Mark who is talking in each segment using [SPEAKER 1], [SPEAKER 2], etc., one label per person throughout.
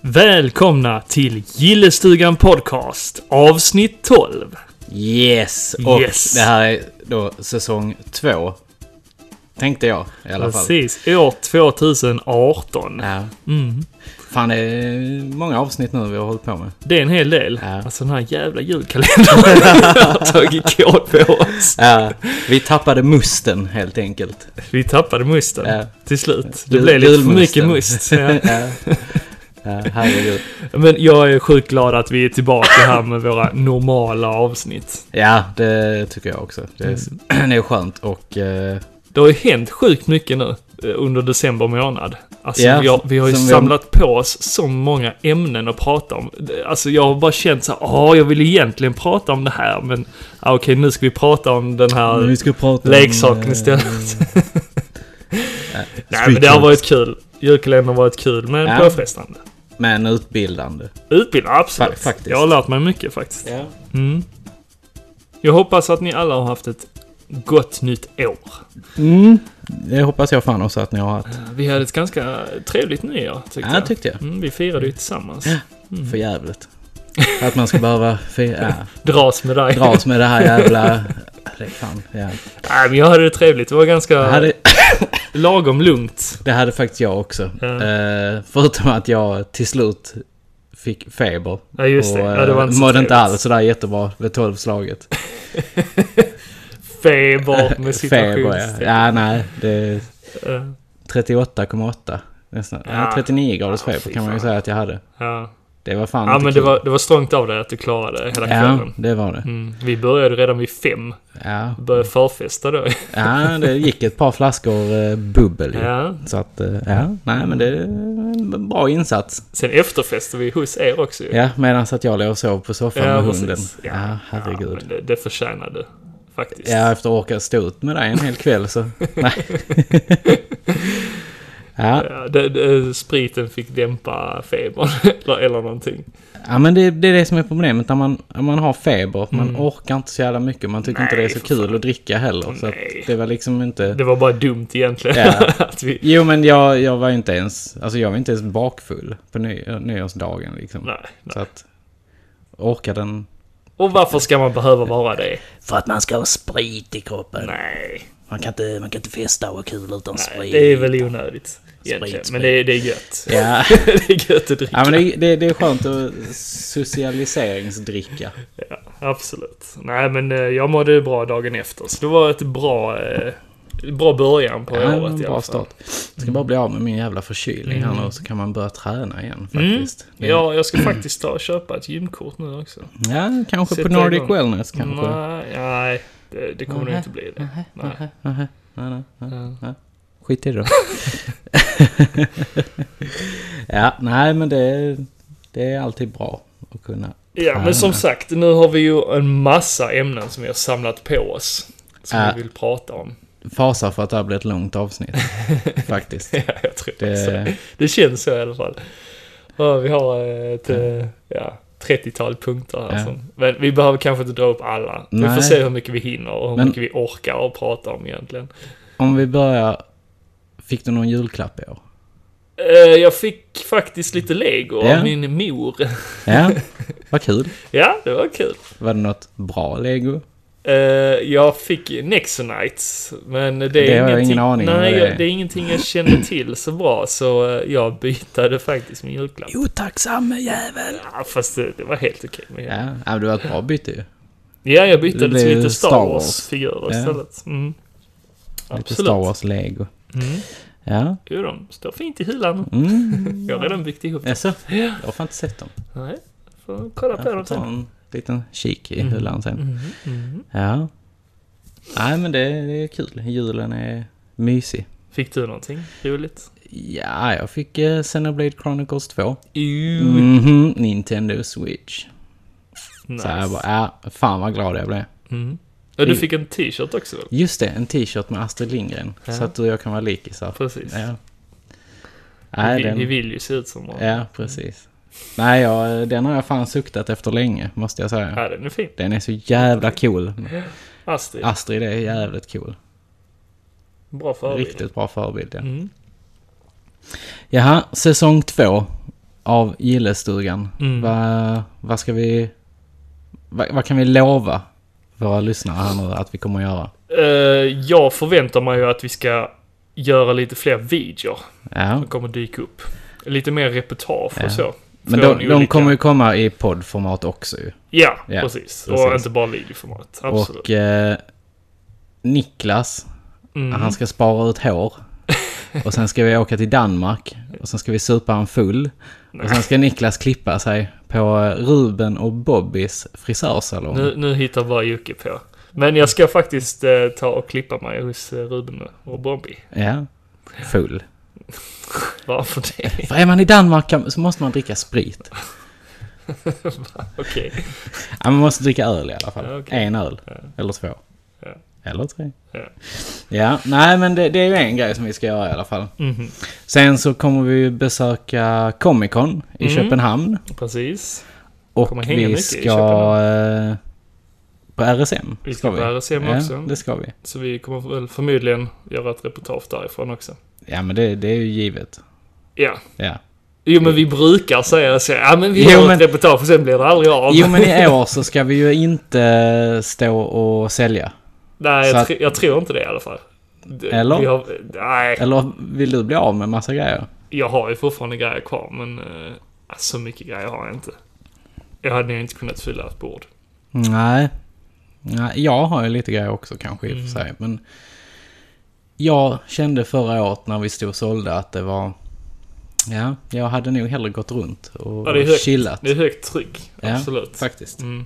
[SPEAKER 1] Välkomna till Gillestugan Podcast avsnitt 12.
[SPEAKER 2] Yes! Och
[SPEAKER 1] Yes.
[SPEAKER 2] det här är då säsong två. Tänkte jag i alla fall.
[SPEAKER 1] Precis, år 2018.
[SPEAKER 2] Ja.
[SPEAKER 1] Mm.
[SPEAKER 2] Fan, det är många avsnitt nu vi har hållit på med.
[SPEAKER 1] Det är en hel del.
[SPEAKER 2] Ja.
[SPEAKER 1] Alltså den här jävla julkalendern har tagit kål på oss.
[SPEAKER 2] Ja, vi tappade musten helt enkelt.
[SPEAKER 1] Vi tappade musten
[SPEAKER 2] Ja.
[SPEAKER 1] till slut. Det
[SPEAKER 2] Jul-
[SPEAKER 1] blev lite för
[SPEAKER 2] julmusten.
[SPEAKER 1] mycket must. Ja.
[SPEAKER 2] Ja. Ja, herregud.
[SPEAKER 1] Men jag är sjukt glad att vi är tillbaka här med våra normala avsnitt.
[SPEAKER 2] Ja, det tycker jag också. Det är,
[SPEAKER 1] Mm.
[SPEAKER 2] det är skönt och... eh,
[SPEAKER 1] Det har ju hänt sjukt mycket nu eh, under december månad. Alltså,
[SPEAKER 2] Ja,
[SPEAKER 1] vi, har, vi har ju
[SPEAKER 2] som vi har-
[SPEAKER 1] samlat på oss så många ämnen att prata om. Det- Alltså, jag har bara känt så här, "Ah, jag vill egentligen prata om det här, men ah, okej, nu ska vi prata om den här
[SPEAKER 2] vi ska prata om,
[SPEAKER 1] leksaken
[SPEAKER 2] eh,
[SPEAKER 1] istället. Nej, men
[SPEAKER 2] Street
[SPEAKER 1] det har
[SPEAKER 2] Dogs.
[SPEAKER 1] varit kul. Julkalendern har varit kul, men
[SPEAKER 2] Ja.
[SPEAKER 1] påfrestande.
[SPEAKER 2] Men utbildande.
[SPEAKER 1] Utbildning, absolut.
[SPEAKER 2] Fa- faktiskt.
[SPEAKER 1] Jag har lärt mig mycket faktiskt. Mm. Jag hoppas att ni alla har haft ett gott nytt år.
[SPEAKER 2] Mm, det hoppas jag fan också att ni har haft.
[SPEAKER 1] Vi hade ett ganska trevligt nyår, tyckte
[SPEAKER 2] Ja,
[SPEAKER 1] jag.
[SPEAKER 2] tyckte jag.
[SPEAKER 1] Mm, vi firade ju tillsammans. Mm.
[SPEAKER 2] För jävligt. Att man ska behöva fira. Ja.
[SPEAKER 1] Dras med dig.
[SPEAKER 2] dras med det här jävla... Det är fan, ja.
[SPEAKER 1] Nej, men jag hade det trevligt. Det var ganska
[SPEAKER 2] det, hade,
[SPEAKER 1] lagom lugnt.
[SPEAKER 2] det hade faktiskt jag också.
[SPEAKER 1] Ja.
[SPEAKER 2] Eh, förutom att jag till slut fick feber.
[SPEAKER 1] Ja, just det. Ja, det var
[SPEAKER 2] eh,
[SPEAKER 1] inte så
[SPEAKER 2] mådde inte
[SPEAKER 1] trevligt.
[SPEAKER 2] alls sådär jättebra vid tolvslaget.
[SPEAKER 1] Feber med typ.
[SPEAKER 2] Feber, ja.
[SPEAKER 1] situationstecken.
[SPEAKER 2] ja. nej. Det är
[SPEAKER 1] Ja.
[SPEAKER 2] 38,8. Nästan. Ja,
[SPEAKER 1] Ja.
[SPEAKER 2] 39 graders
[SPEAKER 1] Ja,
[SPEAKER 2] feber
[SPEAKER 1] fy
[SPEAKER 2] kan man ju
[SPEAKER 1] fan.
[SPEAKER 2] säga att jag hade.
[SPEAKER 1] Ja.
[SPEAKER 2] Det var fan
[SPEAKER 1] ja,
[SPEAKER 2] inte
[SPEAKER 1] men det
[SPEAKER 2] kul.
[SPEAKER 1] var, det var strångt av dig att du klarade hela
[SPEAKER 2] Ja,
[SPEAKER 1] kvällen.
[SPEAKER 2] det var det.
[SPEAKER 1] Mm. Vi började redan vid fem.
[SPEAKER 2] Ja.
[SPEAKER 1] Började förfesta
[SPEAKER 2] Mm.
[SPEAKER 1] då.
[SPEAKER 2] ja, det gick ett par flaskor eh, bubbel ju.
[SPEAKER 1] Ja.
[SPEAKER 2] Så att, eh, ja, nej men det är en bra insats.
[SPEAKER 1] Sen efterfestade vi hos er också ju.
[SPEAKER 2] Ja, medan att jag låg och sov på soffan
[SPEAKER 1] Ja,
[SPEAKER 2] med
[SPEAKER 1] precis.
[SPEAKER 2] hunden.
[SPEAKER 1] Ja.
[SPEAKER 2] Ja,
[SPEAKER 1] Ja,
[SPEAKER 2] herregud.
[SPEAKER 1] men det, det förtjänade du, faktiskt.
[SPEAKER 2] Ja, efter att orka stå ut med dig en hel kväll så... Nej. ja.
[SPEAKER 1] Ja, det, det, spriten fick dämpa febern, eller, eller någonting.
[SPEAKER 2] ja, men det, det är det som är problemet när man, när man har feber. Man orkar inte så jävla mycket. Man tycker inte det är så
[SPEAKER 1] Mm. Nej, för
[SPEAKER 2] kul att dricka heller. Så att
[SPEAKER 1] Nej.
[SPEAKER 2] det var liksom inte...
[SPEAKER 1] Det var bara dumt egentligen.
[SPEAKER 2] Ja.
[SPEAKER 1] att vi,
[SPEAKER 2] Jo, men jag, jag var ju inte ens... Alltså jag var inte ens bakfull på ny, nyårsdagen liksom.
[SPEAKER 1] nej, nej.
[SPEAKER 2] Så att... Orkar den...
[SPEAKER 1] Och varför ska man behöva vara det?
[SPEAKER 3] För att man ska ha sprit i kroppen.
[SPEAKER 1] Nej,
[SPEAKER 3] Man kan inte, man kan inte festa och ha kul utan
[SPEAKER 1] nej
[SPEAKER 3] sprit.
[SPEAKER 1] det är väl onödigt. egentligen.
[SPEAKER 3] sprit.
[SPEAKER 1] Men det, är- det är gött.
[SPEAKER 2] Ja.
[SPEAKER 1] det är gött att dricka.
[SPEAKER 2] Ja men det, det, det är skönt att socialiseringsdricka.
[SPEAKER 1] Ja, absolut. Nej, men eh, jag mådde bra dagen efter. Så det var ett bra, eh, bra början på
[SPEAKER 2] Ja,
[SPEAKER 1] året
[SPEAKER 2] en
[SPEAKER 1] i
[SPEAKER 2] bra
[SPEAKER 1] alla fall. Mm.
[SPEAKER 2] start. Jag ska bara bli av med min jävla förkylning här nu så kan man börja träna igen faktiskt. Det-
[SPEAKER 1] Ja, jag ska faktiskt ta och köpa ett gymkort nu också.
[SPEAKER 2] ja kanske på
[SPEAKER 1] Sätta
[SPEAKER 2] Nordic
[SPEAKER 1] igång.
[SPEAKER 2] Wellness kanske.
[SPEAKER 1] Nej, nej det, det kommer nog inte bli det. Nej.
[SPEAKER 2] Nej, nej, nej,
[SPEAKER 1] Ja.
[SPEAKER 2] nej. Skit i det då. ja, nej men det, det är alltid bra att kunna.
[SPEAKER 1] Ja, men som sagt, nu har vi ju en massa ämnen som vi har samlat på oss. Som
[SPEAKER 2] Ja.
[SPEAKER 1] vi vill prata om.
[SPEAKER 2] Fasar för att det här blir ett långt avsnitt faktiskt.
[SPEAKER 1] Ja, jag tror det.
[SPEAKER 2] Det,
[SPEAKER 1] Det känns så i alla fall. Ja, vi har ett eh, ja, 30-tal punkter här.
[SPEAKER 2] Ja.
[SPEAKER 1] Som, men vi behöver kanske inte dra upp alla. Vi får
[SPEAKER 2] Nej.
[SPEAKER 1] se hur mycket vi hinner och hur
[SPEAKER 2] Men-
[SPEAKER 1] mycket vi orkar och prata om egentligen.
[SPEAKER 2] om vi börjar, fick du någon julklapp i år?
[SPEAKER 1] Eh, Jag fick faktiskt lite lego av
[SPEAKER 2] Ja.
[SPEAKER 1] min mor.
[SPEAKER 2] Ja, vad kul.
[SPEAKER 1] Ja, det var kul.
[SPEAKER 2] Var det något bra lego?
[SPEAKER 1] Eh, jag fick Nexonites, men det,
[SPEAKER 2] har
[SPEAKER 1] är
[SPEAKER 2] jag
[SPEAKER 1] ingenting,
[SPEAKER 2] ingen aning om
[SPEAKER 1] nej,
[SPEAKER 2] vad det
[SPEAKER 1] jag-
[SPEAKER 2] är.
[SPEAKER 1] det är ingenting jag kände till så bra, så eh, jag bytade faktiskt min julklapp.
[SPEAKER 3] Otacksamme jävel!
[SPEAKER 1] Ja, fast det, det var helt okej. med det.
[SPEAKER 2] Ja, ja, men det var ett bra byte ju.
[SPEAKER 1] Ja, jag bytte
[SPEAKER 2] Det
[SPEAKER 1] till
[SPEAKER 2] blev
[SPEAKER 1] lite Star
[SPEAKER 2] Star Wars.
[SPEAKER 1] Wars-figurer
[SPEAKER 2] Ja.
[SPEAKER 1] istället. Mm.
[SPEAKER 2] Lite
[SPEAKER 1] Absolut.
[SPEAKER 2] Star Wars-lego.
[SPEAKER 1] Mm.
[SPEAKER 2] Ja.
[SPEAKER 1] Jo, de står fint i hyllan.
[SPEAKER 2] Mm.
[SPEAKER 1] Jag har redan byggt ihop dem.
[SPEAKER 2] Jaså?
[SPEAKER 1] Ja.
[SPEAKER 2] Jag har fan inte sett dem.
[SPEAKER 1] Nej, får kolla på
[SPEAKER 2] Jag får
[SPEAKER 1] dem
[SPEAKER 2] ta
[SPEAKER 1] sen.
[SPEAKER 2] en liten kik i hyllan sen.
[SPEAKER 1] Mhm, mhm.
[SPEAKER 2] Ja. Nej, men det, det är kul. Julen är mysig.
[SPEAKER 1] Fick du någonting roligt?
[SPEAKER 2] Ja, jag fick eh, Xenoblade Chronicles 2.
[SPEAKER 1] Ooh,
[SPEAKER 2] Mhm, Nintendo Switch. Så jag
[SPEAKER 1] nice.
[SPEAKER 2] bara, ja, fan vad glad jag blev.
[SPEAKER 1] Mm. Ja, du fick en t-shirt också väl?
[SPEAKER 2] Just det, en t-shirt med Astrid Lindgren.
[SPEAKER 1] Ja.
[SPEAKER 2] Så att du och jag kan vara likisar.
[SPEAKER 1] Precis.
[SPEAKER 2] Ja.
[SPEAKER 1] Vi
[SPEAKER 2] Nej,
[SPEAKER 1] vill-
[SPEAKER 2] den-
[SPEAKER 1] vi vill ju se ut som varandra.
[SPEAKER 2] Ja, precis. Nej, jag, den har jag fan suktat efter länge, måste jag säga.
[SPEAKER 1] Ja, den är fin.
[SPEAKER 2] Den är så jävla cool.
[SPEAKER 1] Astrid,
[SPEAKER 2] Astrid är jävligt cool.
[SPEAKER 1] bra förebild.
[SPEAKER 2] Riktigt bra förebild, ja.
[SPEAKER 1] Mm.
[SPEAKER 2] Jaha, säsong två. av gillestugan.
[SPEAKER 1] Mm.
[SPEAKER 2] Vad, vad ska vi... Vad, vad kan vi lova våra lyssnare här nu att vi kommer att göra?
[SPEAKER 1] Eh, jag förväntar mig ju att vi ska göra lite fler videor.
[SPEAKER 2] Ja.
[SPEAKER 1] som kommer dyka upp. Lite mer reportage
[SPEAKER 2] Ja.
[SPEAKER 1] och så.
[SPEAKER 2] Men
[SPEAKER 1] Från
[SPEAKER 2] de, de
[SPEAKER 1] olika-
[SPEAKER 2] kommer ju komma i poddformat också ju.
[SPEAKER 1] Ja,
[SPEAKER 2] Ja,
[SPEAKER 1] precis.
[SPEAKER 2] precis.
[SPEAKER 1] Och inte bara videoformat. Absolut.
[SPEAKER 2] Och eh, Niklas,
[SPEAKER 1] Mm.
[SPEAKER 2] han ska spara ut hår. Och sen ska vi åka till Danmark. Och sen ska vi supa han full. Och sen ska Niklas klippa sig på eh, Ruben och Bobbys frisörsalong.
[SPEAKER 1] Nu, nu hittar bara Jocke på. Men jag ska faktiskt eh, ta och klippa mig hos eh, Ruben och Bobby.
[SPEAKER 2] Ja, full.
[SPEAKER 1] Varför det?
[SPEAKER 2] För är man i Danmark kan, så måste man dricka sprit.
[SPEAKER 1] Okej.
[SPEAKER 2] Ja, man måste dricka öl i alla fall.
[SPEAKER 1] Ja, okej.
[SPEAKER 2] En öl. Eller två.
[SPEAKER 1] Ja.
[SPEAKER 2] Eller tre.
[SPEAKER 1] Ja.
[SPEAKER 2] Ja, nej men det, det är ju en grej som vi ska göra i alla fall.
[SPEAKER 1] Mhm.
[SPEAKER 2] Sen så kommer vi besöka Comic Con i
[SPEAKER 1] Mm.
[SPEAKER 2] Köpenhamn.
[SPEAKER 1] Precis. Kommer
[SPEAKER 2] Och
[SPEAKER 1] hänga
[SPEAKER 2] vi
[SPEAKER 1] mycket i
[SPEAKER 2] ska...
[SPEAKER 1] Köpenhamn.
[SPEAKER 2] eh, På RSM.
[SPEAKER 1] Vi ska på RSM
[SPEAKER 2] ja,
[SPEAKER 1] också.
[SPEAKER 2] det ska vi.
[SPEAKER 1] Så vi kommer väl förmodligen göra ett reportage därifrån också.
[SPEAKER 2] Ja, men det, det är ju givet.
[SPEAKER 1] Ja.
[SPEAKER 2] Ja.
[SPEAKER 1] Jo men vi brukar säga så. Ja men vi
[SPEAKER 2] Jo,
[SPEAKER 1] gör
[SPEAKER 2] men-
[SPEAKER 1] ett reportage och sen blir det aldrig av.
[SPEAKER 2] Jo, men i år så ska vi ju inte stå och sälja.
[SPEAKER 1] Nej,
[SPEAKER 2] Så
[SPEAKER 1] jag,
[SPEAKER 2] att-
[SPEAKER 1] tr- jag tror inte det i alla fall. D-
[SPEAKER 2] Eller?
[SPEAKER 1] Vi har, nej,
[SPEAKER 2] Eller vill du bli av med massa grejer?
[SPEAKER 1] jag har ju fortfarande grejer kvar, men eh, så mycket grejer har jag inte. Jag hade nog inte kunnat fylla ett bord.
[SPEAKER 2] Nej. Nej, jag har ju lite grejer också kanske i
[SPEAKER 1] Mm.
[SPEAKER 2] och för sig. Men jag kände förra året när vi stod och sålde att det var... Ja, jag hade nog hellre gått runt och
[SPEAKER 1] Ja, det är högt.
[SPEAKER 2] chillat.
[SPEAKER 1] Det är högt tryck,
[SPEAKER 2] Ja,
[SPEAKER 1] absolut.
[SPEAKER 2] Faktiskt.
[SPEAKER 1] Mm.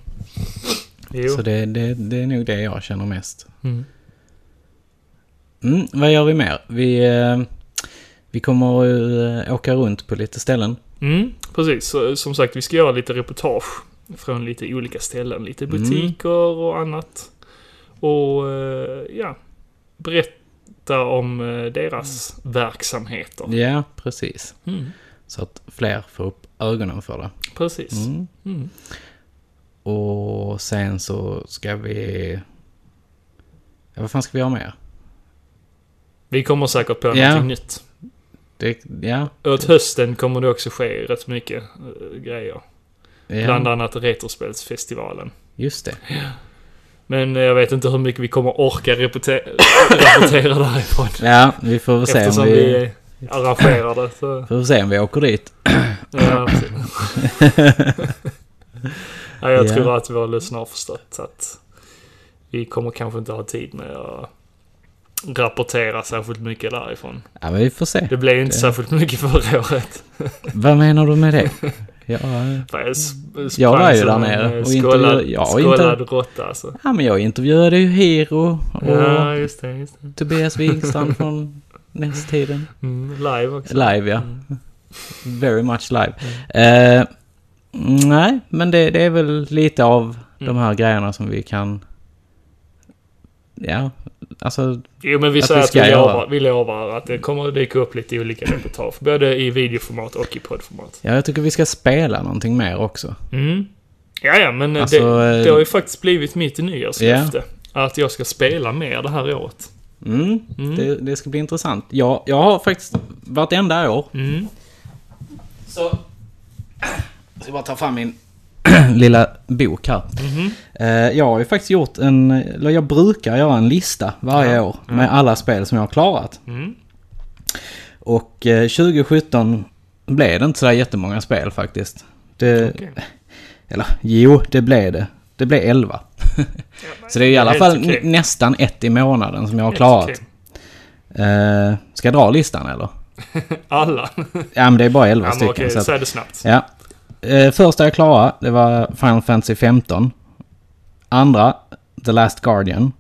[SPEAKER 1] Jo.
[SPEAKER 2] Så det, det, det är nog det jag känner mest.
[SPEAKER 1] Mm.
[SPEAKER 2] Mm, vad gör vi mer? Vi, eh, vi kommer eh, åka runt på lite ställen.
[SPEAKER 1] Mm, precis, så, som sagt, vi ska göra lite reportage från lite olika ställen, lite
[SPEAKER 2] Mm.
[SPEAKER 1] butiker och annat. Och eh, ja, berätta om eh, deras verksamheter.
[SPEAKER 2] Mm. Ja, precis.
[SPEAKER 1] Mm,
[SPEAKER 2] Så att fler får upp ögonen för det.
[SPEAKER 1] precis.
[SPEAKER 2] Mm.
[SPEAKER 1] Mm.
[SPEAKER 2] Och sen så ska vi... Ja, vad fan ska vi göra mer?
[SPEAKER 1] Vi kommer säkert på
[SPEAKER 2] Ja.
[SPEAKER 1] någonting nytt.
[SPEAKER 2] Det, ja,
[SPEAKER 1] Åt hösten kommer det också ske rätt mycket eh, grejer. Bland
[SPEAKER 2] ja,
[SPEAKER 1] annat Retrospelsfestivalen.
[SPEAKER 2] just det.
[SPEAKER 1] Men eh, jag vet inte hur mycket vi kommer orka reporte- rapportera därifrån.
[SPEAKER 2] Ja, vi får väl se
[SPEAKER 1] Eftersom
[SPEAKER 2] om
[SPEAKER 1] vi,
[SPEAKER 2] vi...
[SPEAKER 1] eh, arrangerar det. Så,
[SPEAKER 2] Får vi se om vi åker dit.
[SPEAKER 1] ja, precis. ja, jag
[SPEAKER 2] Ja.
[SPEAKER 1] tror att våra lyssnare har förstått att vi kommer kanske inte ha tid med att rapportera särskilt mycket därifrån.
[SPEAKER 2] Ja, men vi får se.
[SPEAKER 1] Det blev ju inte
[SPEAKER 2] Det-
[SPEAKER 1] särskilt mycket förra året.
[SPEAKER 2] Vad menar du med det? Ja,
[SPEAKER 1] Fan, jag sp-
[SPEAKER 2] Jag var
[SPEAKER 1] sprang
[SPEAKER 2] ju
[SPEAKER 1] som
[SPEAKER 2] där
[SPEAKER 1] en,
[SPEAKER 2] nere
[SPEAKER 1] eh,
[SPEAKER 2] och
[SPEAKER 1] skållad,
[SPEAKER 2] intervju- ja, och
[SPEAKER 1] skållad råtta alltså.
[SPEAKER 2] ja, men jag intervjuade ju Hero och
[SPEAKER 1] Ja, just det. Just det.
[SPEAKER 2] Tobias Wigstrand från Nästiden.
[SPEAKER 1] Mm, live också.
[SPEAKER 2] Live, ja.
[SPEAKER 1] Mm.
[SPEAKER 2] Very much live. Eh, nej, men det, det är väl lite av de här grejerna som vi kan... Ja, alltså...
[SPEAKER 1] Jo, men vi
[SPEAKER 2] Att
[SPEAKER 1] säger
[SPEAKER 2] vi
[SPEAKER 1] att vi
[SPEAKER 2] ska göra.
[SPEAKER 1] lovar, vi lovar att det kommer att dyka upp lite olika reportage. Både i videoformat och i poddformat.
[SPEAKER 2] Ja, jag tycker vi ska spela någonting mer också.
[SPEAKER 1] Mm. Ja, ja, men eh,
[SPEAKER 2] Alltså,
[SPEAKER 1] det,
[SPEAKER 2] eh,
[SPEAKER 1] det har ju faktiskt blivit mitt nyårslöfte. Att jag ska spela mer det här året.
[SPEAKER 2] Mm,
[SPEAKER 1] Mm.
[SPEAKER 2] Det, det ska bli intressant. Jag, jag har faktiskt vartenda år...
[SPEAKER 1] Mm.
[SPEAKER 2] Så... Jag ska bara ta fram min lilla bok här.
[SPEAKER 1] Mhm.
[SPEAKER 2] Eh, jag har ju faktiskt gjort en... Eller jag brukar göra en lista varje år med alla spel som jag har klarat.
[SPEAKER 1] Mm.
[SPEAKER 2] Och eh, 2017 blev det inte sådär jättemånga spel faktiskt. Det,
[SPEAKER 1] Okej.
[SPEAKER 2] Eller jo, det blev det. Det blev 11. så det är i alla
[SPEAKER 1] helt
[SPEAKER 2] fall
[SPEAKER 1] okej.
[SPEAKER 2] n- nästan ett i månaden som jag har klarat.
[SPEAKER 1] Okej.
[SPEAKER 2] Eh, ska jag dra listan eller?
[SPEAKER 1] Alla.
[SPEAKER 2] Ja men det är bara 11
[SPEAKER 1] Ja, men
[SPEAKER 2] stycken.
[SPEAKER 1] okej,
[SPEAKER 2] så att,
[SPEAKER 1] säg det snabbt.
[SPEAKER 2] ja. eh, första jag klarade, det var Final Fantasy 15. Andra, The Last Guardian.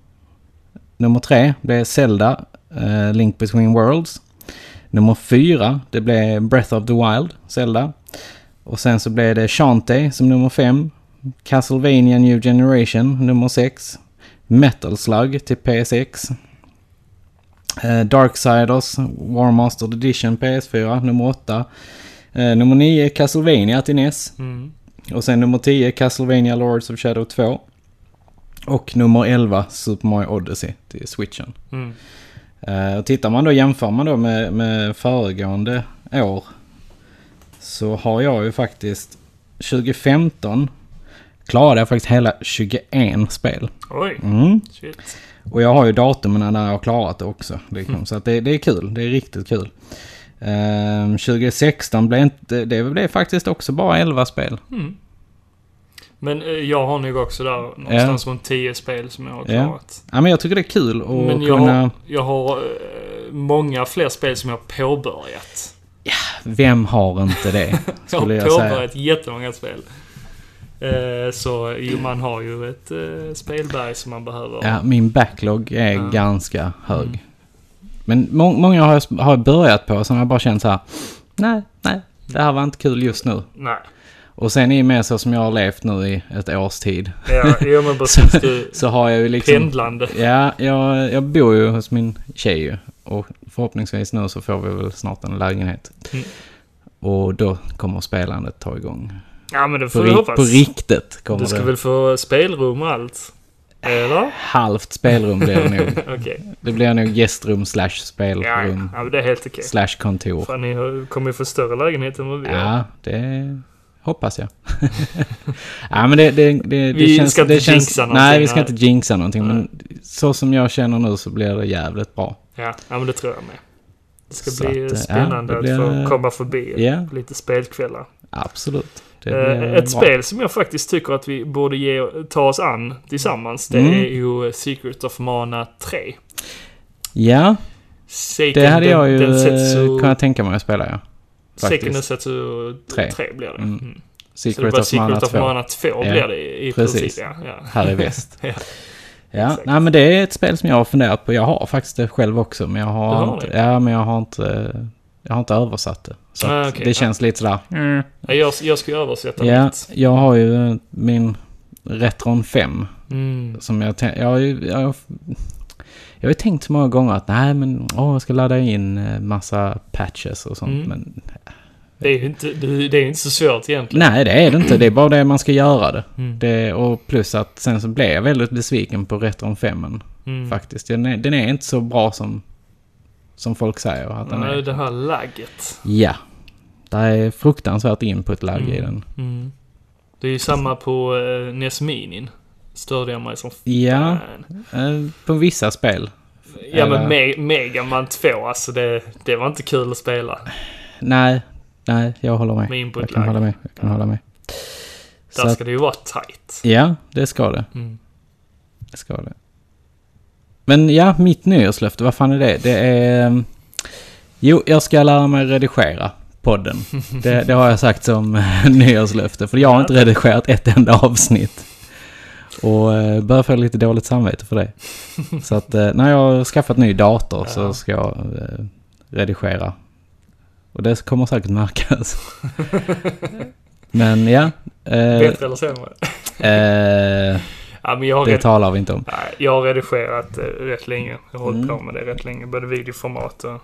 [SPEAKER 2] Nummer tre, det är Zelda, eh, Link Between Worlds. Nummer fyra, det blev Breath of the Wild, Zelda. Och sen så blev det Shantae som nummer fem. Castlevania New Generation, nummer sex. Metal Slug till PSX. Eh, Darksiders War Mastered Edition PS4, nummer åtta. Eh, nummer nio, Castlevania till NES.
[SPEAKER 1] Mm.
[SPEAKER 2] Och sen nummer 10, Castlevania Lords of Shadow 2. Och nummer 11, Super Mario Odyssey till switchen.
[SPEAKER 1] Mm.
[SPEAKER 2] Eh, och tittar man då, jämför man då med, med föregående år Så har jag ju faktiskt 2015 klarade jag faktiskt hela 21 spel.
[SPEAKER 1] Oj,
[SPEAKER 2] Mm.
[SPEAKER 1] shit.
[SPEAKER 2] Och jag har ju datumen när jag har klarat det också. Liksom. Så att det, det är kul. Det är riktigt kul. Ehm, 2016 blev inte... Det blev faktiskt också bara 11 spel.
[SPEAKER 1] Mm. Men eh, jag har nog också där någonstans runt 10 spel som jag har
[SPEAKER 2] Ja.
[SPEAKER 1] klarat.
[SPEAKER 2] Ja, men jag tycker det är kul att
[SPEAKER 1] Men jag,
[SPEAKER 2] kunna...
[SPEAKER 1] har, jag har eh, många fler spel som jag har påbörjat.
[SPEAKER 2] Vem har inte det?
[SPEAKER 1] Jag har
[SPEAKER 2] Skulle jag säga.
[SPEAKER 1] påbörjat jättemånga spel. Eh, Så jo, man har ju ett eh, spelberg som man behöver.
[SPEAKER 2] Ja, min backlog är
[SPEAKER 1] Ja. Mm.
[SPEAKER 2] ganska hög. Men må många har jag, s- har jag börjat på som jag bara känt så här. Nej, nej, det här var inte kul just nu.
[SPEAKER 1] Nej.
[SPEAKER 2] Och sen i och med så som jag har levt nu i ett års tid.
[SPEAKER 1] Ja, jo, men precis. Du,
[SPEAKER 2] Så har jag ju liksom...
[SPEAKER 1] pendlande.
[SPEAKER 2] Ja, jag, jag bor ju hos min tjej ju. Och förhoppningsvis nu så får vi väl snart en lägenhet.
[SPEAKER 1] Mm.
[SPEAKER 2] Och då kommer spelandet ta igång.
[SPEAKER 1] Ja, men det
[SPEAKER 2] På,
[SPEAKER 1] får vi
[SPEAKER 2] ri på
[SPEAKER 1] hoppas.
[SPEAKER 2] riktigt kommer
[SPEAKER 1] Du ska
[SPEAKER 2] det.
[SPEAKER 1] väl få spelrum och allt? Eller?
[SPEAKER 2] Halvt spelrum blir det nog.
[SPEAKER 1] Okej.
[SPEAKER 2] Det blir nog gästrum slash
[SPEAKER 1] Ja,
[SPEAKER 2] spelrum.
[SPEAKER 1] ja, Ja, men det är helt okej.
[SPEAKER 2] Slash kontor.
[SPEAKER 1] Fan, ni har- kommer ju få större lägenhet än vad vi har.
[SPEAKER 2] Ja, det hoppas jag. ja, men det, det, det, det
[SPEAKER 1] Vi
[SPEAKER 2] känns...
[SPEAKER 1] ska inte
[SPEAKER 2] det känns,
[SPEAKER 1] jinxa någonting
[SPEAKER 2] Nej, vi ska
[SPEAKER 1] här.
[SPEAKER 2] inte jinxa någonting.
[SPEAKER 1] Nej.
[SPEAKER 2] Men så som jag känner nu så blir det jävligt bra.
[SPEAKER 1] Ja, ja men det tror jag med. Det ska
[SPEAKER 2] Så
[SPEAKER 1] bli
[SPEAKER 2] att, eh,
[SPEAKER 1] spännande
[SPEAKER 2] ja, det blir-
[SPEAKER 1] att få komma förbi
[SPEAKER 2] Ja,
[SPEAKER 1] på lite spelkvällar.
[SPEAKER 2] absolut. Det
[SPEAKER 1] Eh,
[SPEAKER 2] blir
[SPEAKER 1] ett
[SPEAKER 2] bra.
[SPEAKER 1] spel som jag faktiskt tycker att vi borde ge, ta oss an tillsammans, det
[SPEAKER 2] Mm.
[SPEAKER 1] är ju Secret of Mana 3.
[SPEAKER 2] Ja,
[SPEAKER 1] Seiken
[SPEAKER 2] det hade jag
[SPEAKER 1] Den-
[SPEAKER 2] ju
[SPEAKER 1] Densetsu-
[SPEAKER 2] eh, kunnat tänka mig att spela, ja.
[SPEAKER 1] Seiken
[SPEAKER 2] Faktiskt.
[SPEAKER 1] Densetsu 3.
[SPEAKER 2] Tre.
[SPEAKER 1] 3 blir det.
[SPEAKER 2] Mm.
[SPEAKER 1] Mm. Så det
[SPEAKER 2] Secret
[SPEAKER 1] blir
[SPEAKER 2] of Mana
[SPEAKER 1] Secret of
[SPEAKER 2] 2.
[SPEAKER 1] Mana 2
[SPEAKER 2] Ja,
[SPEAKER 1] blir det i i
[SPEAKER 2] precis.
[SPEAKER 1] princip. Ja, ja.
[SPEAKER 2] Här i väst.
[SPEAKER 1] Ja,
[SPEAKER 2] Ja,
[SPEAKER 1] exakt.
[SPEAKER 2] nej men det är ett spel som jag har funderat på. Jag har faktiskt det själv också, men jag har,
[SPEAKER 1] Du har
[SPEAKER 2] inte,
[SPEAKER 1] det?
[SPEAKER 2] ja, men jag har inte... Jag har inte översatt det. Så
[SPEAKER 1] Ah,
[SPEAKER 2] att
[SPEAKER 1] okej.
[SPEAKER 2] det känns lite sådär...
[SPEAKER 1] Ja, Jag, jag ska ju översätta
[SPEAKER 2] Ja,
[SPEAKER 1] mitt.
[SPEAKER 2] jag har ju eh, min Retron 5
[SPEAKER 1] Mm.
[SPEAKER 2] som jag tänkt... Jag, har ju- jag, har- jag har ju tänkt så många gånger att nej men åh, jag ska ladda in eh, massa patches och sånt.
[SPEAKER 1] Mm.
[SPEAKER 2] Men
[SPEAKER 1] Det är ju inte, det, det är ju inte så svårt egentligen.
[SPEAKER 2] nej, det är det inte. Det är bara det man ska göra det.
[SPEAKER 1] Mm.
[SPEAKER 2] det och plus att sen så blev jag väldigt besviken på Retron 5
[SPEAKER 1] Mm.
[SPEAKER 2] faktiskt. Den är, den är inte så bra som, som folk säger att den
[SPEAKER 1] Nej,
[SPEAKER 2] är.
[SPEAKER 1] det här lagget.
[SPEAKER 2] Ja. Det är fruktansvärt input-lag i
[SPEAKER 1] Mm.
[SPEAKER 2] den.
[SPEAKER 1] Mm. Det är ju samma på eh, Nesminin. Störde jag mig som
[SPEAKER 2] Ja,
[SPEAKER 1] fan.
[SPEAKER 2] eh, på vissa spel.
[SPEAKER 1] Ja men
[SPEAKER 2] Eller-
[SPEAKER 1] Me- Mega Man 2, alltså det, det var inte kul att spela.
[SPEAKER 2] Nej, nej, jag håller med.
[SPEAKER 1] Med
[SPEAKER 2] Jag
[SPEAKER 1] input
[SPEAKER 2] kan hålla
[SPEAKER 1] lag.
[SPEAKER 2] med. Jag kan
[SPEAKER 1] Ja.
[SPEAKER 2] hålla med. Så
[SPEAKER 1] Där
[SPEAKER 2] att,
[SPEAKER 1] ska det ju vara tight.
[SPEAKER 2] ja, det ska det.
[SPEAKER 1] Mm.
[SPEAKER 2] det ska det. Men ja, mitt nyårslöfte, vad fan är det? Det är... ehm, Jo, jag ska lära mig redigera podden. Det, det har jag sagt som nyårslöfte, för jag har inte redigerat ett enda avsnitt. Och eh, börjar få lite dåligt samvete för det. Så att eh, när jag har skaffat ny dator
[SPEAKER 1] Ja.
[SPEAKER 2] så ska jag eh, redigera. Och det kommer säkert märkas. Men ja. Eh,
[SPEAKER 1] Bättre eller sämre?
[SPEAKER 2] eh,
[SPEAKER 1] Ja men jag har,
[SPEAKER 2] det
[SPEAKER 1] red-
[SPEAKER 2] talar vi inte om.
[SPEAKER 1] Nej, jag har redigerat eh, rätt länge. Jag har hållit
[SPEAKER 2] Mm.
[SPEAKER 1] på med det rätt länge. Både videoformat och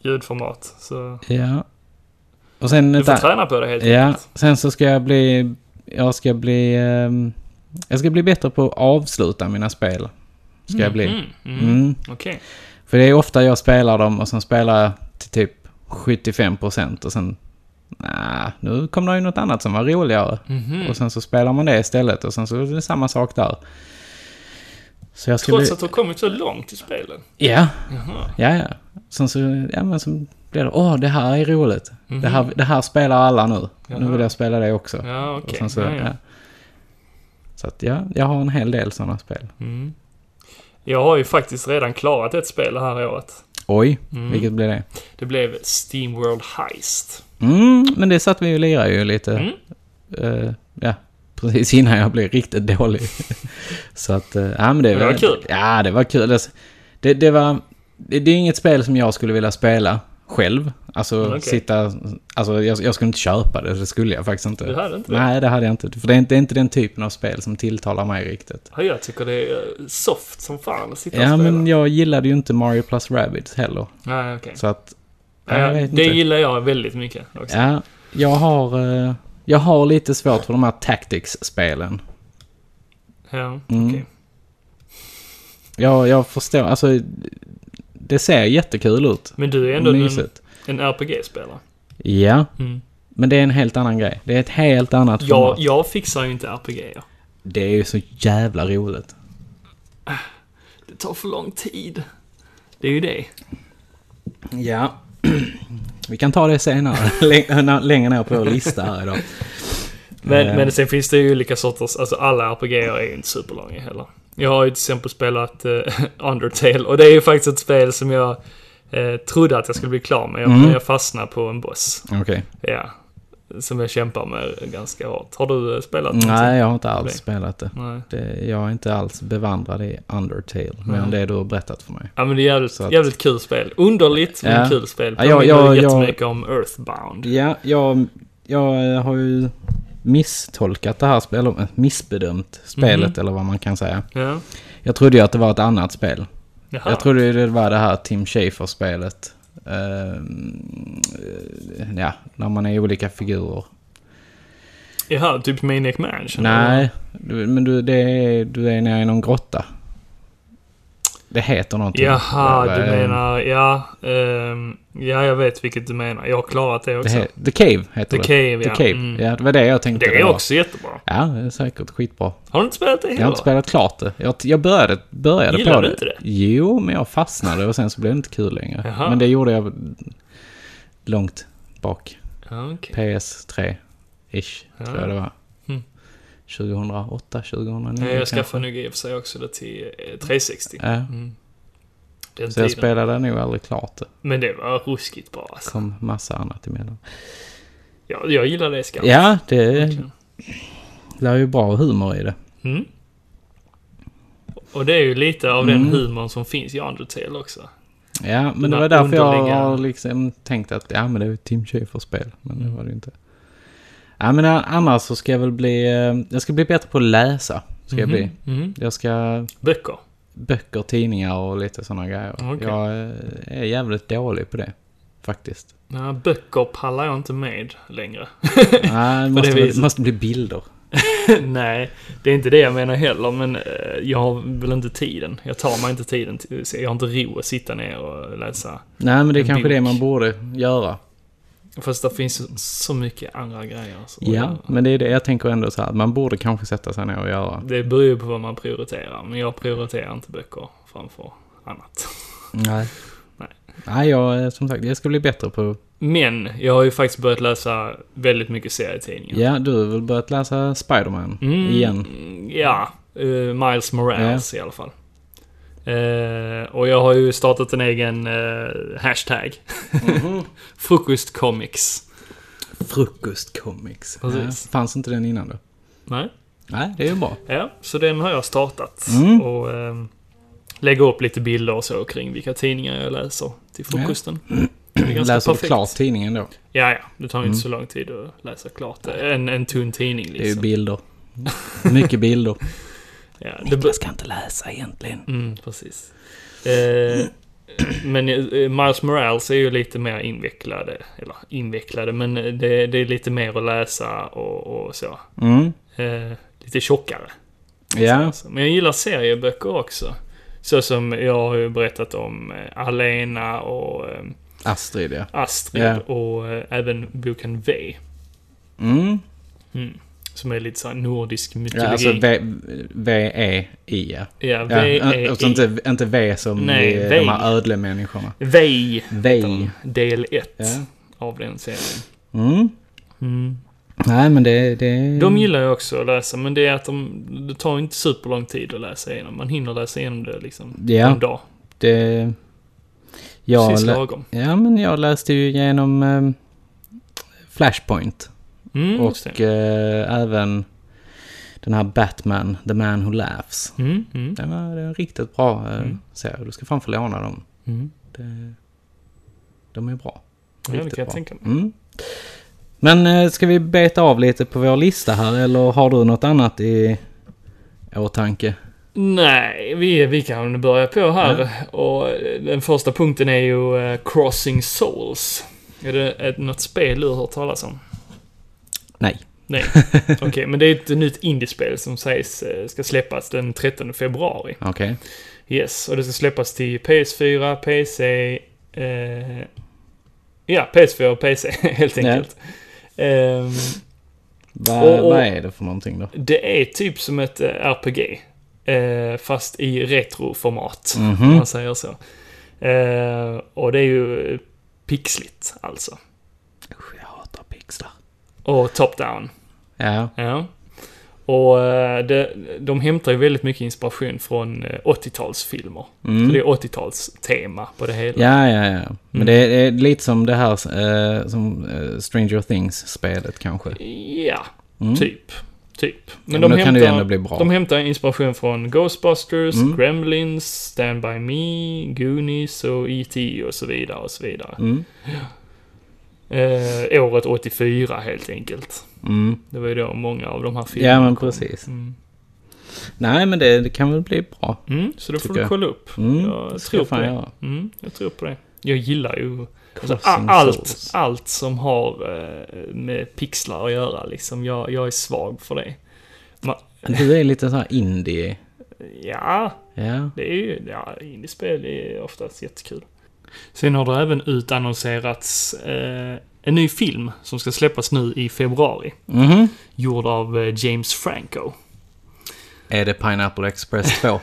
[SPEAKER 1] ljudformat. Så
[SPEAKER 2] Ja. Och sen...
[SPEAKER 1] du
[SPEAKER 2] ett
[SPEAKER 1] får
[SPEAKER 2] an-
[SPEAKER 1] träna på det helt
[SPEAKER 2] Ja,
[SPEAKER 1] enkelt.
[SPEAKER 2] sen så ska jag bli... Jag ska bli... ehm, jag ska bli bättre på att avsluta mina spel. Ska jag bli.
[SPEAKER 1] Mm, mm, mm.
[SPEAKER 2] Mm.
[SPEAKER 1] Okej.
[SPEAKER 2] För det är ofta jag spelar dem och sen spelar jag till typ 75% och sen... Nah, nu kom det ju något annat som var roligare.
[SPEAKER 1] Mhm.
[SPEAKER 2] Och sen så spelar man det istället och sen så är det samma sak där. Så jag ska
[SPEAKER 1] Trots
[SPEAKER 2] bli...
[SPEAKER 1] att du har kommit så långt i spelen.
[SPEAKER 2] Ja,
[SPEAKER 1] Jaha.
[SPEAKER 2] ja, ja. Sen så... Ja, men så blir det... Åh, det här är roligt. Det, här, det här spelar alla nu. Nu vill
[SPEAKER 1] Jaha.
[SPEAKER 2] jag spela det också.
[SPEAKER 1] Mhm. Ja,
[SPEAKER 2] Och
[SPEAKER 1] okej.
[SPEAKER 2] sen så,
[SPEAKER 1] ja,
[SPEAKER 2] ja,
[SPEAKER 1] ja.
[SPEAKER 2] så att ja, jag har en hel del sådana spel.
[SPEAKER 1] Mm. Jag har ju faktiskt redan klarat ett spel det här året.
[SPEAKER 2] Oj,
[SPEAKER 1] Mm.
[SPEAKER 2] vilket blir det?
[SPEAKER 1] Det blev Steamworld Heist.
[SPEAKER 2] Mm, men det satt vi ju och lirade ju lite.
[SPEAKER 1] Mm.
[SPEAKER 2] eh, ja, precis innan jag blev riktigt dålig. så att, eh, ja men det,
[SPEAKER 1] Men det var
[SPEAKER 2] väl-
[SPEAKER 1] kul.
[SPEAKER 2] Ja, det var kul. Det, det, det var... Det, det är inget spel som jag skulle vilja spela själv. Alltså
[SPEAKER 1] Mm, okej.
[SPEAKER 2] sitta... Alltså jag, jag skulle inte köpa det, det skulle jag faktiskt inte.
[SPEAKER 1] Det här är inte det.
[SPEAKER 2] Nej, det hade jag inte. För det är inte, det är inte den typen av spel som tilltalar mig riktigt.
[SPEAKER 1] Ja, jag tycker det är eh, soft som fan att sitta
[SPEAKER 2] Ja,
[SPEAKER 1] och spela.
[SPEAKER 2] men jag gillade ju inte Mario plus Rabbids heller.
[SPEAKER 1] Nej, okej.
[SPEAKER 2] Så att...
[SPEAKER 1] Ja,
[SPEAKER 2] jag
[SPEAKER 1] det
[SPEAKER 2] vet inte.
[SPEAKER 1] gillar jag väldigt mycket också.
[SPEAKER 2] Ja, jag har... eh, Jag har lite svårt för de här Tactics-spelen.
[SPEAKER 1] Ja,
[SPEAKER 2] Mm.
[SPEAKER 1] okej.
[SPEAKER 2] Jag, jag förstår, alltså... Det ser jättekul ut.
[SPEAKER 1] Men du är ändå en,
[SPEAKER 2] Mysigt.
[SPEAKER 1] en RPG-spelare.
[SPEAKER 2] Ja,
[SPEAKER 1] Mm.
[SPEAKER 2] Men det är en helt annan grej. Det är ett helt annat
[SPEAKER 1] Jag,
[SPEAKER 2] format.
[SPEAKER 1] jag fixar ju inte RPG.
[SPEAKER 2] Det är ju så jävla roligt.
[SPEAKER 1] Det tar för lång tid. Det är ju det.
[SPEAKER 2] Ja. Vi kan ta det senare. Läng- Längre ner på vår lista här idag.
[SPEAKER 1] Men,
[SPEAKER 2] Eh.
[SPEAKER 1] men sen finns det ju olika sorters, alltså alla RPG är ju inte superlånga heller. Jag har ju till exempel spelat eh, Undertale och det är ju faktiskt ett spel som jag eh, trodde att jag skulle bli klar med. Jag,
[SPEAKER 2] Mm.
[SPEAKER 1] jag fastnade på en boss.
[SPEAKER 2] Okej.
[SPEAKER 1] Ja. Som jag kämpar med ganska hårt. Har du eh, spelat någonting?
[SPEAKER 2] Nej, jag har inte alls
[SPEAKER 1] Nej.
[SPEAKER 2] spelat det.
[SPEAKER 1] Nej.
[SPEAKER 2] det. Jag är inte alls bevandrad i Undertale. Men
[SPEAKER 1] Nej.
[SPEAKER 2] det du har berättat för mig.
[SPEAKER 1] Ja men det är jävligt,
[SPEAKER 2] Så att-
[SPEAKER 1] jävligt kul spel. Underligt men
[SPEAKER 2] Ja.
[SPEAKER 1] kul spel.
[SPEAKER 2] Ja,
[SPEAKER 1] Påminner
[SPEAKER 2] jag- jag- jag-
[SPEAKER 1] jättemycket om Earthbound.
[SPEAKER 2] Ja, jag, jag har ju misstolkat det här spelet. eh, Missbedömt spelet
[SPEAKER 1] Mhm.
[SPEAKER 2] eller vad man kan säga.
[SPEAKER 1] Ja.
[SPEAKER 2] Jag trodde ju att det var ett annat spel.
[SPEAKER 1] Jaha.
[SPEAKER 2] Jag trodde ju det var det här Tim Schafer-spelet. Ehm, eh, ja, när man är olika figurer.
[SPEAKER 1] Jaha, typ Maniac Mansion? eller?
[SPEAKER 2] Nej, du, men du, det är, du är nere i någon grotta. Det heter någonting. Eh,
[SPEAKER 1] Jaha, du
[SPEAKER 2] Vad är-
[SPEAKER 1] menar... Ja, ehm, ja, jag vet vilket du menar. Jag har klarat det
[SPEAKER 2] Det
[SPEAKER 1] också.
[SPEAKER 2] he, The Cave
[SPEAKER 1] The
[SPEAKER 2] heter det.
[SPEAKER 1] Cave,
[SPEAKER 2] The
[SPEAKER 1] ja.
[SPEAKER 2] Cave.
[SPEAKER 1] Mm.
[SPEAKER 2] Ja, det var det jag tänkte
[SPEAKER 1] Det är
[SPEAKER 2] var.
[SPEAKER 1] också jättebra.
[SPEAKER 2] Ja, det är säkert skitbra.
[SPEAKER 1] Har du inte spelat det
[SPEAKER 2] Jag har
[SPEAKER 1] heller?
[SPEAKER 2] inte spelat klart det. Jag, jag började, började
[SPEAKER 1] Gillar
[SPEAKER 2] på
[SPEAKER 1] du
[SPEAKER 2] det.
[SPEAKER 1] inte det?
[SPEAKER 2] Jo, men jag fastnade och sen så blev det inte kul längre.
[SPEAKER 1] Jaha.
[SPEAKER 2] Men det gjorde jag långt bak.
[SPEAKER 1] Ja, okej.
[SPEAKER 2] PS3-ish,
[SPEAKER 1] Ja.
[SPEAKER 2] tror jag det var.
[SPEAKER 1] Mm.
[SPEAKER 2] 2008, 2009
[SPEAKER 1] Nej, jag
[SPEAKER 2] kanske.
[SPEAKER 1] skaffade nog i och för sig också det till eh, 360.
[SPEAKER 2] Ja,
[SPEAKER 1] Mm. Den
[SPEAKER 2] så jag
[SPEAKER 1] tiden.
[SPEAKER 2] spelade nog aldrig klart det.
[SPEAKER 1] Men det var ruskigt bra alltså.
[SPEAKER 2] kom massa annat emellan.
[SPEAKER 1] Jag, jag gillar det skarpt.
[SPEAKER 2] Ja, det
[SPEAKER 1] verkligen.
[SPEAKER 2] lär ju bra humor i det.
[SPEAKER 1] Mm. Och det är ju lite av den
[SPEAKER 2] Mm.
[SPEAKER 1] humorn som finns i Undertale också.
[SPEAKER 2] Ja, men
[SPEAKER 1] Den
[SPEAKER 2] det
[SPEAKER 1] här
[SPEAKER 2] var därför jag
[SPEAKER 1] underliga-
[SPEAKER 2] har liksom tänkt att ja, men det är ju ett Tim Schafer-spel. Men
[SPEAKER 1] Mm.
[SPEAKER 2] det var det ju inte. Ja, men a- annars så ska jag väl bli... eh, Jag ska bli bättre på att läsa. Ska jag
[SPEAKER 1] Mhm.
[SPEAKER 2] bli.
[SPEAKER 1] Mhm.
[SPEAKER 2] Jag ska...
[SPEAKER 1] Böcker.
[SPEAKER 2] Böcker, tidningar och lite sådana grejer.
[SPEAKER 1] Ah, Okej.
[SPEAKER 2] Jag eh, är jävligt dålig på det. Faktiskt.
[SPEAKER 1] Nej, böcker pallar jag inte med längre.
[SPEAKER 2] Nej, det måste,
[SPEAKER 1] det
[SPEAKER 2] bli-
[SPEAKER 1] viset.
[SPEAKER 2] måste bli bilder.
[SPEAKER 1] Nej, det är inte det jag menar heller, men eh, jag har väl inte tiden. Jag tar mig inte tiden. Till, så jag har inte ro att sitta ner och läsa.
[SPEAKER 2] Nej, men det är
[SPEAKER 1] En
[SPEAKER 2] kanske
[SPEAKER 1] bok.
[SPEAKER 2] det man borde göra.
[SPEAKER 1] Fast det finns så- så mycket andra grejer. Så
[SPEAKER 2] Ja, men det är det jag tänker ändå så här. att Man borde kanske sätta sig ner och göra.
[SPEAKER 1] Det beror ju på vad man prioriterar, men jag prioriterar inte böcker framför annat.
[SPEAKER 2] Nej.
[SPEAKER 1] Nej.
[SPEAKER 2] Nej, jag, eh, som sagt, jag ska bli bättre på...
[SPEAKER 1] Men jag har ju faktiskt börjat läsa väldigt mycket serietidningar.
[SPEAKER 2] Ja, du har väl börjat läsa Spiderman
[SPEAKER 1] Mm,
[SPEAKER 2] igen?
[SPEAKER 1] Ja, eh, Miles Morales i alla fall. Eh, och jag har ju startat en egen eh, hashtag. Frukost Comics.
[SPEAKER 2] Frukost Comics.
[SPEAKER 1] Precis.
[SPEAKER 2] Ja, fanns inte den innan då?
[SPEAKER 1] Nej?
[SPEAKER 2] Nej, det är ju bra.
[SPEAKER 1] Ja, så den har jag startat.
[SPEAKER 2] Mm.
[SPEAKER 1] Och eh, lägger upp lite bilder och så kring vilka tidningar jag läser till frukosten. Det är ganska
[SPEAKER 2] Läser du
[SPEAKER 1] perfekt.
[SPEAKER 2] klart tidningen då?
[SPEAKER 1] Ja, ja. Det tar ju inte så lång tid att läsa klart det. En, en tunn tidning
[SPEAKER 2] Det är ju
[SPEAKER 1] liksom.
[SPEAKER 2] bilder. Mycket bilder.
[SPEAKER 1] ja, det be-
[SPEAKER 3] Niklas kan inte läsa egentligen.
[SPEAKER 1] Mm, precis. Eh, men eh, Miles Morales är ju lite mer invecklade, eller invecklade, men det, det är lite mer att läsa och, och så.
[SPEAKER 2] Mm.
[SPEAKER 1] Eh, lite tjockare.
[SPEAKER 2] Ja.
[SPEAKER 1] Alltså. Men jag gillar serieböcker också. Så som jag har ju berättat om eh, Alena och eh,
[SPEAKER 2] Astrid ja.
[SPEAKER 1] Astrid
[SPEAKER 2] Ja.
[SPEAKER 1] och eh, även boken V.
[SPEAKER 2] Mm.
[SPEAKER 1] Mm. Som är lite såhär nordisk mytologi.
[SPEAKER 2] ja alltså V- V-E-I ja.
[SPEAKER 1] ja,
[SPEAKER 2] ja.
[SPEAKER 1] V är
[SPEAKER 2] alltså inte, inte V som
[SPEAKER 1] Nej,
[SPEAKER 2] i
[SPEAKER 1] Vej.
[SPEAKER 2] de här ödlemänniskorna.
[SPEAKER 1] Vej,
[SPEAKER 2] Vej.
[SPEAKER 1] del 1
[SPEAKER 2] Ja.
[SPEAKER 1] av den serien.
[SPEAKER 2] Mm. Nej, men det... det...
[SPEAKER 1] De gillar jag också att läsa, men det är att de, det tar inte superlång tid att läsa igenom. Man hinner läsa igenom det liksom
[SPEAKER 2] Ja.
[SPEAKER 1] en dag.
[SPEAKER 2] Det... Jag
[SPEAKER 1] Precis
[SPEAKER 2] lä-
[SPEAKER 1] lagom.
[SPEAKER 2] Ja, men jag läste ju igenom eh, Flashpoint
[SPEAKER 1] Mm, just
[SPEAKER 2] och
[SPEAKER 1] det.
[SPEAKER 2] eh, även den här Batman, The Man Who Laughs.
[SPEAKER 1] Mm, mm,
[SPEAKER 2] Den var, den är en riktigt bra eh,
[SPEAKER 1] Mm.
[SPEAKER 2] serie. Du ska fan få låna dem.
[SPEAKER 1] mm.
[SPEAKER 2] Det, de är bra.
[SPEAKER 1] Ja, det
[SPEAKER 2] Riktigt
[SPEAKER 1] kan jag
[SPEAKER 2] bra.
[SPEAKER 1] tänka mig.
[SPEAKER 2] Mm. Men eh, ska vi beta av lite på vår lista här eller har du något annat i åtanke?
[SPEAKER 1] Nej, vi, vi kan börja på här. Och eh, den första punkten är ju eh, Crossing Souls. Är det ett, något spel du har hört talas om?
[SPEAKER 2] Nej.
[SPEAKER 1] Nej, okej. men det är ett nytt indiespel som sägs eh, ska släppas den 13 februari.
[SPEAKER 2] Okej.
[SPEAKER 1] Yes, och det ska släppas till PS4, PC... Eh, ja, PS4 och PC helt
[SPEAKER 2] Ja.
[SPEAKER 1] enkelt. Ehm,
[SPEAKER 2] Vad
[SPEAKER 1] Och- och-
[SPEAKER 2] vad är det för någonting då?
[SPEAKER 1] det är typ som ett eh, RPG. eh, Fast i retroformat, om
[SPEAKER 2] Mhm.
[SPEAKER 1] man säger så. Eh, Och det är ju eh, pixligt, alltså.
[SPEAKER 2] Usch, jag hatar pixlar.
[SPEAKER 1] Och top-down.
[SPEAKER 2] Ja.
[SPEAKER 1] Ja. Och eh, det, de hämtar ju väldigt mycket inspiration från eh, 80-talsfilmer. Så det
[SPEAKER 2] Mm.
[SPEAKER 1] är 80-talstema på det hela.
[SPEAKER 2] Ja, ja,
[SPEAKER 1] Mm.
[SPEAKER 2] ja. Men det är, det är lite som det här eh, som eh, Stranger Things-spelet kanske.
[SPEAKER 1] Ja,
[SPEAKER 2] Mm.
[SPEAKER 1] typ. Typ. Men,
[SPEAKER 2] Men
[SPEAKER 1] de,
[SPEAKER 2] då
[SPEAKER 1] hämtar,
[SPEAKER 2] kan det ju ändå bli bra.
[SPEAKER 1] de hämtar inspiration från Ghostbusters,
[SPEAKER 2] Mm.
[SPEAKER 1] Gremlins, Stand By Me, Goonies och E.T. och så vidare och så vidare.
[SPEAKER 2] Mm.
[SPEAKER 1] Eh, året 84 helt enkelt.
[SPEAKER 2] Mm.
[SPEAKER 1] Det var ju då många av de här filmerna
[SPEAKER 2] Ja, men
[SPEAKER 1] kom.
[SPEAKER 2] precis.
[SPEAKER 1] Mm.
[SPEAKER 2] Nej, men det, det kan väl bli bra.
[SPEAKER 1] Mm, så då
[SPEAKER 2] Tycker
[SPEAKER 1] får du
[SPEAKER 2] jag.
[SPEAKER 1] kolla upp.
[SPEAKER 2] Mm.
[SPEAKER 1] Jag
[SPEAKER 2] ska
[SPEAKER 1] tror
[SPEAKER 2] jag
[SPEAKER 1] på
[SPEAKER 2] fan
[SPEAKER 1] det.
[SPEAKER 2] göra.
[SPEAKER 1] Mm, jag tror på det. Jag gillar ju alltså,
[SPEAKER 2] Crossing
[SPEAKER 1] a- allt,
[SPEAKER 2] Souls.
[SPEAKER 1] allt som har eh, med pixlar att göra. Liksom. Jag, jag är svag för det.
[SPEAKER 2] Du är lite så här indie.
[SPEAKER 1] Ja,
[SPEAKER 2] Ja.
[SPEAKER 1] det är ju... Ja, indiespel är oftast jättekul. Sen har det även utannonserats eh, en ny film som ska släppas nu i februari.
[SPEAKER 2] Mhm.
[SPEAKER 1] Gjord av eh, James Franco.
[SPEAKER 2] Är det Pineapple Express 2?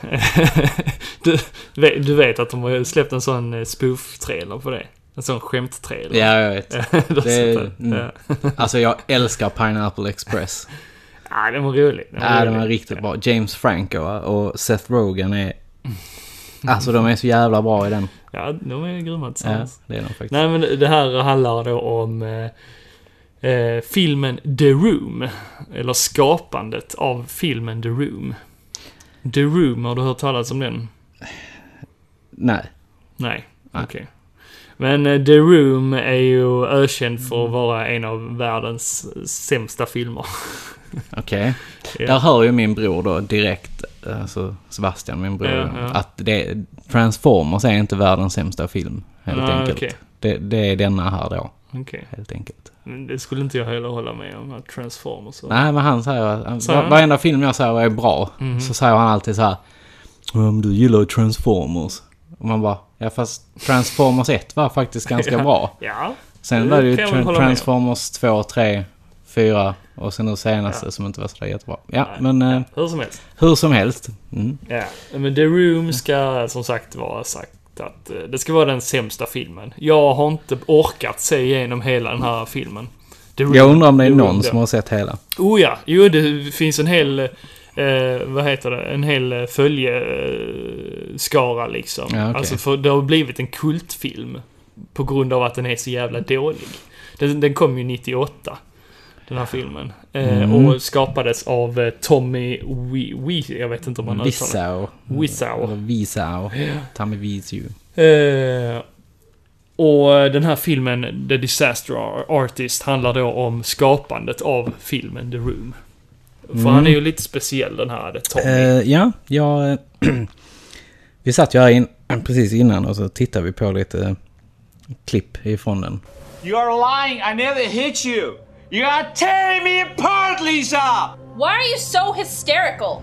[SPEAKER 1] du, vet- du vet att de har släppt en sån eh, spoof-trailer på det? En sån skämt-trailer.
[SPEAKER 2] ja, jag vet.
[SPEAKER 1] det,
[SPEAKER 2] det-
[SPEAKER 1] är,
[SPEAKER 2] mm.
[SPEAKER 1] ja.
[SPEAKER 2] Alltså, jag älskar Pineapple Express.
[SPEAKER 1] Nej, den var rolig. Den
[SPEAKER 2] Ja, de
[SPEAKER 1] rolig.
[SPEAKER 2] är riktigt bra. James Franco och Seth Rogen är... Alltså, de är så jävla bra i den.
[SPEAKER 1] Ja, de är grymma
[SPEAKER 2] Ja,
[SPEAKER 1] tillsammans.
[SPEAKER 2] det är de faktiskt.
[SPEAKER 1] Nej, men det här handlar då om eh, eh, filmen The Room. Eller skapandet av filmen The Room. The Room, har du hört talas om den?
[SPEAKER 2] Nej.
[SPEAKER 1] Nej,
[SPEAKER 2] Nej.
[SPEAKER 1] okej. Men eh, The Room är ju ökänd för
[SPEAKER 2] Mm.
[SPEAKER 1] att vara en av världens sämsta filmer.
[SPEAKER 2] Okej.
[SPEAKER 1] Ja.
[SPEAKER 2] Där hör ju min bror då direkt, alltså Sebastian, min bror,
[SPEAKER 1] Ja, ja.
[SPEAKER 2] att det, Transformers är inte världens sämsta film, helt
[SPEAKER 1] Ah,
[SPEAKER 2] enkelt.
[SPEAKER 1] Okej,
[SPEAKER 2] Det, det är denna här då,
[SPEAKER 1] okej.
[SPEAKER 2] helt enkelt.
[SPEAKER 1] Men Det skulle inte jag heller hålla med om, att Transformers. och-
[SPEAKER 2] Nej, men han säger att
[SPEAKER 1] Säger
[SPEAKER 2] var,
[SPEAKER 1] han?
[SPEAKER 2] varenda film jag säger är bra,
[SPEAKER 1] Mhm.
[SPEAKER 2] så säger han alltid så här, om du gillar Transformers. Och man bara, ja fast Transformers 1 var faktiskt ganska bra.
[SPEAKER 1] Ja,
[SPEAKER 2] Sen
[SPEAKER 1] Det
[SPEAKER 2] var det ju
[SPEAKER 1] kan jag väl
[SPEAKER 2] tra-
[SPEAKER 1] hålla med om.
[SPEAKER 2] Transformers 2, 3, 4 och sen nu senaste som inte var så där jättebra. Ja,
[SPEAKER 1] Nej.
[SPEAKER 2] men eh,
[SPEAKER 1] hur som helst.
[SPEAKER 2] hur som helst. Mm.
[SPEAKER 1] Ja, men The Room ska som sagt vara sagt att eh, det ska vara den sämsta filmen. Jag har inte orkat se igenom hela den här filmen. The Room.
[SPEAKER 2] Jag undrar om det är
[SPEAKER 1] Jo,
[SPEAKER 2] någon
[SPEAKER 1] det.
[SPEAKER 2] som har sett hela.
[SPEAKER 1] Oh ja, jo det finns en hel, eh, vad heter det, en hel eh, följeskara eh, skara, liksom.
[SPEAKER 2] Ja, okej.
[SPEAKER 1] Alltså för det har blivit en kultfilm. På grund av att den är så jävla dålig. Den, den kom ju 98. Den här filmen. Eh,
[SPEAKER 2] Mm.
[SPEAKER 1] Och skapades av eh, Tommy Wee, Wee, jag vet inte om man uttalar det.
[SPEAKER 2] Visao.
[SPEAKER 1] Wiseau.
[SPEAKER 2] Eller Visao. Tommy Visau.
[SPEAKER 1] Eh, och den här filmen, The Disaster Artist, handlar då om skapandet av filmen The Room. För
[SPEAKER 2] Mm.
[SPEAKER 1] han är ju lite speciell den här Tommy.
[SPEAKER 2] Eh, ja, jag... eh, vi satt ju här in, precis innan och så tittade vi på lite eh, klipp ifrån den.
[SPEAKER 4] You are lying. I never hit you. You are tearing me apart, Lisa.
[SPEAKER 5] Why are you so hysterical?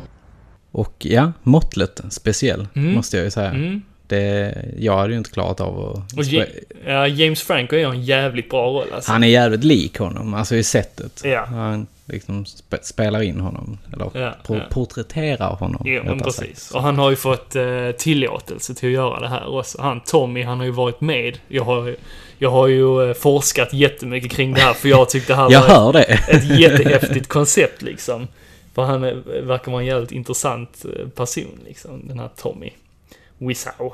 [SPEAKER 2] Och ja, måttligt speciell måste jag ju säga.
[SPEAKER 1] Mm.
[SPEAKER 2] Det, jag hade ju inte klarat av att...
[SPEAKER 1] Och Ja, James Franco gör en jävligt bra roll alltså.
[SPEAKER 2] Han är jävligt lik honom, alltså i sättet.
[SPEAKER 1] Ja.
[SPEAKER 2] Han liksom spe, spelar in honom, eller
[SPEAKER 1] Ja,
[SPEAKER 2] por-
[SPEAKER 1] ja.
[SPEAKER 2] porträtterar honom.
[SPEAKER 1] Jo, men
[SPEAKER 2] rättare sagt.
[SPEAKER 1] precis. Och han har ju fått eh, tillåtelse till att göra det här också. Han Tommy, han har ju varit med. Jag har, jag har ju eh, forskat jättemycket kring det här för jag tyckte det här
[SPEAKER 2] Jag
[SPEAKER 1] var
[SPEAKER 2] hör det!
[SPEAKER 1] ett jättehäftigt koncept liksom. För han eh, verkar vara en jävligt intressant eh, person liksom, den här Tommy Wiseau.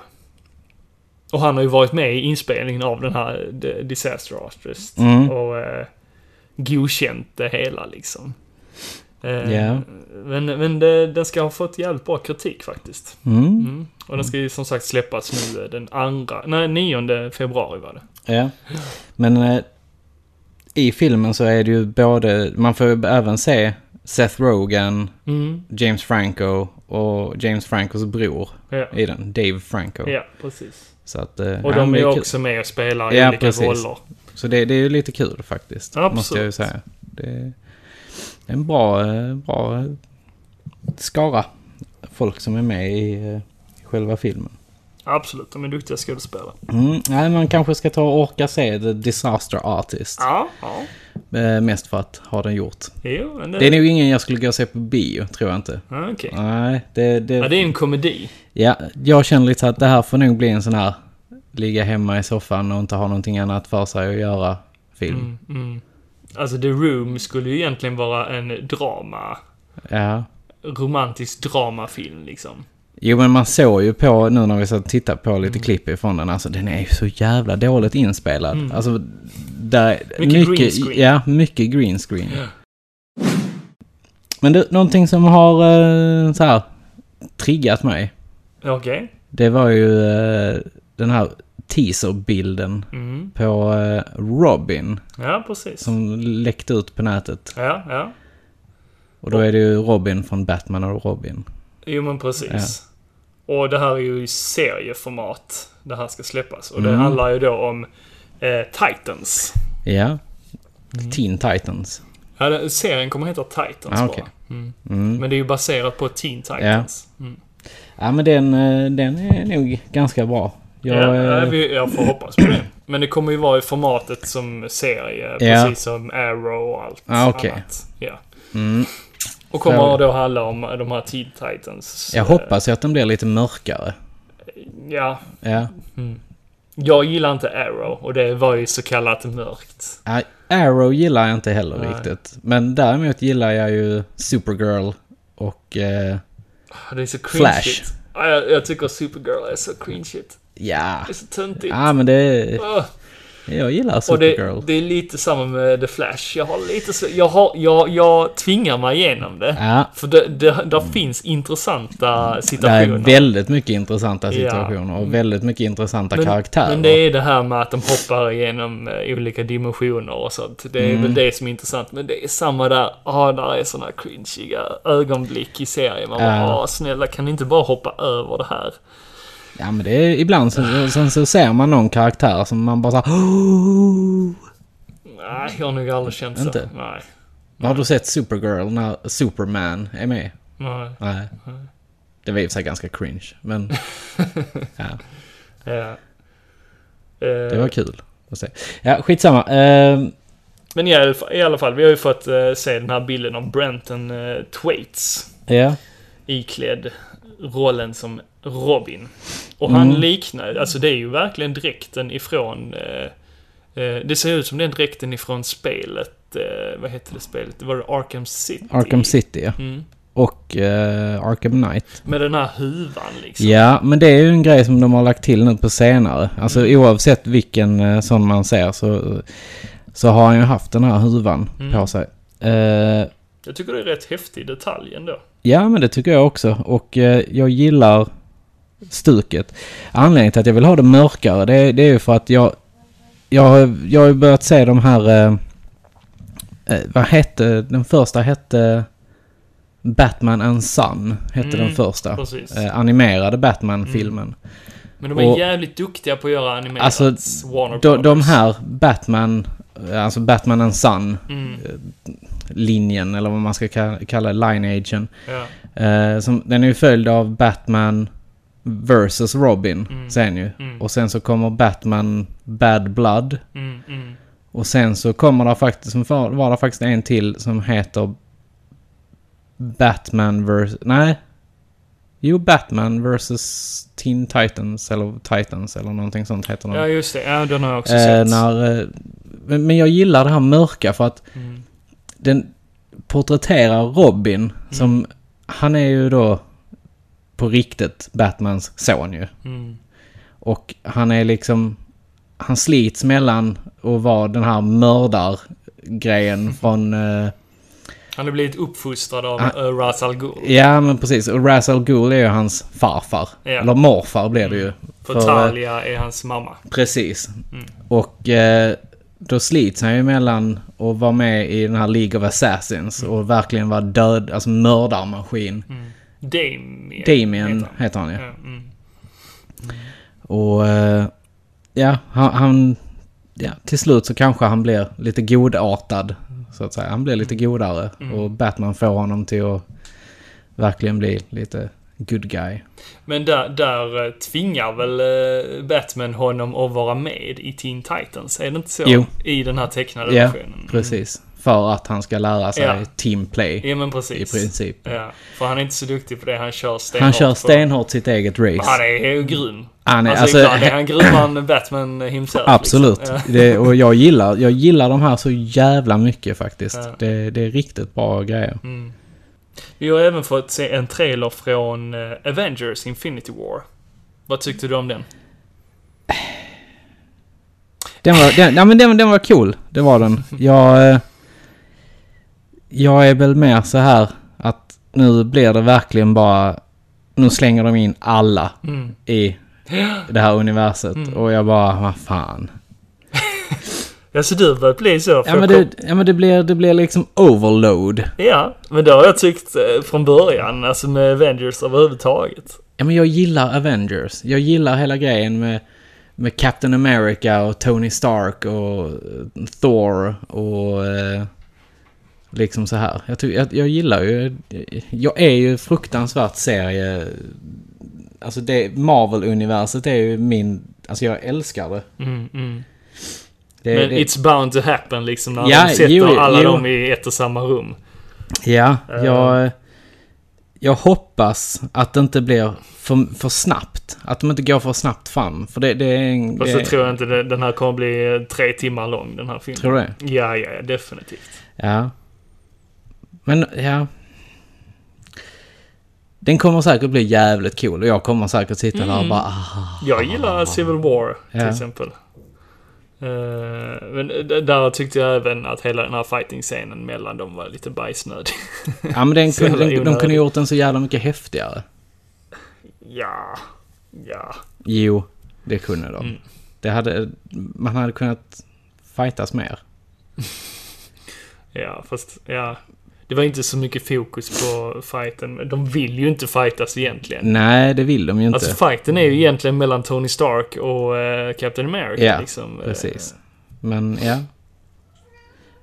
[SPEAKER 1] Och han har ju varit med i inspelningen av den här eh, The Disaster Artist
[SPEAKER 2] Mm.
[SPEAKER 1] och eh, godkänt det hela liksom. Eh,
[SPEAKER 2] Ja.
[SPEAKER 1] Men, men det, den ska ha fått jävligt bra kritik faktiskt.
[SPEAKER 2] Mm.
[SPEAKER 1] Mm. Och den ska ju som sagt släppas nu eh, den andra, nej 9 februari var det.
[SPEAKER 2] Ja. Men eh, i filmen så är det ju både, man får ju även se Seth Rogen,
[SPEAKER 1] Mm.
[SPEAKER 2] James Franco och James Francos bror
[SPEAKER 1] Ja.
[SPEAKER 2] i den, Dave Franco.
[SPEAKER 1] ja, precis.
[SPEAKER 2] Så att, eh,
[SPEAKER 1] Och
[SPEAKER 2] ja, men
[SPEAKER 1] de
[SPEAKER 2] det
[SPEAKER 1] är
[SPEAKER 2] kul.
[SPEAKER 1] också med och spelar i
[SPEAKER 2] Ja,
[SPEAKER 1] olika
[SPEAKER 2] precis.
[SPEAKER 1] roller.
[SPEAKER 2] Så det, det är ju lite kul faktiskt,
[SPEAKER 1] Absolut.
[SPEAKER 2] måste jag ju säga. Det är en bra, eh, bra skara folk som är med i eh, själva filmen.
[SPEAKER 1] Absolut, de är duktiga skådespelare.
[SPEAKER 2] Mm, nej, man kanske ska ta och orka se The Disaster Artist.
[SPEAKER 1] Ja, ja.
[SPEAKER 2] Eh, mest för att ha den gjort.
[SPEAKER 1] Jo, men det...
[SPEAKER 2] Det är nog ingen jag skulle gå och se på bio, tror jag inte.
[SPEAKER 1] Ah, okej.
[SPEAKER 2] Nej, det... det,
[SPEAKER 1] Ja, det är en komedi.
[SPEAKER 2] Ja, jag känner lite så att det här får nog bli en sån här ligga hemma i soffan och inte ha någonting annat för sig att göra film.
[SPEAKER 1] Mm. Alltså, The Room skulle ju egentligen vara en drama.
[SPEAKER 2] Ja.
[SPEAKER 1] Romantisk dramafilm, liksom.
[SPEAKER 2] Jo men man såg ju på nu när vi satt och tittade på lite
[SPEAKER 1] Mm.
[SPEAKER 2] klipp ifrån den. Alltså den är ju så jävla dåligt inspelad. Alltså där...
[SPEAKER 1] Mm. Mycket green screen.
[SPEAKER 2] Ja, mycket green screen. Men du, någonting som har eh, så här triggat mig.
[SPEAKER 1] Okej.
[SPEAKER 2] Det var ju eh, den här teaserbilden
[SPEAKER 1] Mm.
[SPEAKER 2] på eh, Robin
[SPEAKER 1] Ja, precis.
[SPEAKER 2] som läckte ut på nätet.
[SPEAKER 1] Ja, ja.
[SPEAKER 2] Och då är det ju Robin från Batman och Robin.
[SPEAKER 1] Jo, men precis. Och det här är ju i serieformat. Det här ska släppas. Och
[SPEAKER 2] Mm.
[SPEAKER 1] det handlar ju då om eh, Titans.
[SPEAKER 2] Ja.
[SPEAKER 1] Mm.
[SPEAKER 2] Teen Titans.
[SPEAKER 1] Ja, den- serien kommer heta Titans
[SPEAKER 2] Ah,
[SPEAKER 1] bara.
[SPEAKER 2] okej.
[SPEAKER 1] Mm. Men det är ju baserat på Teen Titans. Mm.
[SPEAKER 2] Ja men den, eh, den är nog ganska bra. Jag,
[SPEAKER 1] Ja,
[SPEAKER 2] eh,
[SPEAKER 1] ja, vi, jag får hoppas på det. Men det kommer ju vara i formatet som serie,
[SPEAKER 2] Ja.
[SPEAKER 1] precis som Arrow och allt
[SPEAKER 2] Ah, okej. Mm.
[SPEAKER 1] annat. Ja. Och kommer
[SPEAKER 2] För-
[SPEAKER 1] då handla om eh, de här Teen Titans.
[SPEAKER 2] jag
[SPEAKER 1] eh,
[SPEAKER 2] hoppas ju att den blir lite mörkare.
[SPEAKER 1] Ja.
[SPEAKER 2] Ja.
[SPEAKER 1] Jag gillar inte Arrow och det var ju så kallat mörkt.
[SPEAKER 2] Ja, Arrow gillar jag inte heller
[SPEAKER 1] Nej.
[SPEAKER 2] riktigt. Men däremot gillar jag ju Supergirl och... Eh,
[SPEAKER 1] Ah, Det är så cringe
[SPEAKER 2] Flash.
[SPEAKER 1] shit. Ja, Jag, jag tycker Supergirl är så cringe shit.
[SPEAKER 2] ja.
[SPEAKER 1] Det är så töntigt.
[SPEAKER 2] Ja men det...
[SPEAKER 1] Ugh.
[SPEAKER 2] Jag gillar
[SPEAKER 1] Och
[SPEAKER 2] Ah, Supergirl.
[SPEAKER 1] det, det är lite samma med The Flash. Jag har lite så, jag, har, jag, jag tvingar mig igenom det.
[SPEAKER 2] Ja.
[SPEAKER 1] För det, det, där finns intressanta
[SPEAKER 2] Det är
[SPEAKER 1] situationer.
[SPEAKER 2] väldigt mycket intressanta
[SPEAKER 1] Ja. Mm.
[SPEAKER 2] situationer och väldigt mycket intressanta karaktärer.
[SPEAKER 1] men det är det här med att de hoppar igenom eh, olika dimensioner och sånt. Det är
[SPEAKER 2] Mm.
[SPEAKER 1] väl det som är intressant. Men det är samma där. Ja, där är såna cringiga ögonblick i serien. Man bara,
[SPEAKER 2] Ja.
[SPEAKER 1] "Åh, snälla kan ni inte bara hoppa över det här?
[SPEAKER 2] Ja men det är ibland så, sen så ser man någon karaktär som man bara såhär... "Åh!"
[SPEAKER 1] Nej, jag har nog aldrig känt
[SPEAKER 2] Inte?
[SPEAKER 1] så. Nej.
[SPEAKER 2] Har du sett Supergirl när Superman är med?
[SPEAKER 1] Nej.
[SPEAKER 2] Nej. Det var i och för sig ganska cringe, men
[SPEAKER 1] Ja.
[SPEAKER 2] det
[SPEAKER 1] Eh,
[SPEAKER 2] var kul att se. Ja, skitsamma. Eh,
[SPEAKER 1] Men i alla, fall, i alla fall, vi har ju fått eh, se den här bilden av Brenton eh, Twaits.
[SPEAKER 2] ja.
[SPEAKER 1] iklädd rollen som Robin. Och
[SPEAKER 2] Mm.
[SPEAKER 1] han liknar, alltså det är ju verkligen dräkten ifrån... Eh, eh, det ser ut som den dräkten ifrån spelet, eh, vad hette det spelet? Det var det Arkham City?
[SPEAKER 2] Arkham City, ja.
[SPEAKER 1] Mm.
[SPEAKER 2] Och eh, Arkham Knight.
[SPEAKER 1] Med den här huvan liksom.
[SPEAKER 2] Ja, men det är ju en grej som de har lagt till nu på senare. Alltså
[SPEAKER 1] Mm.
[SPEAKER 2] oavsett vilken eh, sån man ser så, så har han ju haft den här huvan
[SPEAKER 1] Mm.
[SPEAKER 2] på sig. Eh,
[SPEAKER 1] Jag tycker det är rätt häftig detalj ändå.
[SPEAKER 2] Ja, men det tycker jag också. Och eh, jag gillar stuket. Anledningen till att jag vill ha det mörkare, det, det är ju för att jag... Jag, har- jag har ju börjat se de här... Eh, eh, vad hette... Den första hette... Batman and Son hette
[SPEAKER 1] Mm,
[SPEAKER 2] den första.
[SPEAKER 1] precis. Mm.
[SPEAKER 2] Eh, animerade Batman-filmen.
[SPEAKER 1] Men de är
[SPEAKER 2] Och-
[SPEAKER 1] jävligt duktiga på att göra animerat.
[SPEAKER 2] Alltså,
[SPEAKER 1] Warner
[SPEAKER 2] De, de
[SPEAKER 1] Brothers.
[SPEAKER 2] här Batman... eh, Alltså Batman and
[SPEAKER 1] Mm,
[SPEAKER 2] Son-linjen, eller vad man ska ka- kalla line-agen.
[SPEAKER 1] ja.
[SPEAKER 2] Eh, som, den är ju följd av Batman versus Robin
[SPEAKER 1] Mm.
[SPEAKER 2] sen ju. Och sen så kommer Batman Bad Blood.
[SPEAKER 1] Mm, mm.
[SPEAKER 2] Och sen så kommer det faktiskt, som för- var det faktiskt en till som heter Batman versus... Nej. Jo, Batman versus Teen Titans eller Titans eller någonting sånt heter den.
[SPEAKER 1] ja, just det. Ja, den har jag också
[SPEAKER 2] Eh,
[SPEAKER 1] sett.
[SPEAKER 2] när, eh, men, men jag gillar det här mörka för att
[SPEAKER 1] Mm.
[SPEAKER 2] den porträtterar Robin som... Han är ju då på riktigt Batmans son ju.
[SPEAKER 1] Mm.
[SPEAKER 2] Och han är liksom... Han slits mellan att vara den här mördargrejen från... Eh,
[SPEAKER 1] Han har blivit uppfostrad av
[SPEAKER 2] Ah.
[SPEAKER 1] uh, Ra's al Ghul.
[SPEAKER 2] ja, men precis. Och Ra's al Ghul är ju hans farfar.
[SPEAKER 1] Ja. Mm.
[SPEAKER 2] Eller morfar blir det ju.
[SPEAKER 1] För,
[SPEAKER 2] För, eh,
[SPEAKER 1] Talia är hans mamma.
[SPEAKER 2] Precis.
[SPEAKER 1] Mm.
[SPEAKER 2] Och eh, då slits han ju mellan att vara med i den här League of Assassins
[SPEAKER 1] Mm.
[SPEAKER 2] och verkligen vara död, alltså mördarmaskin.
[SPEAKER 1] Damien.
[SPEAKER 2] Damien
[SPEAKER 1] Mm. heter han.
[SPEAKER 2] heter han ju.
[SPEAKER 1] Ja, mm.
[SPEAKER 2] Och eh, ja, han, han... Ja, till slut så kanske han blir lite godartad, så
[SPEAKER 1] Mm.
[SPEAKER 2] att säga. Han blir lite godare och Batman får honom till att verkligen bli lite good guy.
[SPEAKER 1] Men där, där eh, tvingar väl eh, Batman honom att vara med i Teen Titans? Är det inte så?
[SPEAKER 2] Jo.
[SPEAKER 1] I den här tecknade
[SPEAKER 2] Ja,
[SPEAKER 1] versionen?
[SPEAKER 2] precis. För att han ska lära sig
[SPEAKER 1] Mm. Ja.
[SPEAKER 2] team play.
[SPEAKER 1] Ja, men
[SPEAKER 2] I
[SPEAKER 1] precis.
[SPEAKER 2] princip.
[SPEAKER 1] Ja, för han är inte så duktig på det. Han kör stenhårt.
[SPEAKER 2] Han kör
[SPEAKER 1] på-
[SPEAKER 2] stenhårt sitt eget race.
[SPEAKER 1] Han är ju grym.
[SPEAKER 2] Han är-
[SPEAKER 1] alltså,
[SPEAKER 2] alltså-
[SPEAKER 1] ibland är han grymmare än Batman himself.
[SPEAKER 2] Absolut.
[SPEAKER 1] Liksom. Ja.
[SPEAKER 2] Det, och jag gillar, jag gillar de här så jävla mycket faktiskt. Det, det är riktigt bra grejer.
[SPEAKER 1] Mm. Vi har även fått se en trailer från eh, Avengers Infinity War. Vad tyckte du om den?
[SPEAKER 2] Den var, den, nej, men den, den var cool. Det var den. Jag... eh, Jag är väl mer så här att nu blir det verkligen bara... Nu slänger de in alla
[SPEAKER 1] Mm.
[SPEAKER 2] i det här universet. Och jag bara, vad fan.
[SPEAKER 1] Alltså du börjar bli så. för
[SPEAKER 2] Ja
[SPEAKER 1] jag
[SPEAKER 2] men, det,
[SPEAKER 1] kom-
[SPEAKER 2] ja men det blir, det blir liksom overload.
[SPEAKER 1] ja, men det har jag tyckt eh, från början. Alltså med Avengers överhuvudtaget.
[SPEAKER 2] Ja men jag gillar Avengers. Jag gillar hela grejen med, med Captain America och Tony Stark och eh, Thor och eh, liksom så här. Jag, ty- jag, jag gillar ju... eh, Jag är ju fruktansvärt serie... Alltså det Marvel-universet är ju min... Alltså jag älskar det. Det-
[SPEAKER 1] Mm, Men
[SPEAKER 2] det-
[SPEAKER 1] it's bound to happen liksom när
[SPEAKER 2] Ja,
[SPEAKER 1] de sätter
[SPEAKER 2] jo,
[SPEAKER 1] alla
[SPEAKER 2] jo.
[SPEAKER 1] dem i ett och samma rum.
[SPEAKER 2] Ja, jag, jag hoppas att det inte blir för, för snabbt. Att de inte går för snabbt fram. För det, det är en...
[SPEAKER 1] Fast
[SPEAKER 2] det,
[SPEAKER 1] jag tror inte det, den här kommer bli eh, tre timmar lång den här filmen.
[SPEAKER 2] Tror du det?
[SPEAKER 1] Ja, ja, ja, definitivt.
[SPEAKER 2] Ja. Men, ja. Den kommer säkert bli jävligt cool och jag kommer säkert sitta där
[SPEAKER 1] Mm.
[SPEAKER 2] och bara ah,
[SPEAKER 1] Jag gillar Civil War till
[SPEAKER 2] Ja.
[SPEAKER 1] exempel. Eh, men d- där tyckte jag även att hela den här fighting-scenen mellan dem var lite bajsnödig.
[SPEAKER 2] Ja men den
[SPEAKER 1] Så jävla
[SPEAKER 2] kunde, den, de
[SPEAKER 1] onödigt.
[SPEAKER 2] kunde gjort den så jävla mycket häftigare.
[SPEAKER 1] ja, ja.
[SPEAKER 2] Jo, det kunde de.
[SPEAKER 1] Mm.
[SPEAKER 2] Det hade, man hade kunnat fightas mer.
[SPEAKER 1] Ja, fast ja. Det var inte så mycket fokus på fighten. men De vill ju inte fightas egentligen.
[SPEAKER 2] Nej, det vill de ju inte. Mm.
[SPEAKER 1] Alltså fighten är ju egentligen mellan Tony Stark och eh, Captain America.
[SPEAKER 2] Ja,
[SPEAKER 1] liksom. Eh,
[SPEAKER 2] precis. Men ja.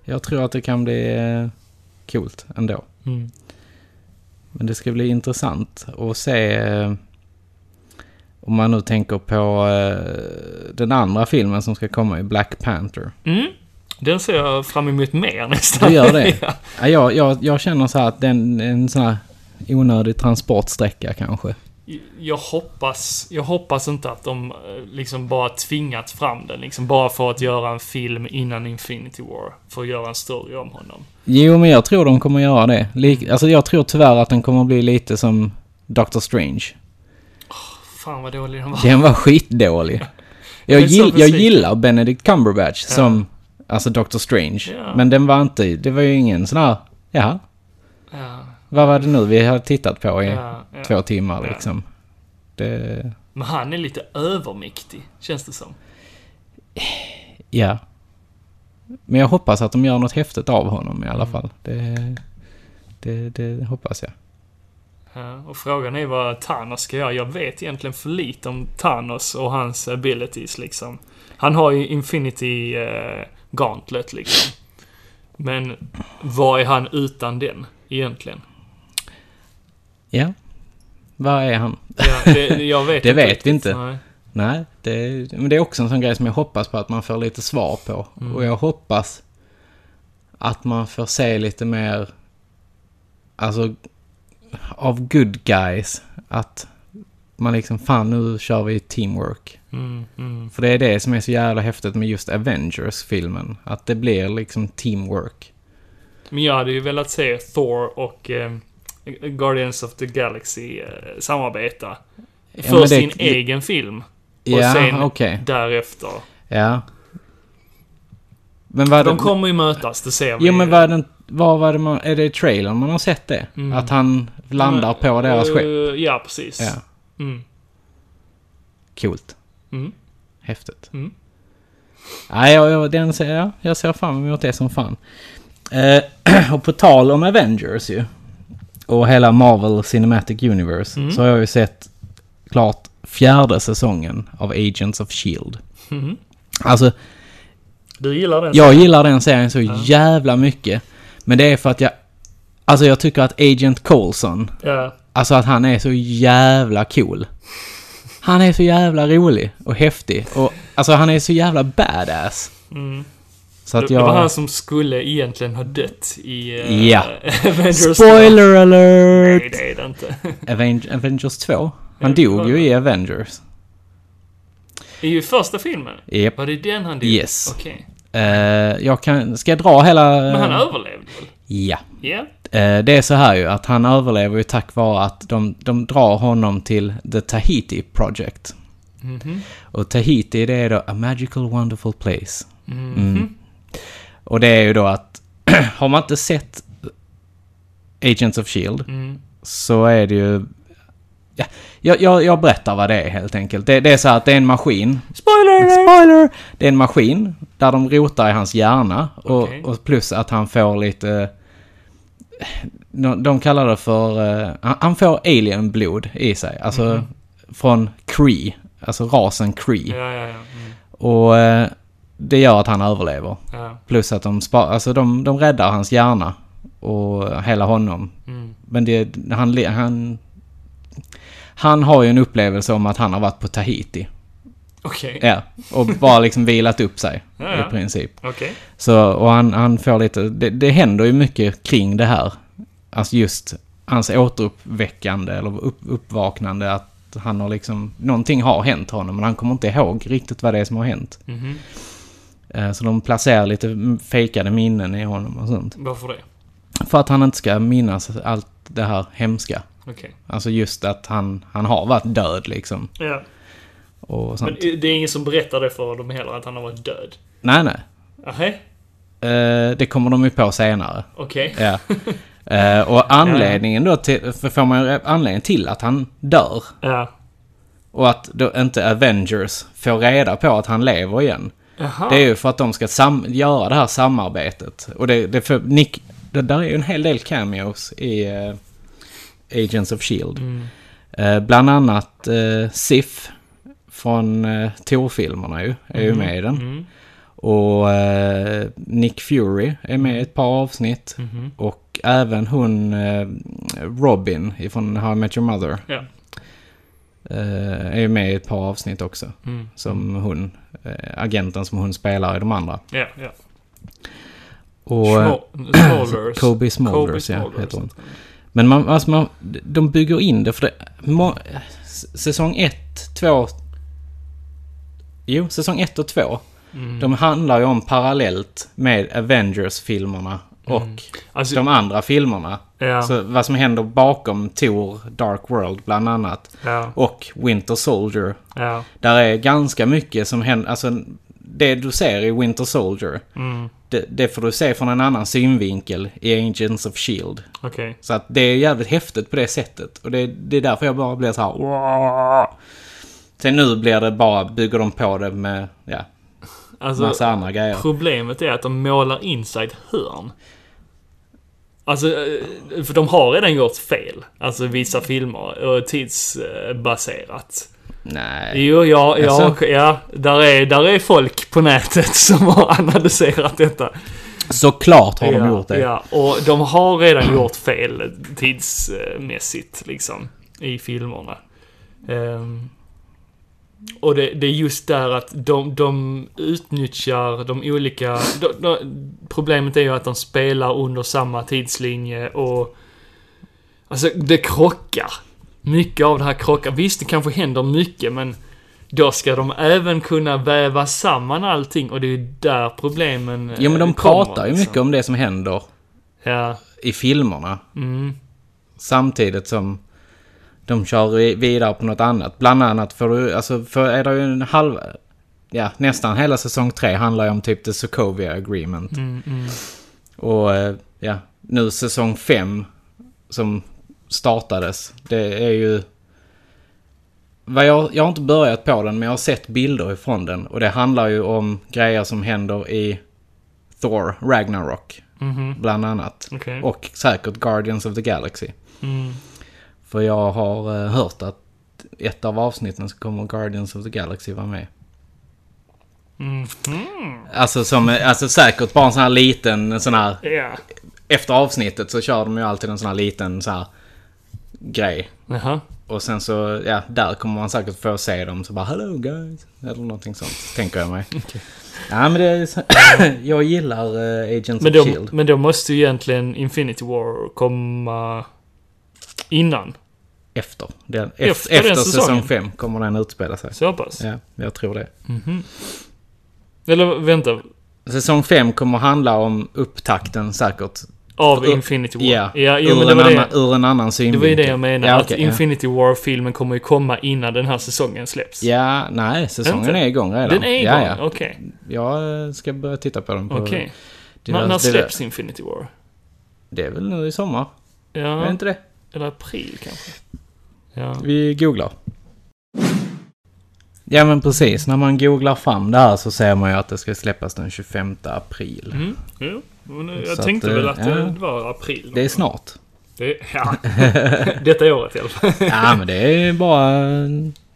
[SPEAKER 2] Jag tror att det kan bli eh, coolt ändå.
[SPEAKER 1] Mm.
[SPEAKER 2] Men det ska bli intressant att se eh, om man nu tänker på eh, den andra filmen som ska komma i Black Panther.
[SPEAKER 1] Den ser jag fram emot mer nästan.
[SPEAKER 2] Du gör det? ja. jag, jag, jag känner så här att den är en sån här onödig transportsträcka kanske.
[SPEAKER 1] Jag hoppas, jag hoppas inte att de eh, liksom bara tvingat fram den. Liksom bara för att göra en film innan Infinity War. För att göra en story om honom.
[SPEAKER 2] Jo, men jag tror de kommer göra det. Lik, alltså jag tror tyvärr att den kommer bli lite som Doctor Strange.
[SPEAKER 1] Fan vad dålig den var.
[SPEAKER 2] Den var skitdålig. Jag,
[SPEAKER 1] Jag är så
[SPEAKER 2] gill, jag
[SPEAKER 1] besviken.
[SPEAKER 2] gillar Benedict Cumberbatch som, alltså Doctor Strange.
[SPEAKER 1] Ja.
[SPEAKER 2] Men den var inte, det var ju ingen sån här, ja.
[SPEAKER 1] Ja,
[SPEAKER 2] Vad var det nu vi hade tittat på i
[SPEAKER 1] ja, ja.
[SPEAKER 2] två timmar
[SPEAKER 1] Ja.
[SPEAKER 2] liksom? Det,
[SPEAKER 1] Men han är lite övermäktig, känns det som.
[SPEAKER 2] ja. Men jag hoppas att de gör något häftigt av honom i alla
[SPEAKER 1] Mm.
[SPEAKER 2] fall. Det, det, det hoppas jag.
[SPEAKER 1] Ja, och frågan är vad Thanos ska göra. Jag vet egentligen för lite om Thanos och hans abilities liksom. Han har ju Infinity eh, Gauntlet liksom. Men vad är han utan den egentligen?
[SPEAKER 2] Ja. Vad är han?
[SPEAKER 1] Ja, det, jag vet
[SPEAKER 2] Det
[SPEAKER 1] inte
[SPEAKER 2] vet vi
[SPEAKER 1] riktigt.
[SPEAKER 2] inte.
[SPEAKER 1] Nej.
[SPEAKER 2] Nej, det, men det är också en sån grej som jag hoppas på att man får lite svar på.
[SPEAKER 1] Mm.
[SPEAKER 2] Och jag hoppas att man får se lite mer, alltså, av good guys. Att man liksom, fan nu kör vi teamwork.
[SPEAKER 1] Mm, mm.
[SPEAKER 2] För det är det som är så jävla häftigt med just Avengers-filmen. Att det blir liksom teamwork.
[SPEAKER 1] Men jag hade ju velat se Thor och eh, Guardians of the Galaxy eh, samarbeta.
[SPEAKER 2] men
[SPEAKER 1] för
[SPEAKER 2] det-
[SPEAKER 1] sin egen film. Och
[SPEAKER 2] ja,
[SPEAKER 1] sen
[SPEAKER 2] okej.
[SPEAKER 1] därefter.
[SPEAKER 2] Ja. Men vad...
[SPEAKER 1] De kommer ju mötas, det ser vi.
[SPEAKER 2] Jo men vad är det, vad var det man, är det i trailern man har sett det? Att han landar på deras
[SPEAKER 1] Mm. Eh,
[SPEAKER 2] skepp?
[SPEAKER 1] Ja, precis.
[SPEAKER 2] Ja.
[SPEAKER 1] Mm.
[SPEAKER 2] Coolt.
[SPEAKER 1] Mm.
[SPEAKER 2] Häftigt.
[SPEAKER 1] Mm.
[SPEAKER 2] Nej, jag, jag, den ser jag, jag ser fram emot det som fan. Eh, och på tal om Avengers ju. Och hela Marvel Cinematic Universe.
[SPEAKER 1] Mm.
[SPEAKER 2] Så har jag ju sett klart fjärde säsongen av Agents of Shield. E
[SPEAKER 1] Mm.
[SPEAKER 2] Alltså,
[SPEAKER 1] Du gillar den?
[SPEAKER 2] jag gillar den serien så jävla mycket. Men det är för att jag... Alltså jag tycker att Agent Coulson
[SPEAKER 1] Ja.
[SPEAKER 2] Alltså att han är så jävla cool. Han är så jävla rolig och häftig. Och, alltså han är så jävla badass. Så att
[SPEAKER 1] Mm. Det- Det var han
[SPEAKER 2] jag...
[SPEAKER 1] som skulle egentligen ha dött i... eh,
[SPEAKER 2] Ja.
[SPEAKER 1] Avengers
[SPEAKER 2] Spoiler
[SPEAKER 1] Nej,
[SPEAKER 2] alert!
[SPEAKER 1] det är det inte.
[SPEAKER 2] Aven- Avengers 2. Han
[SPEAKER 1] Ja,
[SPEAKER 2] dog ju i Avengers.
[SPEAKER 1] I första filmen?
[SPEAKER 2] Japp.
[SPEAKER 1] Var det den han dog?
[SPEAKER 2] Yes.
[SPEAKER 1] Okej.
[SPEAKER 2] Eh, jag kan... Ska jag dra hela...
[SPEAKER 1] Men han överlevde väl?
[SPEAKER 2] Ja.
[SPEAKER 1] Ja.
[SPEAKER 2] Eh, det är så här ju att han överlever ju tack vare att de, de drar honom till The Tahiti Project.
[SPEAKER 1] Mhm.
[SPEAKER 2] Och Tahiti det är då A Magical Wonderful Place.
[SPEAKER 1] Mhm.
[SPEAKER 2] Mm. Och det är ju då att har man inte sett Agents of Shield E
[SPEAKER 1] Mm.
[SPEAKER 2] så är det ju... Ja, jag, jag, jag berättar vad det är helt enkelt. Det, det är så här att det är en maskin
[SPEAKER 1] Spoiler!
[SPEAKER 2] Spoiler! Det är en maskin där de rotar i hans hjärna. Och,
[SPEAKER 1] Okej.
[SPEAKER 2] och plus att han får lite... eh, De, de kallar det för... eh, han- Han får alien-blod i sig. Alltså från Cree. Alltså rasen Cree.
[SPEAKER 1] Mhm. Ja, ja, ja. Mm.
[SPEAKER 2] Och eh, det gör att han överlever.
[SPEAKER 1] ja.
[SPEAKER 2] Plus att de, spa, alltså de, de räddar hans hjärna. Och hela honom.
[SPEAKER 1] Mm.
[SPEAKER 2] Men det, han, le- han... Han har ju en upplevelse om att han har varit på Tahiti.
[SPEAKER 1] Okej.
[SPEAKER 2] Ja, och bara liksom vilat upp sig
[SPEAKER 1] Ja, ja.
[SPEAKER 2] i princip.
[SPEAKER 1] Okej.
[SPEAKER 2] Så, och han, han får lite, det, det händer ju mycket kring det här. Alltså just hans återuppväckande eller upp, uppvaknande att han har liksom, någonting har hänt honom men han kommer inte ihåg riktigt vad det är som har hänt.
[SPEAKER 1] Mhm.
[SPEAKER 2] Eh, Så de placerar lite mm, fejkade minnen i honom och sånt.
[SPEAKER 1] Varför det?
[SPEAKER 2] För att han inte ska minnas allt det här hemska.
[SPEAKER 1] Okej.
[SPEAKER 2] Alltså just att han, han har varit död liksom.
[SPEAKER 1] Ja.
[SPEAKER 2] Och sånt.
[SPEAKER 1] Men eh, det är ingen som berättar det för dem heller, att han har varit död?
[SPEAKER 2] Nej, nej.
[SPEAKER 1] Aha.
[SPEAKER 2] Eh, Det kommer de ju på senare.
[SPEAKER 1] Okej.
[SPEAKER 2] Ja. Eh, och anledningen då till, för får man ju re- anledningen till att han dör
[SPEAKER 1] Ja.
[SPEAKER 2] och att då inte Avengers får reda på att han lever igen.
[SPEAKER 1] Jaha.
[SPEAKER 2] Det är ju för att de ska sam- göra det här samarbetet. Och det, det för Nick, det där är ju en hel del cameos i eh, Agents of Shield. E Eh, bland annat eh, Sif från uh, Thor-filmerna ju, är ju med i den. Och eh, Nick Fury är med i ett par avsnitt. Och även hon eh, Robin från How I Met Your Mother
[SPEAKER 1] Ja.
[SPEAKER 2] eh, är ju med i ett par avsnitt också. Som hon, eh, agenten som hon spelar i de andra.
[SPEAKER 1] Ja, ja.
[SPEAKER 2] Och, eh,
[SPEAKER 1] Small- Smolders.
[SPEAKER 2] Kobe Smulders,
[SPEAKER 1] Kobe
[SPEAKER 2] ja,
[SPEAKER 1] Smulders.
[SPEAKER 2] heter hon. Men man, alltså man, de bygger in det för det... Må, s- säsong 1, 2... Jo, säsong 1 och 2.
[SPEAKER 1] Mm.
[SPEAKER 2] De handlar ju om parallellt med Avengers-filmerna och
[SPEAKER 1] Alltså,
[SPEAKER 2] de andra filmerna.
[SPEAKER 1] Ja.
[SPEAKER 2] Så vad som händer bakom Thor, Dark World bland annat.
[SPEAKER 1] Ja.
[SPEAKER 2] Och Winter Soldier.
[SPEAKER 1] ja.
[SPEAKER 2] Där är ganska mycket som händer. Alltså, det du ser i Winter Soldier.
[SPEAKER 1] Mm.
[SPEAKER 2] Det, det får du se från en annan synvinkel i Agents of Shield.
[SPEAKER 1] Okej.
[SPEAKER 2] Så att det är jävligt häftigt på det sättet. Och det, det är därför jag bara blir så här. "Wow." Sen nu blir det bara, bygger de på det med, ja,
[SPEAKER 1] Alltså,
[SPEAKER 2] massa andra grejer.
[SPEAKER 1] Problemet är att de målar in sig ett hörn. Alltså, eh, för de har redan gjort fel. Alltså vissa filmer, och tidsbaserat.
[SPEAKER 2] Nej.
[SPEAKER 1] Jo, ja, ja,
[SPEAKER 2] Alltså?
[SPEAKER 1] ja. Där är, där är folk på nätet som har analyserat detta.
[SPEAKER 2] Såklart har
[SPEAKER 1] ja,
[SPEAKER 2] de gjort det.
[SPEAKER 1] Ja, och de har redan gjort fel tidsmässigt liksom i filmerna. Ehm, och det, det är just där att de, de utnyttjar de olika... De, de, problemet är ju att de spelar under samma tidslinje och... Alltså, det krockar. Mycket av det här krockar. Visst, det kanske händer mycket, men då ska de även kunna väva samman allting och det är ju där problemen
[SPEAKER 2] Jo men de
[SPEAKER 1] eh, kommer,
[SPEAKER 2] pratar ju
[SPEAKER 1] liksom.
[SPEAKER 2] mycket om det som händer
[SPEAKER 1] Ja,
[SPEAKER 2] i filmerna. Samtidigt som de kör i- vidare på något annat. Bland annat får du, alltså för är det ju en halv, ja nästan hela säsong tre handlar ju om typ the Sokovia Agreement. Och eh, ja, nu säsong fem som startades, det är ju... Vad jag, jag har inte börjat på den men jag har sett bilder ifrån den och det handlar ju om grejer som händer i Thor, Ragnarok. Bland annat.
[SPEAKER 1] Okej.
[SPEAKER 2] Och säkert Guardians of the Galaxy. För jag har eh, hört att ett av avsnitten så kommer Guardians of the Galaxy vara med. Alltså, som, eh, alltså säkert bara en sån här liten en sån här
[SPEAKER 1] ja.
[SPEAKER 2] efter avsnittet så kör de ju alltid en sån här liten så här grej.
[SPEAKER 1] Jaha.
[SPEAKER 2] Och sen så, ja, där kommer man säkert få se dem så bara “Hello guys” eller någonting sånt, tänker jag mig. Ja, men det är, så- jag gillar eh, Agents
[SPEAKER 1] Men
[SPEAKER 2] of
[SPEAKER 1] då,
[SPEAKER 2] Shield.
[SPEAKER 1] men då måste ju egentligen Infinity War komma innan.
[SPEAKER 2] Efter, den, efter,
[SPEAKER 1] Efter
[SPEAKER 2] efter,
[SPEAKER 1] den säsongen.
[SPEAKER 2] säsong 5 kommer den utspela sig.
[SPEAKER 1] Så pass.
[SPEAKER 2] Ja, jag tror det.
[SPEAKER 1] Eller vänta.
[SPEAKER 2] Säsong 5 kommer handla om upptakten säkert.
[SPEAKER 1] Av
[SPEAKER 2] Ur-
[SPEAKER 1] Infinity War.
[SPEAKER 2] Ja,
[SPEAKER 1] ja jo, men
[SPEAKER 2] ur,
[SPEAKER 1] det
[SPEAKER 2] en
[SPEAKER 1] var
[SPEAKER 2] annan,
[SPEAKER 1] det.
[SPEAKER 2] ur en annan
[SPEAKER 1] Det
[SPEAKER 2] synvinkel.
[SPEAKER 1] var ju det jag menade.
[SPEAKER 2] Ja,
[SPEAKER 1] att
[SPEAKER 2] okej,
[SPEAKER 1] Infinity War-filmen kommer ju komma innan den här säsongen släpps.
[SPEAKER 2] ja. ja, nej, säsongen
[SPEAKER 1] Inte?
[SPEAKER 2] är igång redan.
[SPEAKER 1] Den är igång?
[SPEAKER 2] Ja, ja.
[SPEAKER 1] Okej.
[SPEAKER 2] Jag eh, ska börja titta på den. På
[SPEAKER 1] Okej. När,
[SPEAKER 2] diverse-
[SPEAKER 1] när
[SPEAKER 2] diverse-
[SPEAKER 1] släpps Infinity War?
[SPEAKER 2] Det är väl nu i sommar? Är det
[SPEAKER 1] Ja,
[SPEAKER 2] inte det?
[SPEAKER 1] eller april kanske? Ja.
[SPEAKER 2] Vi googlar. Ja men precis, när man googlar fram det här så ser man ju att det ska släppas den 25 april.
[SPEAKER 1] Mm. ja. Men eh, jag
[SPEAKER 2] Så att,
[SPEAKER 1] tänkte
[SPEAKER 2] eh,
[SPEAKER 1] väl att
[SPEAKER 2] ja.
[SPEAKER 1] det var april.
[SPEAKER 2] Det är snart.
[SPEAKER 1] Det, ja. Detta året i alla fall.
[SPEAKER 2] Ja men det är bara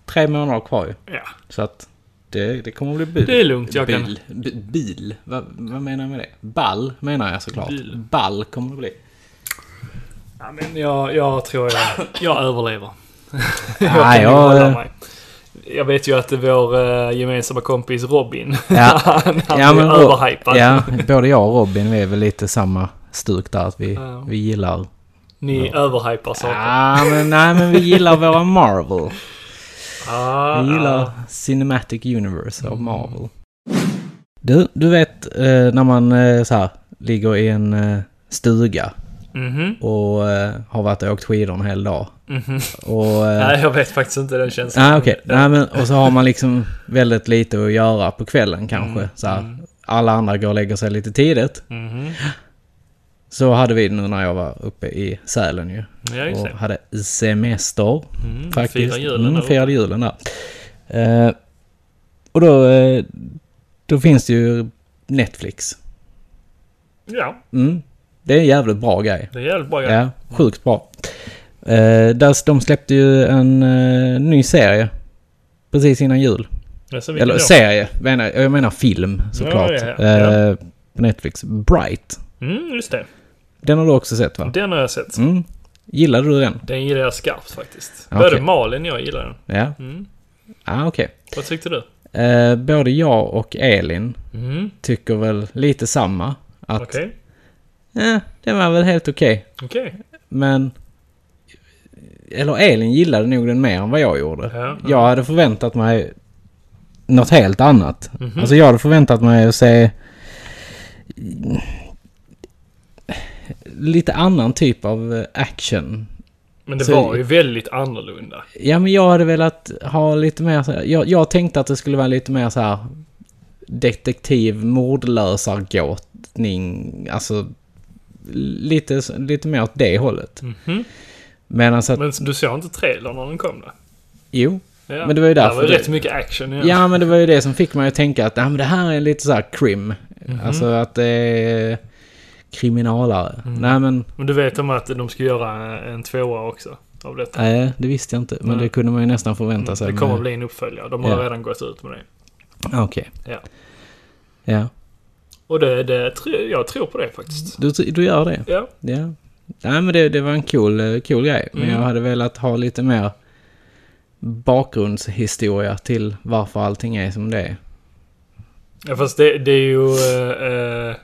[SPEAKER 2] tre månader kvar ju.
[SPEAKER 1] Ja.
[SPEAKER 2] Så att det, det kommer bli bil.
[SPEAKER 1] Det är lugnt, jag kan-
[SPEAKER 2] bil. B- bil? Vad, vad menar jag med det? Ball menar jag såklart.
[SPEAKER 1] Bil.
[SPEAKER 2] Ball kommer det bli.
[SPEAKER 1] Ja, men jag, jag tror jag, jag överlever.
[SPEAKER 2] Nej,
[SPEAKER 1] jag,
[SPEAKER 2] jag-
[SPEAKER 1] kan hålla mig. jag vet ju att vår eh, gemensamma kompis Robin,
[SPEAKER 2] Ja.
[SPEAKER 1] han, han
[SPEAKER 2] Ja,
[SPEAKER 1] är
[SPEAKER 2] men Rob-
[SPEAKER 1] överhypad.
[SPEAKER 2] Ja, både jag och Robin vi är väl lite samma stuk där att vi,
[SPEAKER 1] Ja.
[SPEAKER 2] vi gillar...
[SPEAKER 1] Ni överhypar saker.
[SPEAKER 2] Ja, men, nej men vi gillar våra Marvel.
[SPEAKER 1] Ah,
[SPEAKER 2] Jag gillar
[SPEAKER 1] ah.
[SPEAKER 2] Cinematic Universe av Marvel. Du, du vet eh, när man eh, så här, ligger i en eh, stuga
[SPEAKER 1] Mhm,
[SPEAKER 2] och eh, har varit och åkt skidor en hel dag.
[SPEAKER 1] mhm.
[SPEAKER 2] Och, eh,
[SPEAKER 1] Nej, jag vet faktiskt inte den känslan.
[SPEAKER 2] nej, Ah, okej. Nej, men, och så har man liksom väldigt lite att göra på kvällen kanske.
[SPEAKER 1] Mm,
[SPEAKER 2] Så här, Alla andra går och lägger sig lite tidigt.
[SPEAKER 1] Mhm.
[SPEAKER 2] Så hade vi det nu när jag var uppe i Sälen ju.
[SPEAKER 1] Ja, just
[SPEAKER 2] och
[SPEAKER 1] det.
[SPEAKER 2] hade semester.
[SPEAKER 1] Mm,
[SPEAKER 2] faktiskt.
[SPEAKER 1] Fira julen
[SPEAKER 2] mm,
[SPEAKER 1] där
[SPEAKER 2] firade julen där. Eh, och då, eh, då finns det ju Netflix.
[SPEAKER 1] Ja,
[SPEAKER 2] Mm. Det är en jävligt bra grej.
[SPEAKER 1] det är jävligt bra. Ja.
[SPEAKER 2] Ja, sjukt bra. Eh, där, de släppte ju en eh, ny serie precis innan jul.
[SPEAKER 1] Alltså, vilken
[SPEAKER 2] Eller
[SPEAKER 1] då?
[SPEAKER 2] serie, menar, jag menar film såklart.
[SPEAKER 1] Ja, ja, ja.
[SPEAKER 2] Eh, på Netflix. Bright.
[SPEAKER 1] Mm, just det.
[SPEAKER 2] Den har du också sett va?
[SPEAKER 1] Den har jag sett.
[SPEAKER 2] Mm. Gillade du den?
[SPEAKER 1] Den gillar jag skarpt faktiskt.
[SPEAKER 2] Okej.
[SPEAKER 1] Både Malin och jag gillar den.
[SPEAKER 2] Ja.
[SPEAKER 1] Mm.
[SPEAKER 2] Ah, okej.
[SPEAKER 1] Vad tyckte du?
[SPEAKER 2] Eh, både jag och Elin
[SPEAKER 1] Mm,
[SPEAKER 2] tycker väl lite samma. Att
[SPEAKER 1] Okej.
[SPEAKER 2] eh, det var väl helt okej.
[SPEAKER 1] Okej.
[SPEAKER 2] Men... Eller Elin gillade nog den mer än vad jag gjorde.
[SPEAKER 1] Ja.
[SPEAKER 2] Jag hade förväntat mig något helt annat.
[SPEAKER 1] Mhm.
[SPEAKER 2] Alltså jag hade förväntat mig att se... Lite annan typ av eh, action.
[SPEAKER 1] Men det
[SPEAKER 2] Så-
[SPEAKER 1] var ju väldigt annorlunda.
[SPEAKER 2] Ja, men jag hade velat ha lite mer så här, jag, jag tänkte att det skulle vara lite mer så här detektiv, mordlösargåtning, alltså lite, lite mer åt det hållet.
[SPEAKER 1] Mhm.
[SPEAKER 2] Men alltså att,
[SPEAKER 1] Men du såg inte trailern när den kom då?
[SPEAKER 2] jo.
[SPEAKER 1] Ja.
[SPEAKER 2] Men det var ju
[SPEAKER 1] Det
[SPEAKER 2] därför
[SPEAKER 1] var
[SPEAKER 2] det-
[SPEAKER 1] rätt mycket action i
[SPEAKER 2] Ja.
[SPEAKER 1] den.
[SPEAKER 2] men det var ju det som fick mig att tänka att, ja men det här är lite så här crim.
[SPEAKER 1] Mhm.
[SPEAKER 2] Alltså att det är kriminalare.
[SPEAKER 1] Mm.
[SPEAKER 2] Nej men,
[SPEAKER 1] Men du vet om att de ska göra en tvåa också? Av detta.
[SPEAKER 2] nej, det visste jag inte. Men
[SPEAKER 1] Nej. Mm,
[SPEAKER 2] det kunde man ju nästan förvänta sig.
[SPEAKER 1] det kommer
[SPEAKER 2] men-
[SPEAKER 1] bli en uppföljare. De har
[SPEAKER 2] Ja.
[SPEAKER 1] redan gått ut med det.
[SPEAKER 2] Okej.
[SPEAKER 1] Ja.
[SPEAKER 2] Ja.
[SPEAKER 1] Och det, det, tr- jag tror på det faktiskt.
[SPEAKER 2] Du, du gör det?
[SPEAKER 1] Ja.
[SPEAKER 2] Ja. Nej men det, det var en cool, eh, cool grej. Men
[SPEAKER 1] Mm.
[SPEAKER 2] jag hade velat ha lite mer bakgrundshistoria till varför allting är som det är.
[SPEAKER 1] ja fast det, det är ju eh, eh,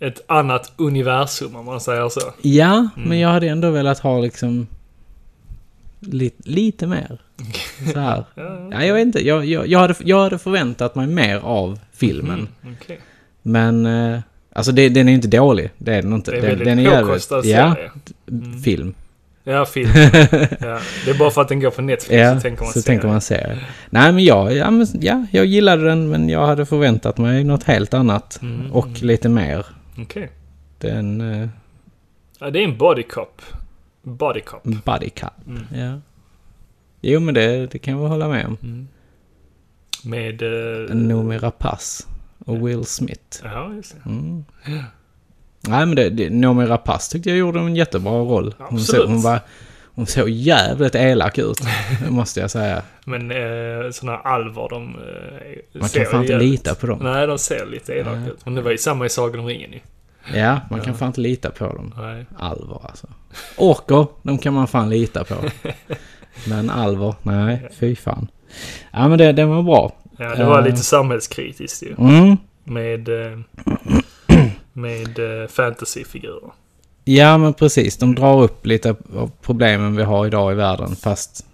[SPEAKER 1] ett annat universum om man säger så.
[SPEAKER 2] Ja,
[SPEAKER 1] Mm.
[SPEAKER 2] men jag hade ändå velat ha liksom lite, lite mer. Så här.
[SPEAKER 1] Ja,
[SPEAKER 2] Ja, jag vet inte. Jag, jag, jag, hade, jag hade förväntat mig mer av filmen.
[SPEAKER 1] Mm, okej.
[SPEAKER 2] Men, eh, alltså det, den är ju inte dålig. Det är den inte.
[SPEAKER 1] Det är
[SPEAKER 2] den,
[SPEAKER 1] väldigt
[SPEAKER 2] den jävligt-
[SPEAKER 1] påkostad
[SPEAKER 2] Ja,
[SPEAKER 1] serie. Mm.
[SPEAKER 2] film.
[SPEAKER 1] Ja, film. ja. Det är bara för att den går på Netflix så tänker man
[SPEAKER 2] så
[SPEAKER 1] se
[SPEAKER 2] tänker
[SPEAKER 1] det.
[SPEAKER 2] man serie. Nej, men jag, ja, men ja, jag gillade den, men jag hade förväntat mig något helt annat.
[SPEAKER 1] Mm,
[SPEAKER 2] och lite mer.
[SPEAKER 1] Okej.
[SPEAKER 2] Den uh,
[SPEAKER 1] Ja, det är en body cop. Body cop.
[SPEAKER 2] Buddy Cup.
[SPEAKER 1] Mm.
[SPEAKER 2] Ja. Jo, men det, det kan vi hålla med om.
[SPEAKER 1] Med... eh,
[SPEAKER 2] Noomi Rapace och Will Smith.
[SPEAKER 1] Ja, just det.
[SPEAKER 2] Mm. Nej, men det, det, Noomi Rapace tyckte jag gjorde en jättebra roll. Hon,
[SPEAKER 1] Absolut.
[SPEAKER 2] såg, hon, var, hon såg jävligt elak ut, måste jag säga.
[SPEAKER 1] Men eh, sådana här alvar, de eh,
[SPEAKER 2] Man kan fan inte
[SPEAKER 1] jävligt-
[SPEAKER 2] lita på dem.
[SPEAKER 1] Nej, de ser lite elaka ut. Men det var ju samma i Sagan om ringen ju.
[SPEAKER 2] Ja, man kan fan inte lita på dem.
[SPEAKER 1] Nej.
[SPEAKER 2] Alvor alltså. Orker, de kan man fan lita på. Men Alvor, nej, fy fan. Ja men det, den var bra.
[SPEAKER 1] Ja, det var
[SPEAKER 2] Eh.
[SPEAKER 1] lite samhällskritiskt ju.
[SPEAKER 2] Mm.
[SPEAKER 1] Med, eh, med eh, fantasyfigurer.
[SPEAKER 2] Ja men precis, de drar upp lite av problemen vi har idag i världen fast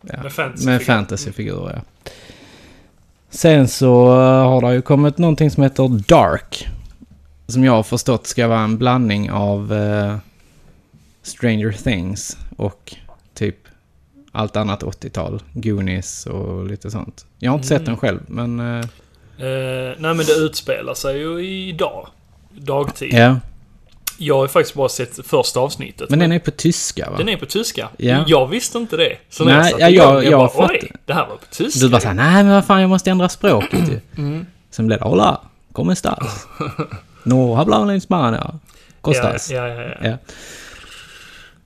[SPEAKER 1] Med fantasyfigurer.
[SPEAKER 2] med fantasyfigurer. Ja. Sen så eh, har det ju kommit någonting som heter Dark. Som jag har förstått ska vara en blandning av eh, Stranger Things och typ allt annat 80-tal. Goonies och lite sånt. Jag har inte
[SPEAKER 1] Mm.
[SPEAKER 2] sett den själv men... eh,
[SPEAKER 1] Eh, nej men det utspelar sig ju idag. Dagtid.
[SPEAKER 2] ja.
[SPEAKER 1] Jag har faktiskt bara sett första avsnittet.
[SPEAKER 2] Men den är på tyska va?
[SPEAKER 1] Den är på tyska.
[SPEAKER 2] Ja.
[SPEAKER 1] Jag visste inte det. Så när
[SPEAKER 2] Nej,
[SPEAKER 1] jag satte
[SPEAKER 2] ja,
[SPEAKER 1] igång,
[SPEAKER 2] jag- jag
[SPEAKER 1] jag bara
[SPEAKER 2] fattar.
[SPEAKER 1] oj, det här var på tyska.
[SPEAKER 2] Du bara såhär, nej men vad fan jag måste ändra språket ju.
[SPEAKER 1] Mm.
[SPEAKER 2] Sen blev det, hola, kom estas. No hablar en hispania. Kostas.
[SPEAKER 1] Ja, ja, ja, ja.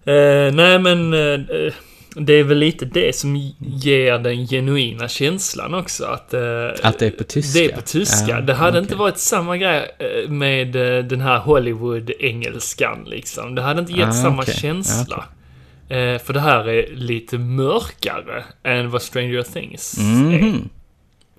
[SPEAKER 2] Ja.
[SPEAKER 1] Eh, nej, men eh, det är väl lite det som ger den genuina känslan också. Att, eh,
[SPEAKER 2] Att det är på tyska.
[SPEAKER 1] det är på tyska.
[SPEAKER 2] Ja,
[SPEAKER 1] det hade
[SPEAKER 2] okej.
[SPEAKER 1] inte varit samma grej eh, med eh, den här Hollywood-engelskan liksom. Det hade inte gett
[SPEAKER 2] Ah,
[SPEAKER 1] samma
[SPEAKER 2] okej.
[SPEAKER 1] känsla. Eh, för det här är lite mörkare än vad Stranger Things är.
[SPEAKER 2] Mhm.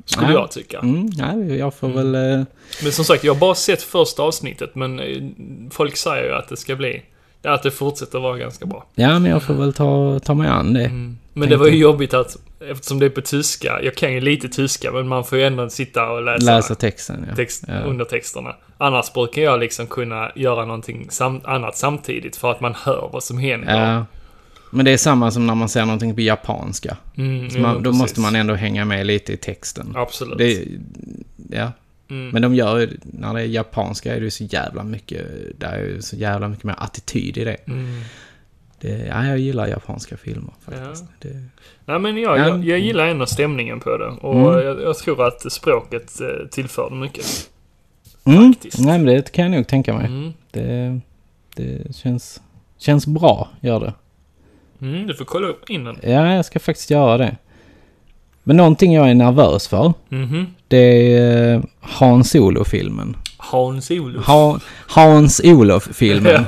[SPEAKER 1] Skulle
[SPEAKER 2] Ah.
[SPEAKER 1] jag tycka.
[SPEAKER 2] Mm, nej, jag får väl... eh,
[SPEAKER 1] Men som sagt, jag har bara sett första avsnittet, men eh, folk säger ju att det ska bli... Att det fortsätter vara ganska bra.
[SPEAKER 2] Ja, men jag får väl ta, ta mig an det.
[SPEAKER 1] Men det var ju jobbigt att, eftersom det är på tyska, jag kan ju lite tyska, men man får ju ändå sitta och läsa,
[SPEAKER 2] Läsa texten, ja.
[SPEAKER 1] text,
[SPEAKER 2] ja.
[SPEAKER 1] undertexterna. Annars brukar jag liksom kunna göra någonting sam, annat samtidigt för att man hör vad som händer.
[SPEAKER 2] ja. Men det är samma som när man ser någonting på japanska.
[SPEAKER 1] Mm,
[SPEAKER 2] Så man,
[SPEAKER 1] jo,
[SPEAKER 2] då
[SPEAKER 1] precis.
[SPEAKER 2] måste man ändå hänga med lite i texten.
[SPEAKER 1] Absolut. Mm.
[SPEAKER 2] Det, är- ja. Men de gör ju, när det är japanska är det ju så jävla mycket, det är ju så jävla mycket mer attityd i det.
[SPEAKER 1] Mm.
[SPEAKER 2] det ja, jag gillar japanska filmer faktiskt. Det,
[SPEAKER 1] Nej men jag,
[SPEAKER 2] Ja.
[SPEAKER 1] jag, jag gillar ändå stämningen på det. Och jag, jag tror att språket eh, tillför det mycket.
[SPEAKER 2] mm.
[SPEAKER 1] Faktiskt. Mm.
[SPEAKER 2] Nej, men det kan jag nog tänka mig. Det, det känns, känns bra, gör det.
[SPEAKER 1] Mm, du får kolla upp innan.
[SPEAKER 2] Ja, jag ska faktiskt göra det. Men någonting jag är nervös för,
[SPEAKER 1] Mhm.
[SPEAKER 2] det är eh, Hans Solo-filmen.
[SPEAKER 1] Hans Olof.
[SPEAKER 2] Ha, Hans Olof-filmen.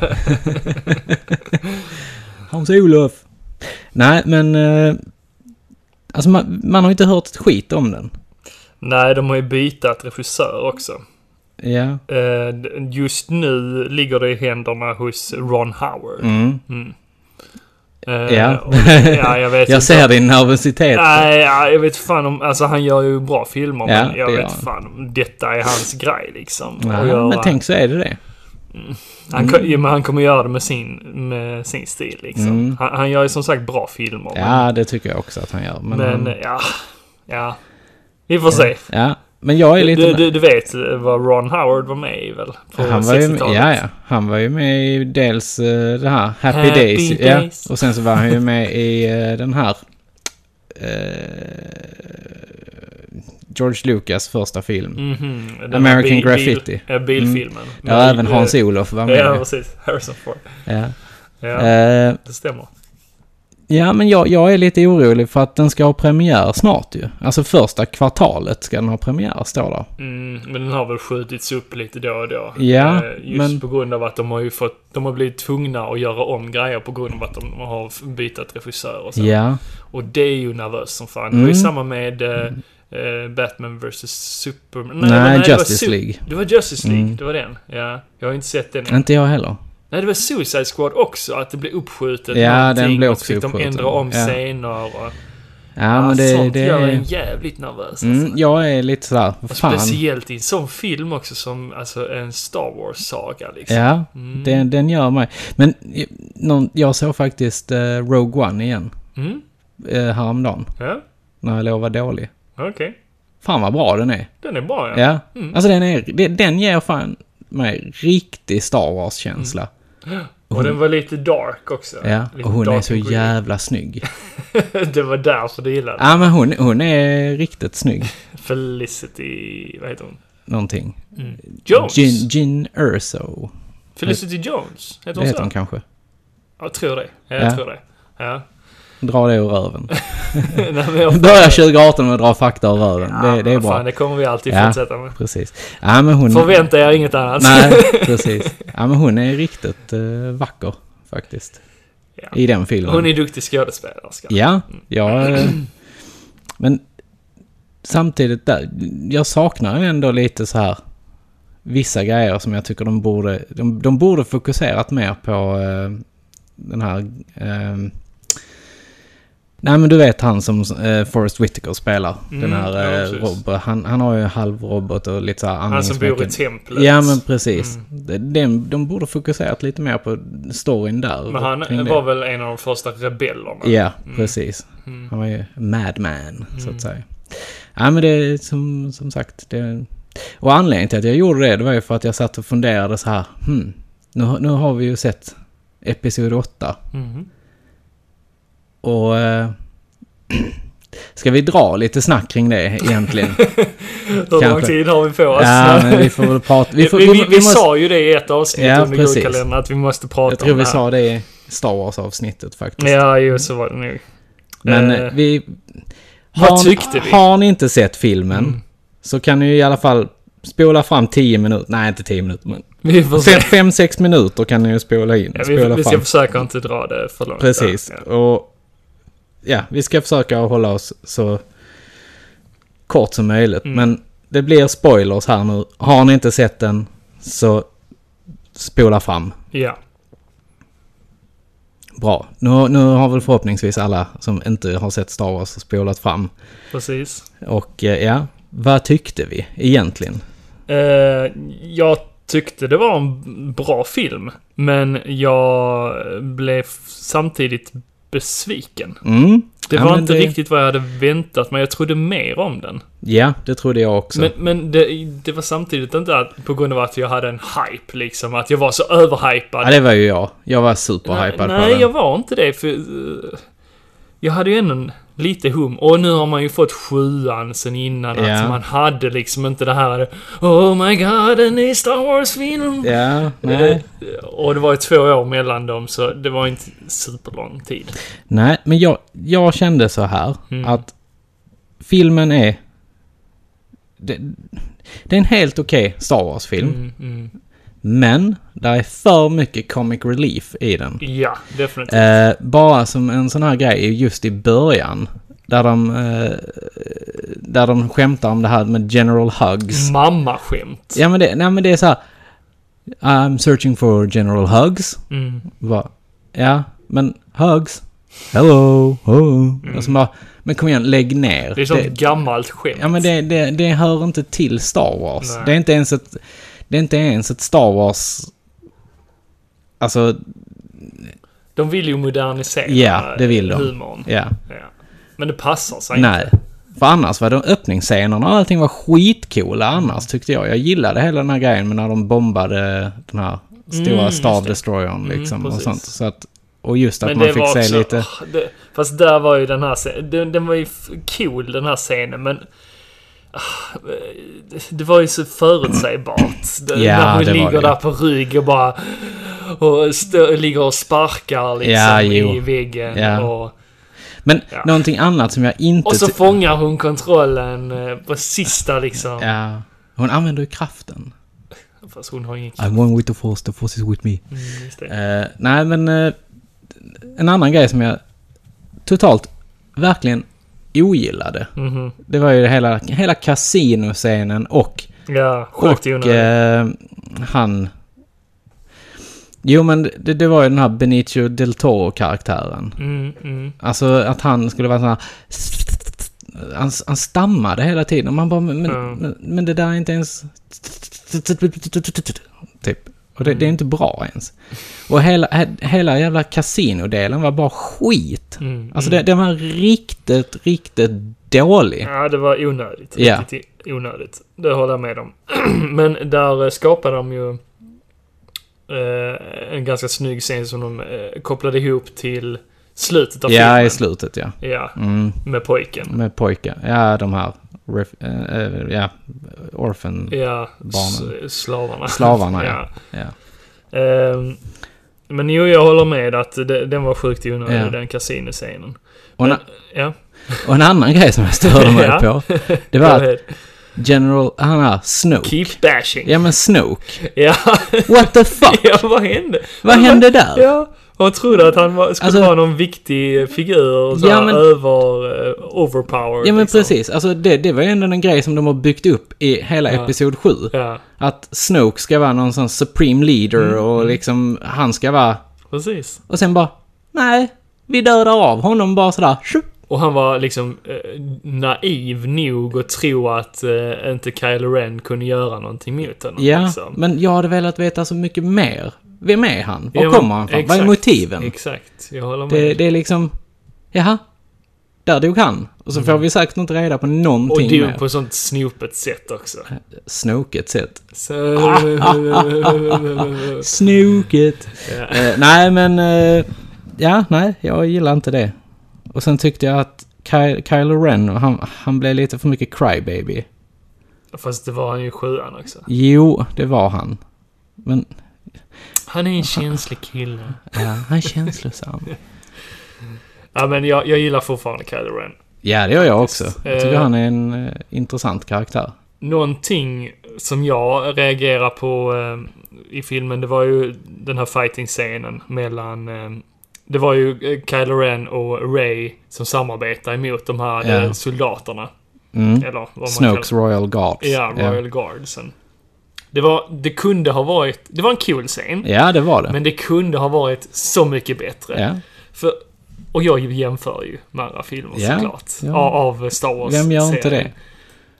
[SPEAKER 2] Hans Olof. Nej, men... Eh, alltså man, man har ju inte hört ett skit om den.
[SPEAKER 1] Nej, de har ju bytt regissör också.
[SPEAKER 2] Ja.
[SPEAKER 1] Eh, Just nu ligger det i händerna hos Ron Howard.
[SPEAKER 2] Mm.
[SPEAKER 1] Eh,
[SPEAKER 2] Ja.
[SPEAKER 1] och- ja, jag vet
[SPEAKER 2] Jag
[SPEAKER 1] inte.
[SPEAKER 2] ser din nervositet.
[SPEAKER 1] Nej, ja, jag vet fan om... Alltså han gör ju bra filmer,
[SPEAKER 2] Ja,
[SPEAKER 1] men jag
[SPEAKER 2] det gör
[SPEAKER 1] vet
[SPEAKER 2] han.
[SPEAKER 1] fan om detta är hans grej liksom.
[SPEAKER 2] Ja,
[SPEAKER 1] Och göra-
[SPEAKER 2] men tänk så är det det.
[SPEAKER 1] han, ko- jo, men han kommer göra det med sin, med sin stil liksom. Han, han gör ju som sagt bra filmer.
[SPEAKER 2] Mm. Ja, det tycker jag också att han gör. Men,
[SPEAKER 1] Men, men ja... Ja. Vi får se.
[SPEAKER 2] ja. men jag är lite...
[SPEAKER 1] Du, du, du vet eh, vad Ron Howard var med i väl? På
[SPEAKER 2] han var ju med,
[SPEAKER 1] 60-talet.
[SPEAKER 2] ja, ja. Han var ju med i dels eh, det här Happy,
[SPEAKER 1] Happy
[SPEAKER 2] Days.
[SPEAKER 1] Days.
[SPEAKER 2] Ja. Och sen så var han ju med i eh, den här eh, George Lucas första film.
[SPEAKER 1] Mhm, den här
[SPEAKER 2] American Graffiti.
[SPEAKER 1] Bil, eh, bilfilmen.
[SPEAKER 2] Där
[SPEAKER 1] Med,
[SPEAKER 2] även
[SPEAKER 1] eh,
[SPEAKER 2] Hans-Olof var med.
[SPEAKER 1] Ja,
[SPEAKER 2] Ja,
[SPEAKER 1] precis. Harrison Ford.
[SPEAKER 2] ja.
[SPEAKER 1] Ja,
[SPEAKER 2] Eh,
[SPEAKER 1] det stämmer.
[SPEAKER 2] ja men jag, jag är lite orolig för att den ska ha premiär snart ju. Alltså första kvartalet ska den ha premiär, står det.
[SPEAKER 1] Mm, men den har väl skjutits upp lite då och då.
[SPEAKER 2] Ja,
[SPEAKER 1] Eh, Just
[SPEAKER 2] men-
[SPEAKER 1] på grund av att de har ju fått... De har blivit tvungna att göra om grejer på grund av att de har f- bytt regissör och så.
[SPEAKER 2] Ja,
[SPEAKER 1] Och det är ju nervöst som fan. Det var ju
[SPEAKER 2] Mm.
[SPEAKER 1] samma med eh, eh, Batman vs Superman.
[SPEAKER 2] Nej,
[SPEAKER 1] det var- det var
[SPEAKER 2] Justice
[SPEAKER 1] Su-
[SPEAKER 2] League.
[SPEAKER 1] Det var Justice League,
[SPEAKER 2] Mm.
[SPEAKER 1] det var den. Ja, jag har inte sett den
[SPEAKER 2] inte jag heller.
[SPEAKER 1] Nej, det var Suicide Squad också, att det blev uppskjutet
[SPEAKER 2] Ja,
[SPEAKER 1] någonting,
[SPEAKER 2] den blev
[SPEAKER 1] och så fick
[SPEAKER 2] också
[SPEAKER 1] de
[SPEAKER 2] uppskjuten.
[SPEAKER 1] ändra om
[SPEAKER 2] Ja.
[SPEAKER 1] scener och...
[SPEAKER 2] Ja, men
[SPEAKER 1] ah,
[SPEAKER 2] det,
[SPEAKER 1] sånt
[SPEAKER 2] det
[SPEAKER 1] gör en
[SPEAKER 2] är...
[SPEAKER 1] jävligt nervös
[SPEAKER 2] Mm,
[SPEAKER 1] alltså.
[SPEAKER 2] jag är lite sådär, vad
[SPEAKER 1] Och
[SPEAKER 2] fan.
[SPEAKER 1] Speciellt i en sån film också som alltså, en Star Wars-saga liksom.
[SPEAKER 2] Ja, den, den gör mig. Men eh, någon, jag såg faktiskt eh, Rogue One igen
[SPEAKER 1] Mm,
[SPEAKER 2] eh, häromdagen
[SPEAKER 1] ja,
[SPEAKER 2] när jag låg och var dålig.
[SPEAKER 1] okej.
[SPEAKER 2] Fan vad bra den är.
[SPEAKER 1] Den är bra ja. Mm.
[SPEAKER 2] Ja. Alltså den, är, det- den ger fan mig riktig Star Wars-känsla.
[SPEAKER 1] Och den var lite dark också.
[SPEAKER 2] Ja,
[SPEAKER 1] Lite
[SPEAKER 2] och hon är
[SPEAKER 1] dark
[SPEAKER 2] så
[SPEAKER 1] and gritty.
[SPEAKER 2] jävla snygg.
[SPEAKER 1] det var därför du gillade den.
[SPEAKER 2] Ja, men hon, hon är riktigt snygg.
[SPEAKER 1] Felicity... Vad heter hon?
[SPEAKER 2] Någonting.
[SPEAKER 1] Jones!
[SPEAKER 2] Gin, Gin Erso.
[SPEAKER 1] Felicity Jones? Heter
[SPEAKER 2] Det
[SPEAKER 1] hon
[SPEAKER 2] heter
[SPEAKER 1] så?
[SPEAKER 2] hon kanske.
[SPEAKER 1] Jag tror det. Ja, jag
[SPEAKER 2] Ja.
[SPEAKER 1] tror det. Ja.
[SPEAKER 2] Dra det ur röven.
[SPEAKER 1] Nej, men jag-
[SPEAKER 2] Börja 2018 med att dra fakta ur röven. det, det är bra.
[SPEAKER 1] Fan, det kommer vi alltid
[SPEAKER 2] Ja.
[SPEAKER 1] fortsätta med.
[SPEAKER 2] Precis. Ja, men hon...
[SPEAKER 1] Förvänta er inget annat.
[SPEAKER 2] Nej, precis. Ja, men hon är riktigt eh, vacker faktiskt.
[SPEAKER 1] Ja.
[SPEAKER 2] I den filmen.
[SPEAKER 1] Hon är duktig skådespelerska.
[SPEAKER 2] Ja, jag... eh, Men samtidigt där, jag saknar ju ändå lite så här vissa grejer som jag tycker de borde... De, de borde fokuserat mer på eh, den här... eh, Nej men du vet han som eh, Forrest Whitaker spelar. den
[SPEAKER 1] Mm,
[SPEAKER 2] här
[SPEAKER 1] ja,
[SPEAKER 2] eh,
[SPEAKER 1] precis.
[SPEAKER 2] Rob, han, han har ju halvrobot och lite så här
[SPEAKER 1] Han som bor i
[SPEAKER 2] andningsmycket.
[SPEAKER 1] templet.
[SPEAKER 2] Ja men precis.
[SPEAKER 1] Mm.
[SPEAKER 2] De, de, de borde fokuserat lite mer på storyn där.
[SPEAKER 1] Men han Mm.
[SPEAKER 2] kring det.
[SPEAKER 1] var väl en av de första rebellerna.
[SPEAKER 2] Ja, precis. Han var ju madman, så
[SPEAKER 1] Mm.
[SPEAKER 2] att säga. Ja, men det är som, som sagt. Det... Och anledningen till att jag gjorde det, det var ju för att jag satt och funderade så här. Hmm, nu, har- nu har vi ju sett Episod 8.
[SPEAKER 1] Mhm.
[SPEAKER 2] Och... Eh, ska vi dra lite snack kring det egentligen?
[SPEAKER 1] Hur lång
[SPEAKER 2] Kanske.
[SPEAKER 1] tid har vi på oss?
[SPEAKER 2] ja, men vi får väl prata...
[SPEAKER 1] vi,
[SPEAKER 2] får,
[SPEAKER 1] vi, vi,
[SPEAKER 2] måste-
[SPEAKER 1] sa ju det i ett avsnitt
[SPEAKER 2] Ja,
[SPEAKER 1] under
[SPEAKER 2] precis.
[SPEAKER 1] julkalendern att vi måste prata
[SPEAKER 2] Jag tror
[SPEAKER 1] om
[SPEAKER 2] vi
[SPEAKER 1] det här.
[SPEAKER 2] sa det i Star Wars-avsnittet faktiskt.
[SPEAKER 1] Ja, jo, så var det nog.
[SPEAKER 2] Men
[SPEAKER 1] Eh,
[SPEAKER 2] eh, vi...
[SPEAKER 1] vad
[SPEAKER 2] har,
[SPEAKER 1] tyckte vi? Mm.
[SPEAKER 2] Har ni inte sett filmen så kan ni i alla fall spola fram 10 minuter. Nej, inte 10 minuter, men
[SPEAKER 1] Vi, får se.
[SPEAKER 2] 5-6 minuter kan ni ju spola in.
[SPEAKER 1] Ja, vi,
[SPEAKER 2] spola
[SPEAKER 1] vi ska
[SPEAKER 2] fram.
[SPEAKER 1] försöka inte dra det för långt.
[SPEAKER 2] Precis.
[SPEAKER 1] Ja.
[SPEAKER 2] Och ja, vi ska försöka hålla oss så kort som möjligt.
[SPEAKER 1] Mm.
[SPEAKER 2] Men det blir spoilers här nu. Har ni inte sett den så spola fram.
[SPEAKER 1] ja.
[SPEAKER 2] Bra. Nu, nu har väl förhoppningsvis alla som inte har sett Star Wars spolat fram
[SPEAKER 1] Precis.
[SPEAKER 2] Och eh, ja, vad tyckte vi egentligen?
[SPEAKER 1] Eh, jag tyckte det var en bra film, men jag blev samtidigt besviken.
[SPEAKER 2] Mm.
[SPEAKER 1] Det
[SPEAKER 2] Ja,
[SPEAKER 1] var
[SPEAKER 2] men
[SPEAKER 1] inte
[SPEAKER 2] det-
[SPEAKER 1] riktigt vad jag hade väntat mig. Jag trodde mer om den.
[SPEAKER 2] Ja, det trodde jag också.
[SPEAKER 1] Men, men det, det var samtidigt inte att, på grund av att jag hade en hype, liksom. Att jag var så överhypad.
[SPEAKER 2] ja, det var ju jag. Jag var superhypad
[SPEAKER 1] nej,
[SPEAKER 2] på den.
[SPEAKER 1] jag var inte det, för... eh, jag hade ju ändå en, lite hum. Och nu har man ju fått sjuan sen innan,
[SPEAKER 2] Ja.
[SPEAKER 1] att man hade liksom inte det här... Oh my god, en ny Star Wars-film!
[SPEAKER 2] Ja, nej.
[SPEAKER 1] Eh, Och det var ju två år mellan dem, så det var inte superlång tid.
[SPEAKER 2] nej, men jag, jag kände så här
[SPEAKER 1] Mm.
[SPEAKER 2] att filmen är... Det, det är en helt okej Star Wars-film.
[SPEAKER 1] Mm, mm.
[SPEAKER 2] Men det är för mycket comic relief i den.
[SPEAKER 1] Ja, definitivt.
[SPEAKER 2] Eh, bara som en sån här grej just i början. Där de, eh, där de skämtar om det här med general hugs.
[SPEAKER 1] Mm. Mammaskämt.
[SPEAKER 2] Ja men det, nej men det är så här. I'm searching for general hugs.
[SPEAKER 1] Mm.
[SPEAKER 2] Va? Ja, men hugs? Hello, hello. Och så bara, men kom igen, lägg ner.
[SPEAKER 1] Mm. Det är sånt gammalt skämt.
[SPEAKER 2] ja men det, det, det hör inte till Star Wars.
[SPEAKER 1] Nej.
[SPEAKER 2] Det är inte ens ett... Det är inte ens ett Star Wars... Alltså,
[SPEAKER 1] De vill ju modernisera
[SPEAKER 2] Ja, det vill de.
[SPEAKER 1] humorn.
[SPEAKER 2] ja.
[SPEAKER 1] Ja. Men det passar sig
[SPEAKER 2] Nej. För annars var de öppningsscenerna och allting var skitcoola annars tyckte jag. Jag gillade hela den här grejen med när de bombade den här stora
[SPEAKER 1] Mm,
[SPEAKER 2] Star
[SPEAKER 1] just det.
[SPEAKER 2] Destroyern liksom och
[SPEAKER 1] precis.
[SPEAKER 2] sånt. Så att, och just att
[SPEAKER 1] Men
[SPEAKER 2] man
[SPEAKER 1] det
[SPEAKER 2] fick
[SPEAKER 1] var
[SPEAKER 2] se
[SPEAKER 1] också,
[SPEAKER 2] lite...
[SPEAKER 1] ah, Det, fast där var ju den här scenen, den, den var ju f- cool den här scenen men... ah, det- Det var ju så förutsägbart. Det-
[SPEAKER 2] Ja,
[SPEAKER 1] när hon
[SPEAKER 2] det var
[SPEAKER 1] ligger
[SPEAKER 2] det.
[SPEAKER 1] där på rygg och bara... Och stå, ligger och sparkar liksom
[SPEAKER 2] Ja, jo.
[SPEAKER 1] i väggen.
[SPEAKER 2] Ja.
[SPEAKER 1] Och,
[SPEAKER 2] Men
[SPEAKER 1] Ja.
[SPEAKER 2] någonting annat som jag inte...
[SPEAKER 1] och så
[SPEAKER 2] ty-
[SPEAKER 1] fångar hon kontrollen eh, på sista liksom.
[SPEAKER 2] ja. Hon använder ju kraften.
[SPEAKER 1] Fast hon har ingen
[SPEAKER 2] I'm one with the force, the force is with me.
[SPEAKER 1] just det.
[SPEAKER 2] Eh, nej, men eh, en annan grej som jag totalt, verkligen ogillade.
[SPEAKER 1] Mhm.
[SPEAKER 2] Det var ju hela, hela kasinoscenen och
[SPEAKER 1] Ja, sjukt
[SPEAKER 2] Och
[SPEAKER 1] i onödan.
[SPEAKER 2] eh, han... Jo men det, det var ju den här Benicio del Toro-karaktären.
[SPEAKER 1] Mm, mm.
[SPEAKER 2] Alltså att han skulle vara sån här... Han, han stammade hela tiden och man bara men,
[SPEAKER 1] Ja.
[SPEAKER 2] men, men det där är inte ens... Typ. Och det, det är
[SPEAKER 1] Mm.
[SPEAKER 2] inte bra ens. Och hela, he- hela jävla kasinodelen var bara skit.
[SPEAKER 1] Mm,
[SPEAKER 2] Alltså det, den var riktigt, riktigt dålig.
[SPEAKER 1] Ja, det var onödigt.
[SPEAKER 2] Ja.
[SPEAKER 1] Riktigt i- onödigt. Det håller jag med om. Men där eh, skapade de ju eh, en ganska snygg scen som de eh, kopplade ihop till slutet av
[SPEAKER 2] Ja, i
[SPEAKER 1] filmen.
[SPEAKER 2] slutet ja.
[SPEAKER 1] Ja,
[SPEAKER 2] Mm.
[SPEAKER 1] med pojken.
[SPEAKER 2] Med pojkar. Ja, de här... Ref, eh, eh, ja, orphan...
[SPEAKER 1] Ja,
[SPEAKER 2] Barnen.
[SPEAKER 1] s- slavarna.
[SPEAKER 2] Slavarna, ja.
[SPEAKER 1] ja.
[SPEAKER 2] Ja.
[SPEAKER 1] Ehm, Men jo, jag håller med att det, den var sjukt onödig,
[SPEAKER 2] Ja.
[SPEAKER 1] den kasinoscenen.
[SPEAKER 2] Och, en-
[SPEAKER 1] Ja,
[SPEAKER 2] och en annan grej som jag störde mig
[SPEAKER 1] Ja.
[SPEAKER 2] på. Det
[SPEAKER 1] go
[SPEAKER 2] var att
[SPEAKER 1] ahead.
[SPEAKER 2] General... Han här, Snoke.
[SPEAKER 1] Keep bashing.
[SPEAKER 2] Ja men Snoke.
[SPEAKER 1] Ja,
[SPEAKER 2] What the fuck?
[SPEAKER 1] ja vad hände?
[SPEAKER 2] Vad hände där?
[SPEAKER 1] Ja, hon trodde att han var, skulle
[SPEAKER 2] Alltså-
[SPEAKER 1] vara någon viktig figur, så
[SPEAKER 2] Ja,
[SPEAKER 1] här,
[SPEAKER 2] men-
[SPEAKER 1] över, eh, overpower.
[SPEAKER 2] Ja men
[SPEAKER 1] liksom.
[SPEAKER 2] precis. Alltså det, det var ju ändå en grej som de har byggt upp i hela Episod 7.
[SPEAKER 1] Ja,
[SPEAKER 2] Att Snoke ska vara någon sån supreme leader
[SPEAKER 1] Mm,
[SPEAKER 2] och liksom han ska vara...
[SPEAKER 1] precis.
[SPEAKER 2] Och sen bara... Nej, vi dödar av honom bara sådär. Tjup.
[SPEAKER 1] Och han var liksom eh, naiv nog att tro att eh, inte Kylo Ren kunde göra någonting mot honom.
[SPEAKER 2] Ja,
[SPEAKER 1] liksom.
[SPEAKER 2] men jag hade velat veta så mycket mer. Vem är han? Var
[SPEAKER 1] Ja, men-
[SPEAKER 2] kommer han ifrån? Vad är
[SPEAKER 1] exakt,
[SPEAKER 2] motiven?
[SPEAKER 1] Exakt, jag håller med.
[SPEAKER 2] Det, det är liksom... Jaha, där dog han. Och så får vi säkert inte reda på
[SPEAKER 1] Mm. och
[SPEAKER 2] någonting
[SPEAKER 1] du
[SPEAKER 2] mer.
[SPEAKER 1] på ett sånt snopet sätt också.
[SPEAKER 2] Snoket sätt.
[SPEAKER 1] Så...
[SPEAKER 2] Ah,
[SPEAKER 1] Mm.
[SPEAKER 2] Snoket! Eh, nej, men... eh, ja, nej, jag gillar inte det. Och sen tyckte jag att Ky- Kylo Ren, han, han blev lite för mycket crybaby. ah.
[SPEAKER 1] Fast det var han ju i sjuan också.
[SPEAKER 2] Jo, det var han. Men
[SPEAKER 1] Han är en känslig kille.
[SPEAKER 2] ja, han är känslosam.
[SPEAKER 1] Ja, men jag, jag gillar fortfarande Kylo Ren.
[SPEAKER 2] ja, det gör jag också. Jag tycker
[SPEAKER 1] Eh.
[SPEAKER 2] han är en eh, intressant karaktär.
[SPEAKER 1] Någonting som jag reagerar på eh, i filmen, det var ju den här fighting-scenen mellan... Eh, det var ju eh, Kylo Ren och Ray som samarbetar emot de här
[SPEAKER 2] Ja.
[SPEAKER 1] eh, soldaterna.
[SPEAKER 2] Mm.
[SPEAKER 1] Eller vad man kallar
[SPEAKER 2] Snokes Royal Guards.
[SPEAKER 1] Ja, Royal Guardsen. Det var, det kunde ha varit, det var en cool scen.
[SPEAKER 2] Ja, det var det.
[SPEAKER 1] Men det kunde ha varit så mycket bättre.
[SPEAKER 2] ja.
[SPEAKER 1] För, och jag jämför ju med andra filmer
[SPEAKER 2] Ja,
[SPEAKER 1] såklart.
[SPEAKER 2] ja.
[SPEAKER 1] Av, av Star Wars
[SPEAKER 2] Vem gör inte det?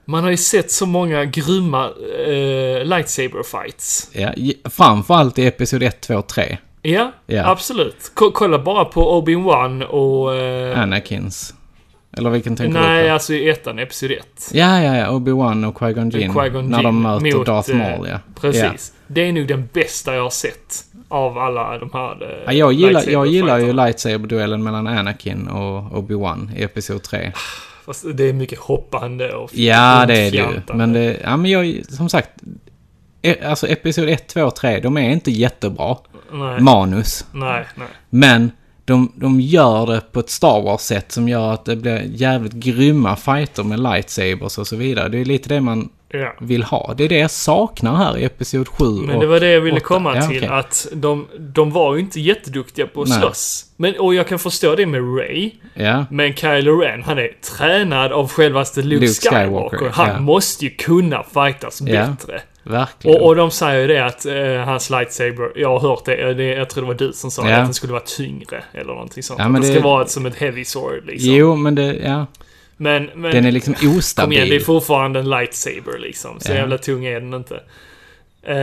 [SPEAKER 1] Man har ju sett så många grymma eh, lightsaber fights.
[SPEAKER 2] Ja, j- framförallt i Episod 1, 2, 3.
[SPEAKER 1] Ja,
[SPEAKER 2] Ja.
[SPEAKER 1] absolut. Ko- kolla bara på Obi-Wan och... eh,
[SPEAKER 2] Anakins. Eller vilken tänker du
[SPEAKER 1] nej,
[SPEAKER 2] på?
[SPEAKER 1] alltså i ettan, Episod 1.
[SPEAKER 2] Ja, ja, ja. Obi-Wan och Qui-Gon Jinn.
[SPEAKER 1] Qui-Gon
[SPEAKER 2] när
[SPEAKER 1] Jinn
[SPEAKER 2] de möter
[SPEAKER 1] mot,
[SPEAKER 2] Darth
[SPEAKER 1] eh,
[SPEAKER 2] Maul, ja. Ja.
[SPEAKER 1] Precis. Det är nog den bästa jag har sett av alla de här eh,
[SPEAKER 2] Ja, jag gillar, jag gillar ju
[SPEAKER 1] lightsaber-fighterna.
[SPEAKER 2] lightsaber-duellen mellan Anakin och Obi-Wan i Episod
[SPEAKER 1] Ah,
[SPEAKER 2] 3.
[SPEAKER 1] Fast det är mycket hoppande och
[SPEAKER 2] Ja, det är det ju.
[SPEAKER 1] fjantande.
[SPEAKER 2] Men det, ja, men jag, som sagt. e- Alltså Episod 1, 2, 3, de är inte jättebra.
[SPEAKER 1] Nej,
[SPEAKER 2] Manus.
[SPEAKER 1] nej, nej.
[SPEAKER 2] Men de, de gör det på ett Star Wars-sätt som gör att det blir jävligt grymma fighter med lightsabers och så vidare. Det är lite det man
[SPEAKER 1] Ja.
[SPEAKER 2] vill ha. Det är det jag saknar här i Episod 7
[SPEAKER 1] Men
[SPEAKER 2] och
[SPEAKER 1] det var det jag ville
[SPEAKER 2] åtta.
[SPEAKER 1] komma
[SPEAKER 2] Ja,
[SPEAKER 1] till.
[SPEAKER 2] okej.
[SPEAKER 1] Att de, de var ju inte jätteduktiga på att
[SPEAKER 2] Nej.
[SPEAKER 1] slåss. Men, och jag kan förstå det med Ray.
[SPEAKER 2] Ja,
[SPEAKER 1] Men Kylo Ren, han är tränad av självaste Luke,
[SPEAKER 2] Luke
[SPEAKER 1] Skywalker.
[SPEAKER 2] Skywalker,
[SPEAKER 1] Han
[SPEAKER 2] ja.
[SPEAKER 1] måste ju kunna fightas
[SPEAKER 2] Ja.
[SPEAKER 1] bättre.
[SPEAKER 2] verkligen.
[SPEAKER 1] Och, och de säger ju det att eh, hans lightsaber, jag har hört det, eh, det, jag tror det var du som sa
[SPEAKER 2] Ja.
[SPEAKER 1] det, att den skulle vara tyngre. Eller någonting sånt.
[SPEAKER 2] Ja,
[SPEAKER 1] att
[SPEAKER 2] men
[SPEAKER 1] den ska
[SPEAKER 2] det-
[SPEAKER 1] vara ett, som ett heavy sword liksom.
[SPEAKER 2] Jo, men det, ja.
[SPEAKER 1] Men, men,
[SPEAKER 2] Den är liksom
[SPEAKER 1] Kom
[SPEAKER 2] ostabil.
[SPEAKER 1] igen, det är fortfarande en lightsaber liksom. Så
[SPEAKER 2] Ja.
[SPEAKER 1] jävla tung är den inte. Eh,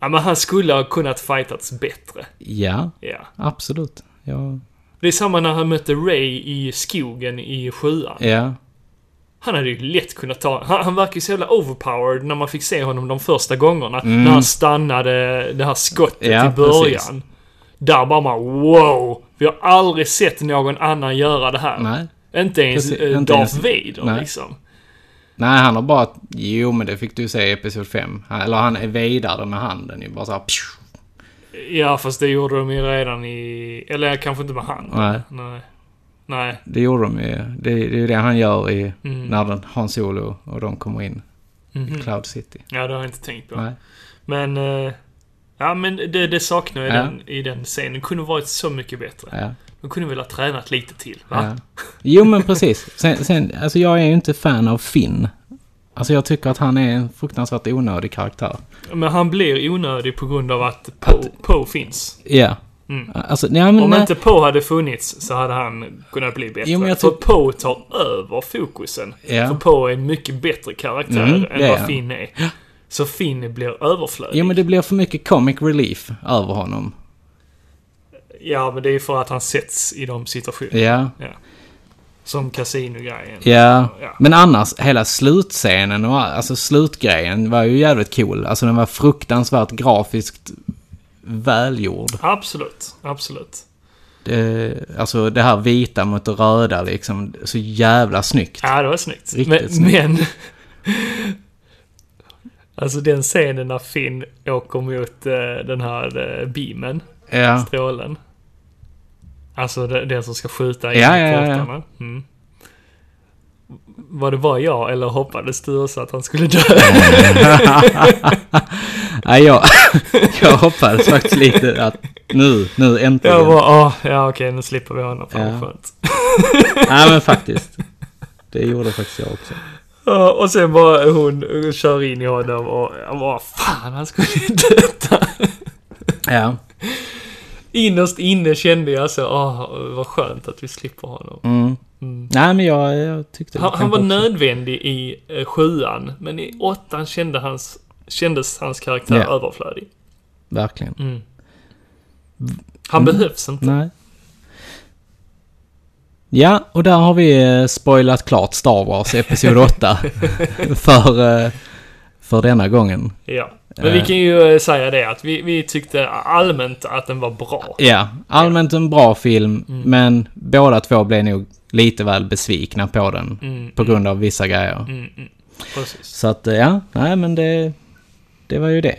[SPEAKER 1] ja, men han skulle ha kunnat fightats bättre.
[SPEAKER 2] Ja,
[SPEAKER 1] Ja.
[SPEAKER 2] absolut. Ja.
[SPEAKER 1] Det är samma när han mötte Ray i skogen i sjuan.
[SPEAKER 2] ja.
[SPEAKER 1] Han hade ju lätt kunnat ta... Han, han verkar ju så jävla overpowered när man fick se honom de första gångerna. När han stannade det här skottet
[SPEAKER 2] Mm. Ja,
[SPEAKER 1] i början.
[SPEAKER 2] precis.
[SPEAKER 1] Där bara man wow! Vi har aldrig sett någon annan göra det här.
[SPEAKER 2] Nej.
[SPEAKER 1] Inte ens
[SPEAKER 2] Precis,
[SPEAKER 1] eh,
[SPEAKER 2] inte
[SPEAKER 1] Darth
[SPEAKER 2] ens-
[SPEAKER 1] Vader
[SPEAKER 2] nej.
[SPEAKER 1] liksom.
[SPEAKER 2] Nej, han har bara... Jo, men det fick du se i Episod 5. Han, eller han är vidare med handen ju. Bara så här, psh.
[SPEAKER 1] Ja, fast det gjorde de ju redan i... Eller kanske inte med han.
[SPEAKER 2] Nej.
[SPEAKER 1] Nej. Nej.
[SPEAKER 2] Det gjorde de ju. Det, det är ju det han gör i,
[SPEAKER 1] Mm.
[SPEAKER 2] när den, Han Solo och de kommer in
[SPEAKER 1] Mhm.
[SPEAKER 2] i Cloud City.
[SPEAKER 1] Ja, det har jag inte tänkt på.
[SPEAKER 2] Nej.
[SPEAKER 1] Men... eh, Ja, men det, det saknar jag i
[SPEAKER 2] Ja.
[SPEAKER 1] den, i den scenen. Det kunde varit så mycket bättre.
[SPEAKER 2] Ja,
[SPEAKER 1] De kunde väl ha tränat lite till, va?
[SPEAKER 2] ja. Jo, men precis. Sen, sen, alltså jag är ju inte fan av Finn. Alltså jag tycker att han är en fruktansvärt onödig karaktär.
[SPEAKER 1] Men han blir onödig på grund av att Poe po finns.
[SPEAKER 2] Ja. Alltså, nej, men,
[SPEAKER 1] Mm. Om
[SPEAKER 2] nej.
[SPEAKER 1] inte Poe hade funnits så hade han kunnat bli bättre.
[SPEAKER 2] Jo, men jag
[SPEAKER 1] För
[SPEAKER 2] tyck-
[SPEAKER 1] Poe tar över fokusen.
[SPEAKER 2] Ja.
[SPEAKER 1] För Poe är en mycket bättre karaktär
[SPEAKER 2] Mm, det
[SPEAKER 1] än
[SPEAKER 2] är
[SPEAKER 1] vad
[SPEAKER 2] han.
[SPEAKER 1] Finn är. Så Finn blir överflödig.
[SPEAKER 2] Jo, men det blir för mycket comic relief över honom.
[SPEAKER 1] Ja, men det är ju för att han sätts i de situationerna.
[SPEAKER 2] Ja.
[SPEAKER 1] Som kasinogrejen.
[SPEAKER 2] Ja.
[SPEAKER 1] Ja.
[SPEAKER 2] Men annars, hela slutscenen och all- alltså slutgrejen var ju jävligt cool. Alltså den var fruktansvärt grafiskt välgjord.
[SPEAKER 1] Absolut, absolut.
[SPEAKER 2] Det, alltså det här vita mot det röda liksom. Så jävla snyggt.
[SPEAKER 1] Ja, det var snyggt.
[SPEAKER 2] Riktigt
[SPEAKER 1] men,
[SPEAKER 2] snyggt.
[SPEAKER 1] men... Alltså den scenen när Finn åker mot eh, den här eh, beamen.
[SPEAKER 2] Ja.
[SPEAKER 1] strålen. Alltså de- den som ska skjuta
[SPEAKER 2] Ja,
[SPEAKER 1] in i
[SPEAKER 2] ja, ja, ja.
[SPEAKER 1] portarna. Mm. Var det bara jag eller hoppades Sture att han skulle dö?
[SPEAKER 2] Nej, jag, jag hoppades faktiskt lite att nu, nu äntligen.
[SPEAKER 1] Jag bara, "Åh, ja okej nu slipper vi honom. Fan
[SPEAKER 2] Ja.
[SPEAKER 1] vad skönt.
[SPEAKER 2] Nej, men faktiskt. Det gjorde faktiskt jag också.
[SPEAKER 1] Ja, Och sen bara hon hon kör in i honom och jag bara fan han skulle ju döda.
[SPEAKER 2] Ja.
[SPEAKER 1] Innerst inne kände jag så, åh vad skönt att vi slipper honom.
[SPEAKER 2] Nej, men jag, Mm, jag tyckte det
[SPEAKER 1] Han, han
[SPEAKER 2] kanske
[SPEAKER 1] var
[SPEAKER 2] också.
[SPEAKER 1] nödvändig i eh, sjuan, men i åttan kände hans, kändes hans karaktär
[SPEAKER 2] Ja.
[SPEAKER 1] överflödig.
[SPEAKER 2] Verkligen.
[SPEAKER 1] Mm.
[SPEAKER 2] Mm.
[SPEAKER 1] Han behövs inte.
[SPEAKER 2] Nej. Ja, och där har vi eh, spoilat klart Star Wars Episod 8. för, eh, för denna gången.
[SPEAKER 1] Ja. Men vi kan ju eh, säga det att vi, vi tyckte allmänt att den var bra.
[SPEAKER 2] Ja, allmänt en bra film,
[SPEAKER 1] Mm.
[SPEAKER 2] men båda två blev nog lite väl besvikna på den.
[SPEAKER 1] Mm,
[SPEAKER 2] på grund av vissa grejer.
[SPEAKER 1] Precis.
[SPEAKER 2] Så att, eh, ja, nej men det, det var ju det.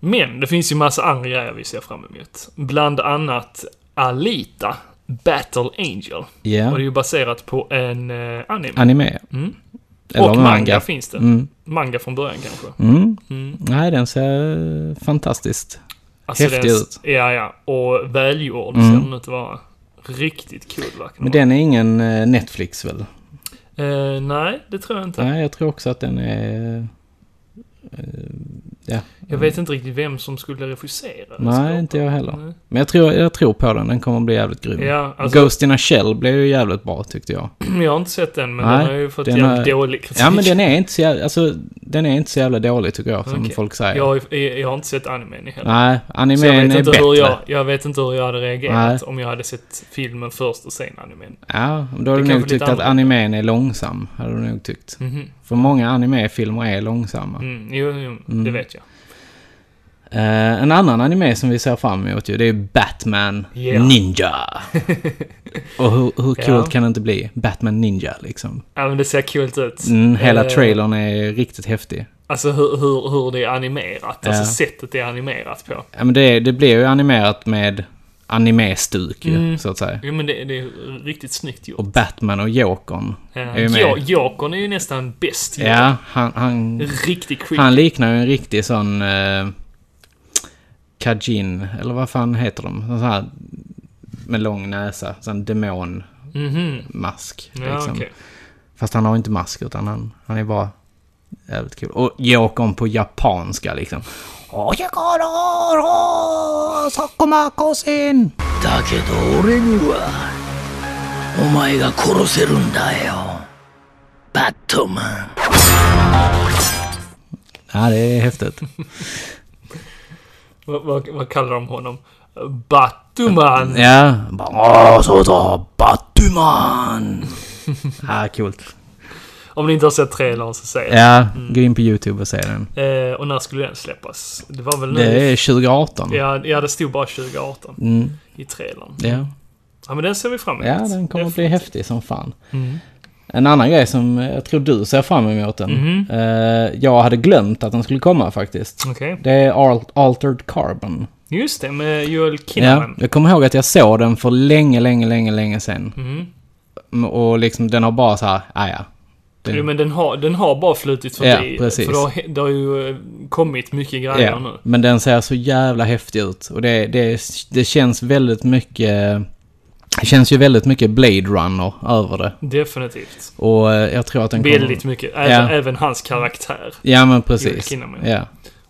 [SPEAKER 1] Men det finns ju massa andra grejer vi ser fram emot. Bland annat Alita, Battle Angel.
[SPEAKER 2] Ja,
[SPEAKER 1] Och det är ju baserat på en eh, anime.
[SPEAKER 2] anime. Eller
[SPEAKER 1] och manga,
[SPEAKER 2] manga.
[SPEAKER 1] finns det.
[SPEAKER 2] Mm.
[SPEAKER 1] Manga från början kanske.
[SPEAKER 2] Mm. Nej, den ser eh, fantastiskt. Häftig
[SPEAKER 1] den-
[SPEAKER 2] ut.
[SPEAKER 1] Alltså Ja, ja. Och välgjord ser den ut att vara. Riktigt cool verkar
[SPEAKER 2] Mm. Men
[SPEAKER 1] vara.
[SPEAKER 2] den är ingen eh, Netflix väl?
[SPEAKER 1] Eh, nej, det tror jag inte.
[SPEAKER 2] Nej, jag tror också att den är... eh, Ja,
[SPEAKER 1] Jag vet inte riktigt vem som skulle regissera. den,
[SPEAKER 2] nej
[SPEAKER 1] skapa
[SPEAKER 2] inte jag heller.
[SPEAKER 1] Nej.
[SPEAKER 2] Men jag tror, jag tror på den, den kommer bli jävligt grym.
[SPEAKER 1] Ja, alltså-
[SPEAKER 2] Ghost in a Shell blev ju jävligt bra tyckte jag.
[SPEAKER 1] den. Jag har inte sett den, men
[SPEAKER 2] Nej,
[SPEAKER 1] den har ju fått
[SPEAKER 2] den
[SPEAKER 1] jävligt
[SPEAKER 2] har-
[SPEAKER 1] dålig kritik.
[SPEAKER 2] Ja men den är inte så jävla, alltså, den är inte så jävla dålig tycker jag som
[SPEAKER 1] Okej.
[SPEAKER 2] folk säger.
[SPEAKER 1] jag, har ju- jag har inte sett animen i heller.
[SPEAKER 2] Nej,
[SPEAKER 1] Så jag
[SPEAKER 2] animen
[SPEAKER 1] vet,
[SPEAKER 2] är
[SPEAKER 1] inte
[SPEAKER 2] bättre.
[SPEAKER 1] hur jag, jag vet inte hur jag hade reagerat
[SPEAKER 2] Nej.
[SPEAKER 1] om jag hade sett filmen först och sen animen.
[SPEAKER 2] Ja, men då hade
[SPEAKER 1] Det
[SPEAKER 2] du nog
[SPEAKER 1] kanske lite
[SPEAKER 2] tyckt att
[SPEAKER 1] annorlunda.
[SPEAKER 2] animen är långsam. Hade du nog tyckt.
[SPEAKER 1] Mhm.
[SPEAKER 2] För många animefilmer är långsamma.
[SPEAKER 1] Mm, jo, jo det vet jag.
[SPEAKER 2] Eh, en annan anime som vi ser fram emot ju, det är Batman
[SPEAKER 1] Yeah.
[SPEAKER 2] Ninja. Och hur, hur coolt
[SPEAKER 1] Ja.
[SPEAKER 2] kan det inte bli? Batman Ninja liksom.
[SPEAKER 1] Ja, men det ser coolt ut.
[SPEAKER 2] Mm, hela
[SPEAKER 1] Eh,
[SPEAKER 2] trailern är riktigt häftig.
[SPEAKER 1] Alltså hur, hur, hur det är animerat.
[SPEAKER 2] Ja.
[SPEAKER 1] Alltså sättet det är animerat på.
[SPEAKER 2] Ja, men det, det blir ju animerat med anime-stuk ju,
[SPEAKER 1] Mm.
[SPEAKER 2] så att säga.
[SPEAKER 1] Jo, men det, det är riktigt snyggt
[SPEAKER 2] Och
[SPEAKER 1] gjort. Eh,
[SPEAKER 2] Batman och Jokern
[SPEAKER 1] Ja.
[SPEAKER 2] är ju med.
[SPEAKER 1] Jo- Jokern är ju nästan bäst gjord.
[SPEAKER 2] Ja, han, han,
[SPEAKER 1] Riktigt creepy.
[SPEAKER 2] han liknar ju en riktig sån... Eh, Kajin, eller vad fan heter de? Sån här med lång näsa. Sån demonmask.
[SPEAKER 1] Mhm. Ja,
[SPEAKER 2] liksom.
[SPEAKER 1] okej.
[SPEAKER 2] Fast han har inte mask utan han, han är bara jävligt kul. Och Jokern på japanska liksom. Sakumakosin!
[SPEAKER 3] だけど俺にはお前が殺せるんだよバットマン
[SPEAKER 2] Ja, det är häftigt.
[SPEAKER 1] Vad, vad, vad kallar de honom? Batman!
[SPEAKER 2] Ja, bara,
[SPEAKER 3] Åh, så så, Batman!
[SPEAKER 2] ja coolt.
[SPEAKER 1] Om ni inte har sett trailern så säg det.
[SPEAKER 2] Ja, gå in på YouTube och se den.
[SPEAKER 1] Eh, och när skulle den släppas? Det var väl nu?
[SPEAKER 2] Det är 2018.
[SPEAKER 1] Ja, ja, det stod bara 2018
[SPEAKER 2] Mm.
[SPEAKER 1] i trailern.
[SPEAKER 2] Ja.
[SPEAKER 1] Ja, men den ser vi fram emot.
[SPEAKER 2] ja, den kommer att bli
[SPEAKER 1] Definitivt. Mm.
[SPEAKER 2] häftig som fan. En annan grej som jag tror du ser fram emot den.
[SPEAKER 1] Mhm.
[SPEAKER 2] Eh, jag hade glömt att den skulle komma faktiskt.
[SPEAKER 1] Okej.
[SPEAKER 2] Det är Al- Altered Carbon.
[SPEAKER 1] Just det, med Joel
[SPEAKER 2] Ja,
[SPEAKER 1] Kinnaman.
[SPEAKER 2] jag kommer ihåg att jag såg den för länge, länge, länge, länge sedan.
[SPEAKER 1] Mhm.
[SPEAKER 2] Mm, Och liksom den har bara så här, ah, ja. Den-
[SPEAKER 1] Jo, men den har, den har bara flutit förbi.
[SPEAKER 2] Ja, precis.
[SPEAKER 1] För det har, det har ju eh, kommit mycket grejer
[SPEAKER 2] Ja,
[SPEAKER 1] nu.
[SPEAKER 2] men den ser så jävla häftig ut. Och det, det, det känns väldigt mycket... Det känns ju väldigt mycket Blade Runner över det.
[SPEAKER 1] Definitivt.
[SPEAKER 2] Och eh, jag tror att den
[SPEAKER 1] Väldigt mycket. Även,
[SPEAKER 2] Ja.
[SPEAKER 1] även hans karaktär.
[SPEAKER 2] Ja, men precis.
[SPEAKER 1] Joel Kinnaman.
[SPEAKER 2] Ja.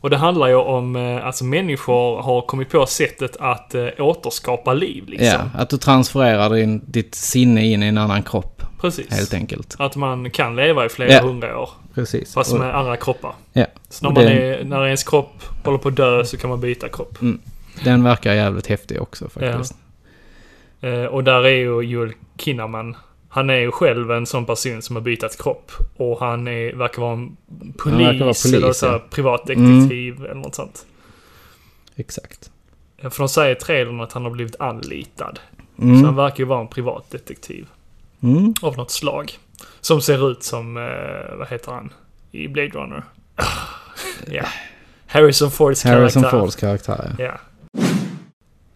[SPEAKER 1] Och det handlar ju om, eh, alltså människor har kommit på sättet att eh, återskapa liv liksom.
[SPEAKER 2] ja, att du transfererar din, ditt sinne in i en annan kropp,
[SPEAKER 1] Precis.
[SPEAKER 2] helt enkelt.
[SPEAKER 1] Att man kan leva i flera
[SPEAKER 2] Ja.
[SPEAKER 1] hundra år.
[SPEAKER 2] Precis.
[SPEAKER 1] Fast
[SPEAKER 2] Och-
[SPEAKER 1] med andra kroppar.
[SPEAKER 2] ja.
[SPEAKER 1] Så när,
[SPEAKER 2] Och
[SPEAKER 1] man
[SPEAKER 2] den-
[SPEAKER 1] är, när ens kropp håller på att dö så kan man byta kropp.
[SPEAKER 2] Den verkar jävligt häftig också faktiskt.
[SPEAKER 1] Eh, och där är ju Joel Kinnaman. Han är ju själv en sån person som har bytt kropp. Och han är, verkar vara en polis,
[SPEAKER 2] vara polis,
[SPEAKER 1] eller så här,
[SPEAKER 2] ja.
[SPEAKER 1] privatdetektiv eller något sånt.
[SPEAKER 2] Exakt.
[SPEAKER 1] Eh, För de säger i trailern att han har blivit anlitad. Så han
[SPEAKER 2] Mm.
[SPEAKER 1] verkar ju vara en privatdetektiv
[SPEAKER 2] Mm.
[SPEAKER 1] av något slag. Som ser ut som, eh, vad heter han, i Blade Runner? ja. Harrison Fords
[SPEAKER 2] Eh. Harrison
[SPEAKER 1] karaktär.
[SPEAKER 2] Fords karaktär, ja.
[SPEAKER 1] Ja.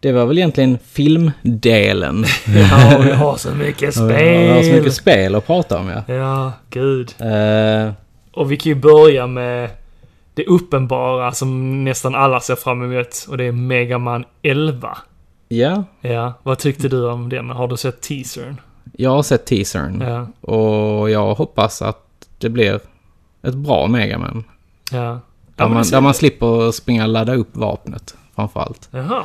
[SPEAKER 2] Det var väl egentligen filmdelen.
[SPEAKER 1] Ja, vi har så mycket
[SPEAKER 2] Vi har så
[SPEAKER 1] spel.
[SPEAKER 2] mycket spel att prata om ja.
[SPEAKER 1] Ja, gud.
[SPEAKER 2] Eh,
[SPEAKER 1] Och vi kan ju börja med det uppenbara som nästan alla ser fram emot och det är Mega Man 11.
[SPEAKER 2] ja,
[SPEAKER 1] Ja, vad tyckte du om den? Har du sett teasern?
[SPEAKER 2] jag har sett teasern.
[SPEAKER 1] Ja,
[SPEAKER 2] Och jag hoppas att det blir ett bra Megaman.
[SPEAKER 1] ja.
[SPEAKER 2] Där,
[SPEAKER 1] Ja, men
[SPEAKER 2] man,
[SPEAKER 1] det
[SPEAKER 2] där
[SPEAKER 1] ser-
[SPEAKER 2] man slipper springa och ladda upp vapnet framförallt.
[SPEAKER 1] Jaha,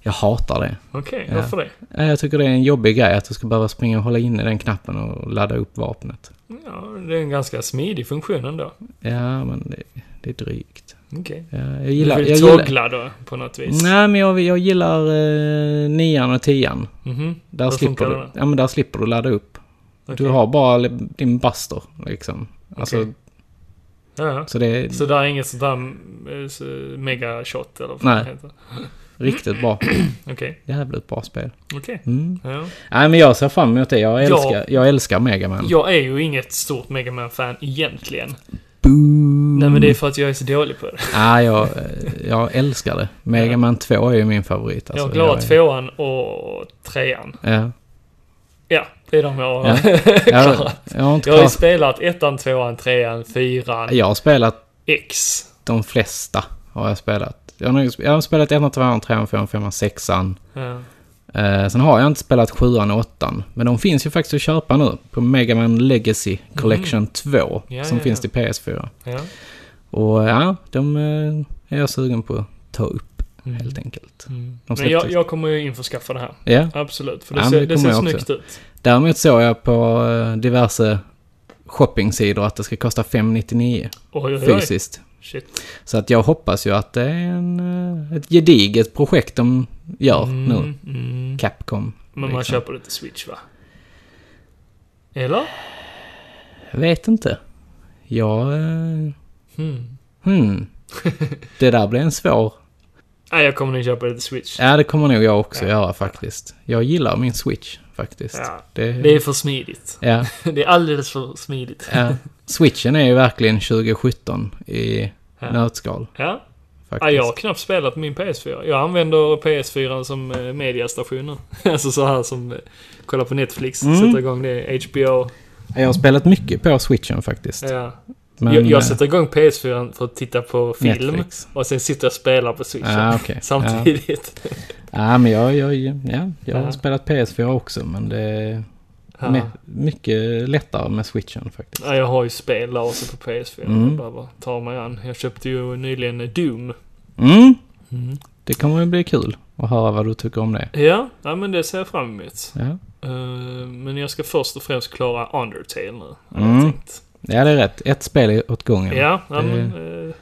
[SPEAKER 2] Jag hatar det.
[SPEAKER 1] okej. Varför det?
[SPEAKER 2] Eh, Jag tycker det är en jobbig grej att du ska behöva springa och hålla inne den knappen och ladda upp vapnet.
[SPEAKER 1] Ja, det är en ganska smidig funktion ändå.
[SPEAKER 2] Ja, men det, det är drygt.
[SPEAKER 1] Okej.
[SPEAKER 2] Ja, jag
[SPEAKER 1] Du
[SPEAKER 2] gillar...
[SPEAKER 1] vill
[SPEAKER 2] Jag gillar
[SPEAKER 1] toggla då, på något vis?
[SPEAKER 2] nej, men jag, jag gillar eh, nian och tian.
[SPEAKER 1] Mhm.
[SPEAKER 2] Där
[SPEAKER 1] Hur
[SPEAKER 2] slipper,
[SPEAKER 1] funkar
[SPEAKER 2] du,
[SPEAKER 1] det
[SPEAKER 2] ja, men där slipper du ladda upp.
[SPEAKER 1] Okej.
[SPEAKER 2] Du har bara li- din buster, liksom. Alltså,
[SPEAKER 1] Okej. Ja, ja.
[SPEAKER 2] så det är
[SPEAKER 1] Så där är inget sånt där eh, så- mega shot eller vad
[SPEAKER 2] Nej.
[SPEAKER 1] det heter?
[SPEAKER 2] riktigt bra.
[SPEAKER 1] Okej,
[SPEAKER 2] Jävligt bra spel.
[SPEAKER 1] okej.
[SPEAKER 2] Mm.
[SPEAKER 1] Ja.
[SPEAKER 2] Nej, men jag ser fram emot det. Jag
[SPEAKER 1] Ja.
[SPEAKER 2] älskar, jag älskar Megaman.
[SPEAKER 1] Jag är ju inget stort Mega Man-fan egentligen. Nej
[SPEAKER 2] Mm.
[SPEAKER 1] men det är för att jag är så dålig på det.
[SPEAKER 2] Ah, jag, jag älskar det. Megaman 2 är ju min favorit.
[SPEAKER 1] jag
[SPEAKER 2] alltså.
[SPEAKER 1] är glad
[SPEAKER 2] är-
[SPEAKER 1] tvåan och trean.
[SPEAKER 2] Ja.
[SPEAKER 1] Ja, det är de jag har.
[SPEAKER 2] Ja. Jag, jag har inte
[SPEAKER 1] Jag har ju
[SPEAKER 2] klarat...
[SPEAKER 1] spelat ettan, tvåan, trean, fyran,
[SPEAKER 2] Jag har spelat
[SPEAKER 1] X.
[SPEAKER 2] de flesta. Har jag spelat. Jag har, nog sp- jag har spelat 1, 2, 3, 4, 5, 6.
[SPEAKER 1] Ja.
[SPEAKER 2] Eh, sen har jag inte spelat 7 och 8. Men de finns ju faktiskt att köpa nu. På Megaman Legacy Collection 2.
[SPEAKER 1] Mm. Ja,
[SPEAKER 2] som
[SPEAKER 1] ja,
[SPEAKER 2] finns
[SPEAKER 1] ja.
[SPEAKER 2] till PS4.
[SPEAKER 1] Ja.
[SPEAKER 2] Och ja, de eh, är jag sugen på att ta upp. Helt enkelt. De
[SPEAKER 1] Mm. Men jag,
[SPEAKER 2] släpptes-
[SPEAKER 1] jag kommer ju införskaffa det här.
[SPEAKER 2] Ja.
[SPEAKER 1] Absolut. För det
[SPEAKER 2] Ja, men
[SPEAKER 1] ser,
[SPEAKER 2] det
[SPEAKER 1] det
[SPEAKER 2] kommer
[SPEAKER 1] ser
[SPEAKER 2] jag också.
[SPEAKER 1] snyggt ut.
[SPEAKER 2] Däremot såg jag på eh, diverse shoppingsidor att det ska kosta 599
[SPEAKER 1] Oj, oj, oj.
[SPEAKER 2] fysiskt.
[SPEAKER 1] Shit.
[SPEAKER 2] Så att jag hoppas ju att det är en, eh, ett gediget projekt de gör nu.
[SPEAKER 1] Mm.
[SPEAKER 2] Capcom.
[SPEAKER 1] Men man
[SPEAKER 2] liksom.
[SPEAKER 1] köper det till Switch va? Eller?
[SPEAKER 2] Jag vet inte. Jag... eh,
[SPEAKER 1] Hmm.
[SPEAKER 2] Hmm. det där blir en svår...
[SPEAKER 1] Nej, jag kommer nog köpa det till Switch.
[SPEAKER 2] Ja, det kommer nog jag också göra faktiskt. Jag gillar min Switch faktiskt.
[SPEAKER 1] Ja.
[SPEAKER 2] Det,
[SPEAKER 1] Det är för smidigt.
[SPEAKER 2] ja,
[SPEAKER 1] Det är alldeles för smidigt.
[SPEAKER 2] ja. Switchen är ju verkligen 2017 i
[SPEAKER 1] Ja.
[SPEAKER 2] nötskal.
[SPEAKER 1] Ja. Ja,
[SPEAKER 2] Faktiskt.
[SPEAKER 1] jag har knappt spelat på min PS4. Jag använder PS4 som eh, mediastation nu. Alltså så här som eh, kolla på Netflix,
[SPEAKER 2] Mm.
[SPEAKER 1] sätta igång det, HBO.
[SPEAKER 2] Jag har spelat mycket på switchen faktiskt.
[SPEAKER 1] Ja.
[SPEAKER 2] Men,
[SPEAKER 1] jag, jag
[SPEAKER 2] eh,
[SPEAKER 1] sätter igång PS4 för att titta på film
[SPEAKER 2] Netflix.
[SPEAKER 1] och sen sitter jag och spelar på switchen
[SPEAKER 2] Ah, okej.
[SPEAKER 1] samtidigt.
[SPEAKER 2] Ja, men jag, jag, ja, jag har
[SPEAKER 1] Ja.
[SPEAKER 2] spelat PS4 också, men det är
[SPEAKER 1] Ja.
[SPEAKER 2] me- mycket lättare med switchen faktiskt.
[SPEAKER 1] Ja, jag har ju spel också på PS4.
[SPEAKER 2] Mm.
[SPEAKER 1] Jag behöver ta mig an. Jag köpte ju nyligen eh, Doom.
[SPEAKER 2] Mm. Det kommer ju bli kul att höra vad du tycker om det.
[SPEAKER 1] Ja, ja men det ser jag fram emot.
[SPEAKER 2] Ja,
[SPEAKER 1] Eh, men jag ska först och främst klara Undertale nu. hade
[SPEAKER 2] Mm.
[SPEAKER 1] Jag tänkt.
[SPEAKER 2] ja det är rätt. Ett spel i- åt gången.
[SPEAKER 1] Ja, ja
[SPEAKER 2] Det-
[SPEAKER 1] men, eh,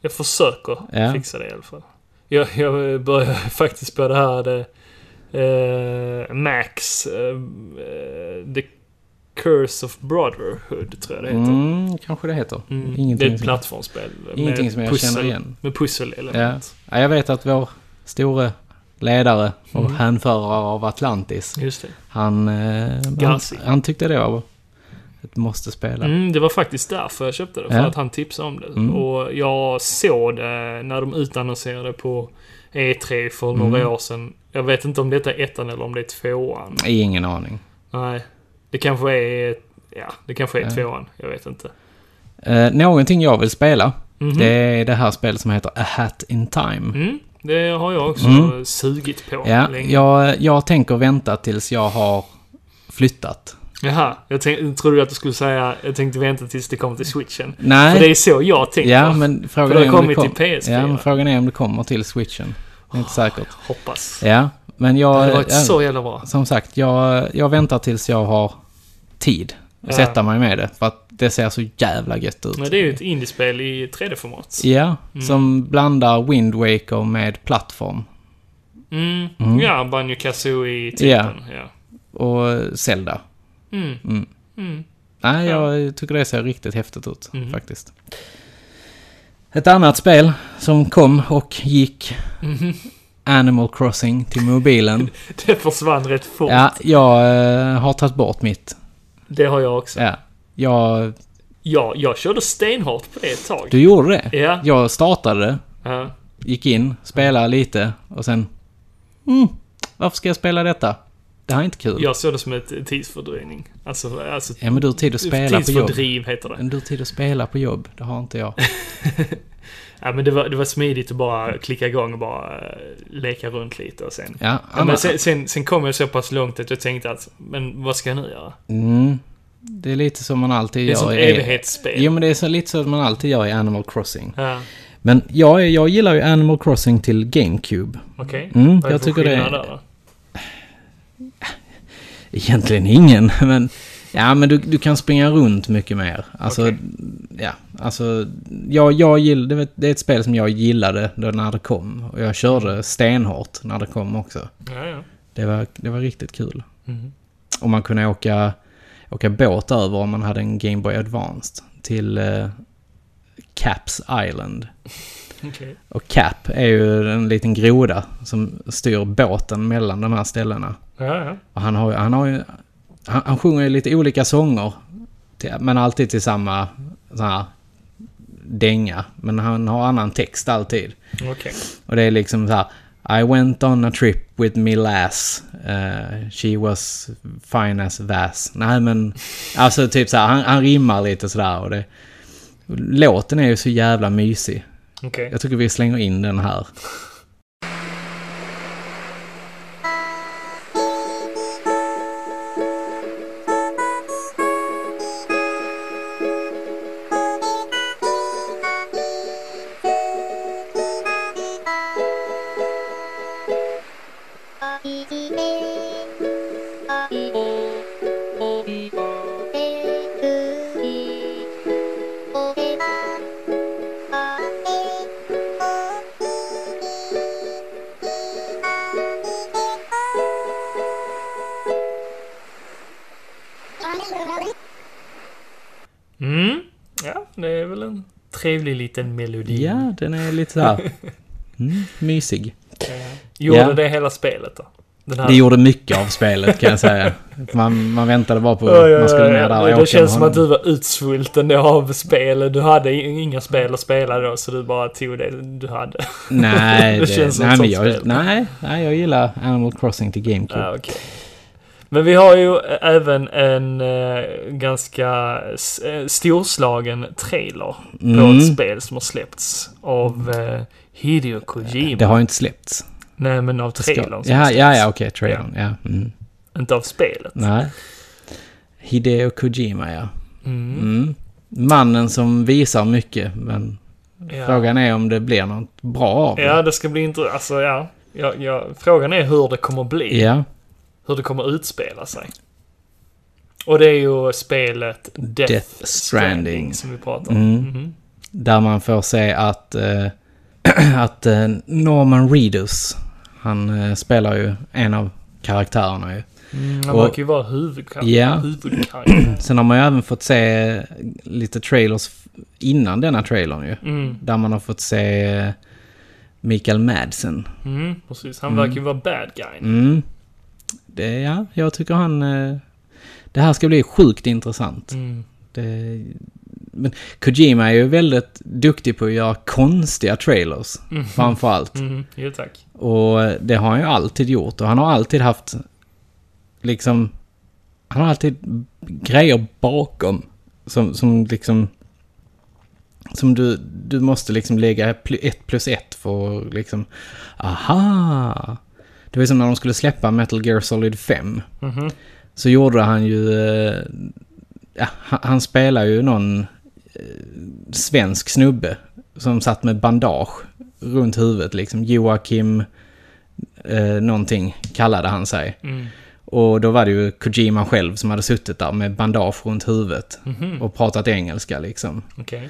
[SPEAKER 1] jag försöker
[SPEAKER 2] Ja.
[SPEAKER 1] fixa det i alla fall. Jag, jag börjar faktiskt på det här det, eh, Max, eh, eh, The Curse of Brotherhood tror jag det heter.
[SPEAKER 2] Mm, kanske det heter.
[SPEAKER 1] Mm. Det är
[SPEAKER 2] Ingenting,
[SPEAKER 1] ett
[SPEAKER 2] som,
[SPEAKER 1] plattformsspel. med
[SPEAKER 2] ingenting som jag
[SPEAKER 1] pussel-
[SPEAKER 2] känner igen.
[SPEAKER 1] Med
[SPEAKER 2] Ja.
[SPEAKER 1] pusselelement.
[SPEAKER 2] ja, jag vet att vår store ledare och
[SPEAKER 1] Mm.
[SPEAKER 2] hänförare av Atlantis,
[SPEAKER 1] Just det.
[SPEAKER 2] han, eh, han,
[SPEAKER 1] Gassi.
[SPEAKER 2] han tyckte det var ett måste-spela.
[SPEAKER 1] Mm, det var faktiskt därför jag köpte det. För
[SPEAKER 2] Ja.
[SPEAKER 1] att han tipsade om det.
[SPEAKER 2] Mm.
[SPEAKER 1] Och jag såg det när de utannonserade på E3 för
[SPEAKER 2] Mm.
[SPEAKER 1] några år sedan. Jag vet inte om detta är ettan eller om det är tvåan.
[SPEAKER 2] Ingen aning.
[SPEAKER 1] Nej. Det kanske är... Ja, det kanske är
[SPEAKER 2] Ja.
[SPEAKER 1] tvåan. Jag vet inte.
[SPEAKER 2] Eh, någonting jag vill spela,
[SPEAKER 1] Mhm.
[SPEAKER 2] det är det här spelet som heter A Hat In Time.
[SPEAKER 1] Mm, det har jag också
[SPEAKER 2] Mm.
[SPEAKER 1] sugit på
[SPEAKER 2] Ja,
[SPEAKER 1] länge.
[SPEAKER 2] jag, jag tänker vänta tills jag har flyttat.
[SPEAKER 1] Jaha, jag tänkte, trodde att du skulle säga... Jag tänkte vänta tills det kommer till switchen. För det
[SPEAKER 2] Nej,
[SPEAKER 1] är så jag tänker.
[SPEAKER 2] ja, men frågan
[SPEAKER 1] det har
[SPEAKER 2] är om det
[SPEAKER 1] kommit
[SPEAKER 2] kom-
[SPEAKER 1] till PS4.
[SPEAKER 2] Ja, men frågan är om det kommer till switchen. Det är inte säkert.
[SPEAKER 1] Hoppas.
[SPEAKER 2] Ja, men
[SPEAKER 1] Det
[SPEAKER 2] jag...
[SPEAKER 1] hade varit
[SPEAKER 2] ja,
[SPEAKER 1] så jävla bra.
[SPEAKER 2] Som sagt, jag, jag väntar tills jag har tid att
[SPEAKER 1] Ja.
[SPEAKER 2] sätta mig med det. För att det ser så jävla gött
[SPEAKER 1] Men
[SPEAKER 2] ut.
[SPEAKER 1] Mm. det är ju ett indiespel i 3D-format.
[SPEAKER 2] Ja, som blandar Wind Waker med plattform.
[SPEAKER 1] Mm. Ja, Banjo Kazooie-typen. Ja.
[SPEAKER 2] Och Zelda.
[SPEAKER 1] Mm.
[SPEAKER 2] Nej,
[SPEAKER 1] Ja.
[SPEAKER 2] jag tycker det ser riktigt häftigt ut
[SPEAKER 1] Mhm.
[SPEAKER 2] faktiskt. Ett annat spel som kom och gick. Animal Crossing till mobilen.
[SPEAKER 1] Det försvann rätt fort.
[SPEAKER 2] ja, jag eh, har tagit bort mitt.
[SPEAKER 1] Det har jag också.
[SPEAKER 2] Ja. Jag,
[SPEAKER 1] Ja, jag körde stenhårt på det ett tag.
[SPEAKER 2] du gjorde det?
[SPEAKER 1] Ja.
[SPEAKER 2] Jag startade det,
[SPEAKER 1] Ja.
[SPEAKER 2] gick in, spelade lite och sen... "Mm, Varför ska jag spela detta? Det här är inte kul.
[SPEAKER 1] Jag såg det som ett tidsfördröjning. Alltså, alltså
[SPEAKER 2] Ja, men du har tid att spela på jobb.
[SPEAKER 1] tidsfördriv heter det.
[SPEAKER 2] Men du har tid att spela på jobb. Det har inte jag.
[SPEAKER 1] Ja, men det var, det var smidigt att bara klicka igång och bara eh, leka runt lite och sen...
[SPEAKER 2] Ja,
[SPEAKER 1] Ja, men
[SPEAKER 2] annars,
[SPEAKER 1] sen, sen, sen kom jag så pass långt att jag tänkte att, men vad ska jag nu göra?
[SPEAKER 2] mm, det är lite som man
[SPEAKER 1] Det är
[SPEAKER 2] alltid gör.
[SPEAKER 1] ett sånt
[SPEAKER 2] i-
[SPEAKER 1] evighetsspel.
[SPEAKER 2] Jo, men det är så, lite så att man alltid gör i Animal Crossing.
[SPEAKER 1] Ja,
[SPEAKER 2] Men jag, är- jag gillar ju Animal Crossing till GameCube.
[SPEAKER 1] okej.
[SPEAKER 2] Mm,
[SPEAKER 1] Vad är
[SPEAKER 2] jag
[SPEAKER 1] för
[SPEAKER 2] tycker det är-
[SPEAKER 1] skillnad där då?
[SPEAKER 2] Egentligen ingen, men... Ja, men du, du kan springa runt mycket mer. Alltså,
[SPEAKER 1] Okej.
[SPEAKER 2] ja. Alltså, jag, jag gill, det, var- det är ett spel som jag gillade då när det kom. Och jag körde stenhårt när det kom också.
[SPEAKER 1] Ja, ja.
[SPEAKER 2] Det var, det var riktigt kul.
[SPEAKER 1] Mhm.
[SPEAKER 2] Och man kunde åka, åka båt över om man hade en Game Boy Advanced till eh, Caps Island.
[SPEAKER 1] Okej.
[SPEAKER 2] Och Cap är ju en liten groda som styr båten mellan de här ställena.
[SPEAKER 1] Ja, ja.
[SPEAKER 2] Och han har, ju- han har ju... Han, han sjunger ju lite olika sånger. Till, men alltid till samma så här, dänga. Men han har annan text alltid.
[SPEAKER 1] Okej.
[SPEAKER 2] Och det är liksom så här. I went on a trip with me lass. Eh, she was fine as vass. Nej men... Alltså typ så här, han, han rimmar lite sådär och det... Låten är ju så jävla mysig.
[SPEAKER 1] Okej.
[SPEAKER 2] Jag tycker vi slänger in den här.
[SPEAKER 1] Mm. Ja, det är väl en trevlig liten melodi.
[SPEAKER 2] Ja, den är lite så här. Mm, mysig.
[SPEAKER 1] Gjorde
[SPEAKER 2] Ja.
[SPEAKER 1] det hela spelet då? Den här...
[SPEAKER 2] Det gjorde mycket av spelet kan jag säga. Man, man väntade bara på
[SPEAKER 1] Ja, ja,
[SPEAKER 2] att man skulle
[SPEAKER 1] ja,
[SPEAKER 2] ner
[SPEAKER 1] ja.
[SPEAKER 2] där
[SPEAKER 1] Det-
[SPEAKER 2] och
[SPEAKER 1] Det
[SPEAKER 2] åka med
[SPEAKER 1] känns som att du
[SPEAKER 2] honom.
[SPEAKER 1] var utsvulten då av spel. Du hade i- inga spel att spela då, så du bara tog det du hade.
[SPEAKER 2] Nej,
[SPEAKER 1] det känns
[SPEAKER 2] det,
[SPEAKER 1] som
[SPEAKER 2] nej,
[SPEAKER 1] ett
[SPEAKER 2] men
[SPEAKER 1] sånt
[SPEAKER 2] jag,
[SPEAKER 1] spel.
[SPEAKER 2] nej, nej, jag gillar Animal Crossing till GameCube.
[SPEAKER 1] Ja, okej. Men vi har ju ä- även en eh, ganska s- eh, storslagen trailer på
[SPEAKER 2] Mm.
[SPEAKER 1] ett spel som har släppts av eh, Hideo Kojima.
[SPEAKER 2] Det har ju inte släppts.
[SPEAKER 1] Nej, men av
[SPEAKER 2] Det ska-
[SPEAKER 1] trailern. som
[SPEAKER 2] Ja,
[SPEAKER 1] släppts.
[SPEAKER 2] ja, ja, okej, trailern. Ja. Mm.
[SPEAKER 1] Inte av spelet.
[SPEAKER 2] Nej. Hideo Kojima, ja.
[SPEAKER 1] Mm.
[SPEAKER 2] Mm. Mannen som visar mycket, men
[SPEAKER 1] Ja.
[SPEAKER 2] frågan är om det blir något bra av det.
[SPEAKER 1] ja, det ska bli intressant. Alltså, ja. Ja, ja. Frågan är hur det kommer bli.
[SPEAKER 2] Ja,
[SPEAKER 1] Hur det kommer utspela sig. Och det är ju spelet Death,
[SPEAKER 2] Death
[SPEAKER 1] Stranding,
[SPEAKER 2] Stranding.
[SPEAKER 1] som vi pratar om.
[SPEAKER 2] Mm.
[SPEAKER 1] Mhm.
[SPEAKER 2] där man får se att, eh, att eh, Norman Reedus, han eh, spelar ju en av karaktärerna ju.
[SPEAKER 1] Mm, han
[SPEAKER 2] Och-
[SPEAKER 1] verkar ju vara huvudkar-
[SPEAKER 2] Ja.
[SPEAKER 1] huvudkaraktär.
[SPEAKER 2] Sen har man ju även fått se eh, lite trailers f- innan denna trailern ju.
[SPEAKER 1] Mm.
[SPEAKER 2] Där man har fått se eh, Mikael Madsen.
[SPEAKER 1] Mm, precis. Han verkar ju vara bad guy.
[SPEAKER 2] Mm. Det, ja, jag tycker han... eh, Det här ska bli sjukt intressant.
[SPEAKER 1] Mm.
[SPEAKER 2] Det, men Kojima är ju väldigt duktig på att göra konstiga trailers. Framförallt.
[SPEAKER 1] Mm. Jo, tack.
[SPEAKER 2] Och det har han ju alltid gjort. Och han har alltid haft... Liksom... Han har alltid grejer bakom. Som, som liksom... Som du, du måste liksom lägga pl- ett plus ett för att liksom... Aha! Det var som när de skulle släppa Metal Gear Solid 5.
[SPEAKER 1] Mhm.
[SPEAKER 2] Så gjorde han ju... eh, Ja, han, han spelar ju någon eh, svensk snubbe som satt med bandage runt huvudet liksom. Joakim eh, någonting kallade han sig.
[SPEAKER 1] Mm.
[SPEAKER 2] Och då var det ju Kojima själv som hade suttit där med bandage runt huvudet
[SPEAKER 1] Mhm.
[SPEAKER 2] och pratat engelska liksom.
[SPEAKER 1] Okej.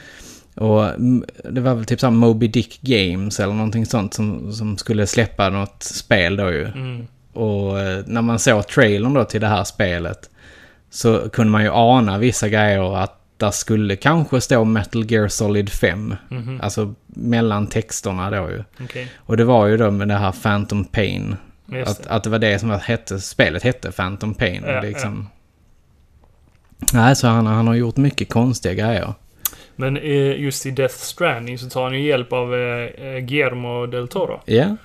[SPEAKER 2] Och mm, det var väl typ såhär Moby Dick Games eller någonting sånt som, som skulle släppa något spel då ju.
[SPEAKER 1] Mm.
[SPEAKER 2] Och eh, när man såg trailern då till det här spelet så kunde man ju ana vissa grejer att där skulle kanske stå Metal Gear Solid 5.
[SPEAKER 1] Mhm.
[SPEAKER 2] Alltså mellan texterna då ju.
[SPEAKER 1] Okej.
[SPEAKER 2] Och det var ju då med det här Phantom Pain.
[SPEAKER 1] Just
[SPEAKER 2] Att,
[SPEAKER 1] det.
[SPEAKER 2] att det var det som hette, spelet hette Phantom Pain.
[SPEAKER 1] Ja,
[SPEAKER 2] liksom. Nej, så han, han har gjort mycket konstiga grejer.
[SPEAKER 1] Men eh, just i Death Stranding så tar han ju hjälp av eh, eh, Guillermo del Toro.
[SPEAKER 2] Ja,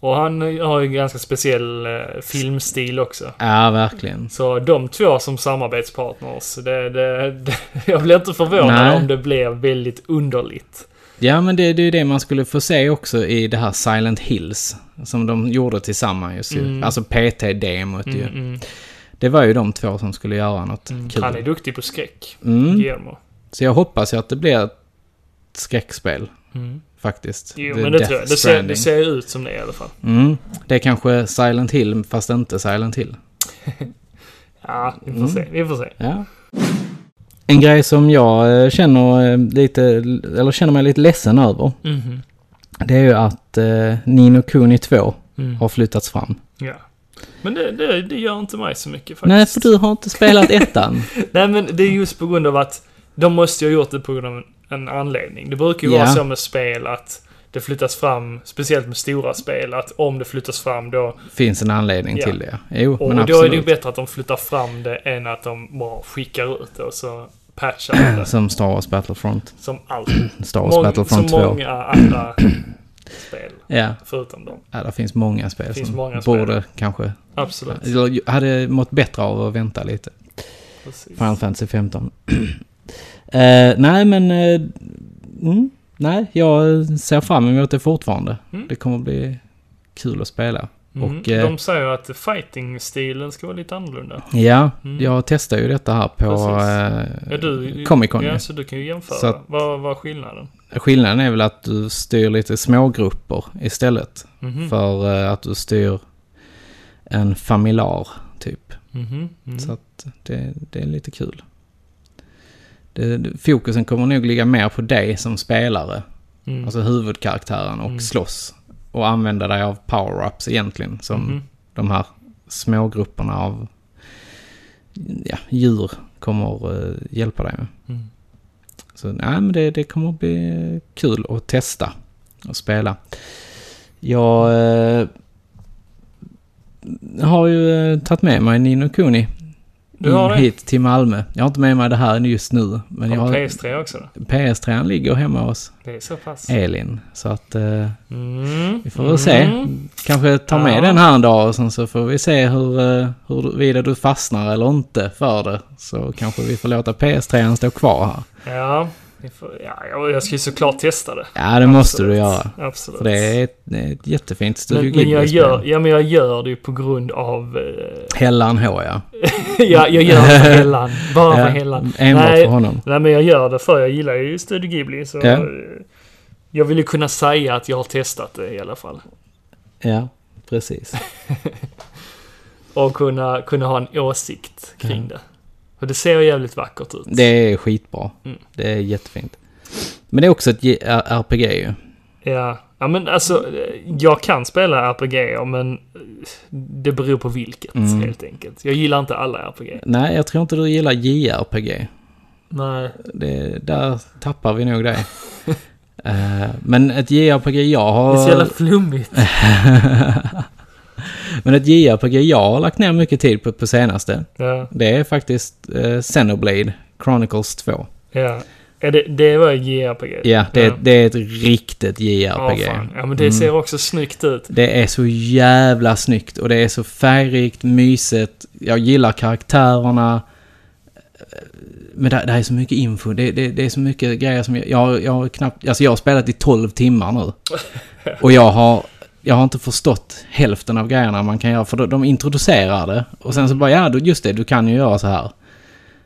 [SPEAKER 1] Och han eh, har ju en ganska speciell eh, filmstil också.
[SPEAKER 2] Ja, verkligen.
[SPEAKER 1] Så de två som samarbetspartners, det, det, det, jag blir inte förvånad
[SPEAKER 2] Nej.
[SPEAKER 1] om det blir väldigt underligt.
[SPEAKER 2] Ja, men det, det är ju det man skulle få se också i det här Silent Hills. Som de gjorde tillsammans just ju.
[SPEAKER 1] Mm.
[SPEAKER 2] Alltså PT-demot ju. Det var ju de två som skulle göra något kul.
[SPEAKER 1] Han är duktig på skräck,
[SPEAKER 2] Mm.
[SPEAKER 1] Guillermo.
[SPEAKER 2] Så jag hoppas ju att det blir ett skräckspel. Faktiskt.
[SPEAKER 1] Mm. Jo,
[SPEAKER 2] The
[SPEAKER 1] men det
[SPEAKER 2] Death
[SPEAKER 1] tror jag. Det ser, det
[SPEAKER 2] Stranding.
[SPEAKER 1] ser ut som det i alla fall.
[SPEAKER 2] Mm. Det är kanske Silent Hill, fast inte Silent Hill.
[SPEAKER 1] Ja, vi får
[SPEAKER 2] Mm.
[SPEAKER 1] se. Vi får se.
[SPEAKER 2] Ja. En grej som jag eh, känner, eh, lite, eller känner mig lite ledsen över.
[SPEAKER 1] Mm.
[SPEAKER 2] Det är ju att eh, Nino Kuni 2
[SPEAKER 1] Mm.
[SPEAKER 2] har flyttats fram.
[SPEAKER 1] Ja. Men det, det, det gör inte mig så mycket faktiskt.
[SPEAKER 2] Nej, för du har inte spelat ettan.
[SPEAKER 1] Nej, men det är just på grund av att de måste ju ha gjort det på grund av en, en anledning. Det brukar ju
[SPEAKER 2] Ja.
[SPEAKER 1] vara så med spel att det flyttas fram, speciellt med stora spel, att om det flyttas fram då...
[SPEAKER 2] Finns en anledning
[SPEAKER 1] Ja.
[SPEAKER 2] till det. Jo,
[SPEAKER 1] Och
[SPEAKER 2] men
[SPEAKER 1] då är det ju
[SPEAKER 2] absolut.
[SPEAKER 1] bättre att de flyttar fram det än att de bara skickar ut det och så patchar de det.
[SPEAKER 2] Som Star Wars Battlefront.
[SPEAKER 1] Som alltid.
[SPEAKER 2] Star Wars
[SPEAKER 1] Mång, som
[SPEAKER 2] Battlefront 2.
[SPEAKER 1] många andra spel.
[SPEAKER 2] Ja.
[SPEAKER 1] Förutom dem.
[SPEAKER 2] ja, det finns många spel
[SPEAKER 1] Finns
[SPEAKER 2] som
[SPEAKER 1] många spel.
[SPEAKER 2] borde kanske...
[SPEAKER 1] Absolut.
[SPEAKER 2] Eller hade mått bättre av att vänta lite.
[SPEAKER 1] Precis.
[SPEAKER 2] Final Fantasy 15. Eh, nej, men... eh, mm, nej, jag ser fram emot det fortfarande. Det kommer bli kul att spela.
[SPEAKER 1] Mm.
[SPEAKER 2] Och eh,
[SPEAKER 1] de säger att fighting-stilen ska vara lite annorlunda.
[SPEAKER 2] ja, jag testar ju detta här på
[SPEAKER 1] Mm. Precis. Ja,
[SPEAKER 2] eh,
[SPEAKER 1] du,
[SPEAKER 2] Comic Con.
[SPEAKER 1] Ja,
[SPEAKER 2] ju.
[SPEAKER 1] så du kan ju jämföra.
[SPEAKER 2] Så att-
[SPEAKER 1] Vad, vad är skillnaden?
[SPEAKER 2] Skillnaden är väl att du styr lite smågrupper istället.
[SPEAKER 1] Mhm.
[SPEAKER 2] För eh, att du styr en familjar, typ.
[SPEAKER 1] Mhm, mm.
[SPEAKER 2] Så att det, det är lite kul. Det, det, fokusen kommer nog ligga mer på dig som spelare.
[SPEAKER 1] Mm.
[SPEAKER 2] Alltså huvudkaraktären och slåss. Och använda dig av power-ups egentligen. Som
[SPEAKER 1] Mm-hmm.
[SPEAKER 2] de här smågrupperna av ja, djur kommer eh, hjälpa dig med.
[SPEAKER 1] Mm.
[SPEAKER 2] Så nej, men det, det kommer bli kul att testa och spela. Jag eh, har ju eh, tagit med mig Nino Kuni
[SPEAKER 1] Du har det?
[SPEAKER 2] hit till Malmö. Jag har inte med mig det här just nu. Men jag
[SPEAKER 1] Har
[SPEAKER 2] har,
[SPEAKER 1] du PS3 också då?
[SPEAKER 2] PS3 ligger hemma hos
[SPEAKER 1] Det är så pass.
[SPEAKER 2] Elin. Så att eh,
[SPEAKER 1] Mm.
[SPEAKER 2] vi får väl se. Kanske ta med
[SPEAKER 1] Ja.
[SPEAKER 2] den här en dag och sen så får vi se hur, eh, huruvida du fastnar eller inte för det. Så kanske vi får låta PS3 stå kvar här.
[SPEAKER 1] Ja, vi får, ja, jag- jag ska ju såklart testa det.
[SPEAKER 2] Ja, det måste du göra.
[SPEAKER 1] Absolut.
[SPEAKER 2] För det är ett, det är ett jättefint Studio
[SPEAKER 1] men, men jag
[SPEAKER 2] Ghibli-spel.
[SPEAKER 1] gör, ja, men jag gör det ju på grund av... eh,
[SPEAKER 2] Hällan H, ja.
[SPEAKER 1] ja, jag gör det för Hellan. Bara
[SPEAKER 2] Ja,
[SPEAKER 1] för Hellan.
[SPEAKER 2] enbart
[SPEAKER 1] nej,
[SPEAKER 2] för honom.
[SPEAKER 1] Nej, men jag gör det för jag gillar ju Studio Ghibli. Så
[SPEAKER 2] Ja.
[SPEAKER 1] eh, Jag vill ju kunna säga att jag har testat det i alla fall.
[SPEAKER 2] Ja, precis.
[SPEAKER 1] Och kunna, kunna ha en åsikt kring det. Och det ser ju jävligt vackert ut.
[SPEAKER 2] Det är skitbra.
[SPEAKER 1] Mm.
[SPEAKER 2] Det är jättefint. Men det är också ett J- R- RPG ju.
[SPEAKER 1] Ja. ja, men alltså eh, jag kan spela RPG men eh, det beror på vilket
[SPEAKER 2] Mm.
[SPEAKER 1] helt enkelt. Jag gillar inte alla RPG.
[SPEAKER 2] Nej, jag tror inte du gillar JRPG.
[SPEAKER 1] Nej.
[SPEAKER 2] Det, där tappar vi nog dig. Eh, men ett JRPG jag
[SPEAKER 1] Det är så jävla
[SPEAKER 2] har...
[SPEAKER 1] flummigt.
[SPEAKER 2] Men ett JRPG jag har lagt ner mycket tid på, på senaste.
[SPEAKER 1] Ja,
[SPEAKER 2] Det är faktiskt eh, Xenoblade Chronicles 2.
[SPEAKER 1] ja. ja det, det var ju JRPG.
[SPEAKER 2] Ja, det,
[SPEAKER 1] ja.
[SPEAKER 2] det är ett riktigt
[SPEAKER 1] Ja,
[SPEAKER 2] JRPG.
[SPEAKER 1] fan. ja, men
[SPEAKER 2] Mm.
[SPEAKER 1] det ser också snyggt ut.
[SPEAKER 2] Det är så jävla snyggt och det är så färgrikt, mysigt. Jag gillar karaktärerna. Men det, det här är så mycket info. Det, det, det är så mycket grejer som jag, jag, jag har knappt... Alltså jag har spelat i 12 timmar nu. Och jag har... Jag har inte förstått hälften av grejerna man kan göra. För de, de introducerar det. Och sen så bara, ja du- just det, du kan ju göra så här.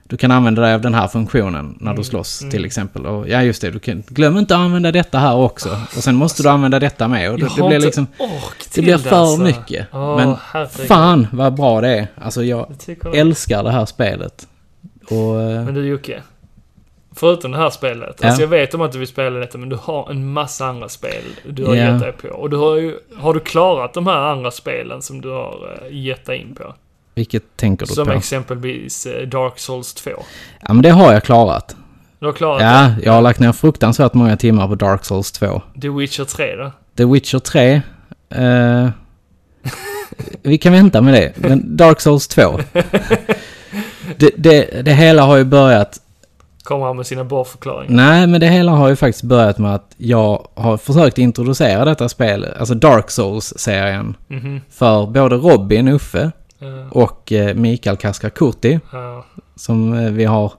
[SPEAKER 2] Du kan använda dig av den här funktionen när du slåss till exempel. Och, ja just det, du kan, glöm inte att använda detta här också. Och sen måste du använda detta med. Och det,
[SPEAKER 1] Jag
[SPEAKER 2] det
[SPEAKER 1] har
[SPEAKER 2] blir
[SPEAKER 1] inte
[SPEAKER 2] liksom...
[SPEAKER 1] ork
[SPEAKER 2] Det
[SPEAKER 1] till
[SPEAKER 2] blir för
[SPEAKER 1] alltså.
[SPEAKER 2] mycket.
[SPEAKER 1] Åh,
[SPEAKER 2] men
[SPEAKER 1] herregud.
[SPEAKER 2] fan vad bra det är. Alltså jag
[SPEAKER 1] Jag tycker det.
[SPEAKER 2] älskar det här spelet. Och eh,
[SPEAKER 1] Men du Jocke. Förutom det här spelet.
[SPEAKER 2] Ja.
[SPEAKER 1] Alltså jag vet om att du vill spela detta men du har en massa andra spel du har
[SPEAKER 2] Ja.
[SPEAKER 1] gett dig på. Och du har ju, har du klarat de här andra spelen som du har eh, gett dig in på?
[SPEAKER 2] vilket tänker du
[SPEAKER 1] Som
[SPEAKER 2] på?
[SPEAKER 1] exempelvis eh, Dark Souls 2.
[SPEAKER 2] ja men det har jag klarat.
[SPEAKER 1] Du har klarat
[SPEAKER 2] Ja, jag har lagt ner fruktansvärt många timmar på Dark Souls 2.
[SPEAKER 1] The Witcher 3 då?
[SPEAKER 2] The Witcher 3. eh, vi kan vänta med det. Men Dark Souls 2. det, det, det hela har ju börjat
[SPEAKER 1] Kommer han med sina borrförklaringar.
[SPEAKER 2] Nej, men det hela har ju faktiskt börjat med att jag har försökt introducera detta spel, alltså Dark Souls-serien,
[SPEAKER 1] Mhm.
[SPEAKER 2] för både Robin, Uffe
[SPEAKER 1] Ja.
[SPEAKER 2] och eh, Mikael Kaskar-Kurti,
[SPEAKER 1] Ja.
[SPEAKER 2] som eh, vi har...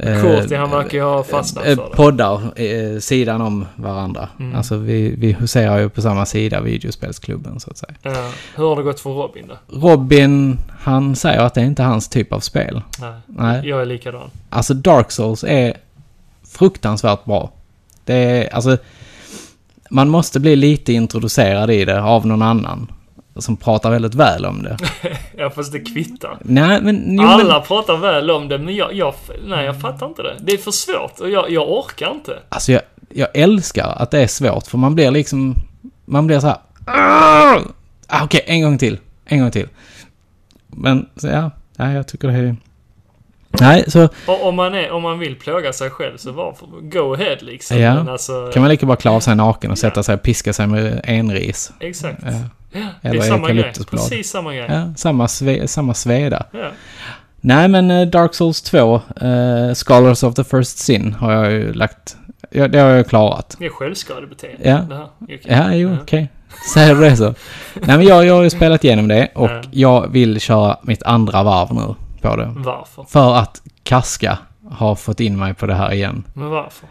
[SPEAKER 2] eh,
[SPEAKER 1] Kurti, han verkar ju ha fastnat
[SPEAKER 2] eh,
[SPEAKER 1] för det.
[SPEAKER 2] poddar eh, sidan om varandra.
[SPEAKER 1] Mm.
[SPEAKER 2] Alltså vi, vi huserar ju på samma sida, videospelsklubben så att säga.
[SPEAKER 1] Ja. Hur har det gått för Robin då?
[SPEAKER 2] Robin, han säger att det är inte hans typ av spel.
[SPEAKER 1] Nej.
[SPEAKER 2] Nej.
[SPEAKER 1] Jag är likadan.
[SPEAKER 2] Alltså Dark Souls är fruktansvärt bra. Det är, alltså, man måste bli lite introducerad i det av någon annan som pratar väldigt väl om det.
[SPEAKER 1] Ja, fast det kvittar.
[SPEAKER 2] Nej, men... Jo, men
[SPEAKER 1] Alla pratar väl om det, men jag, jag, nej, jag fattar inte det. Det är för svårt och jag, jag orkar inte.
[SPEAKER 2] alltså, jag, jag älskar att det är svårt, för man blir liksom... Man blir så här... "Arr!" Ah, Okej, en gång till. En gång till. Men, så, ja. Nej, jag tycker det är... Nej, så
[SPEAKER 1] Och om man, är, om man vill plåga sig själv så varför? Go ahead liksom.
[SPEAKER 2] Ja.
[SPEAKER 1] Men alltså,
[SPEAKER 2] kan man lika bra klä av sig naken och sätta sig och piska sig med enris.
[SPEAKER 1] Exakt. Det är
[SPEAKER 2] Eller
[SPEAKER 1] samma grej.
[SPEAKER 2] eukalyptusblad.
[SPEAKER 1] Precis samma grej.
[SPEAKER 2] Ja, samma, sve, samma sveda.
[SPEAKER 1] Ja.
[SPEAKER 2] Nej, men eh, Dark Souls 2, eh, Scholars of the First Sin, har jag ju lagt... Ja, det har jag ju klarat.
[SPEAKER 1] Det är självskadebeteende.
[SPEAKER 2] Ja.
[SPEAKER 1] Det här. Okej.
[SPEAKER 2] Ja, jo,
[SPEAKER 1] Ja.
[SPEAKER 2] okej. Säger du det så. Nej, men jag, jag har ju spelat igenom det och
[SPEAKER 1] Ja. Mm.
[SPEAKER 2] jag vill köra mitt andra varv nu på det.
[SPEAKER 1] Varför?
[SPEAKER 2] För att Kaska har fått in mig på det här igen.
[SPEAKER 1] Men varför?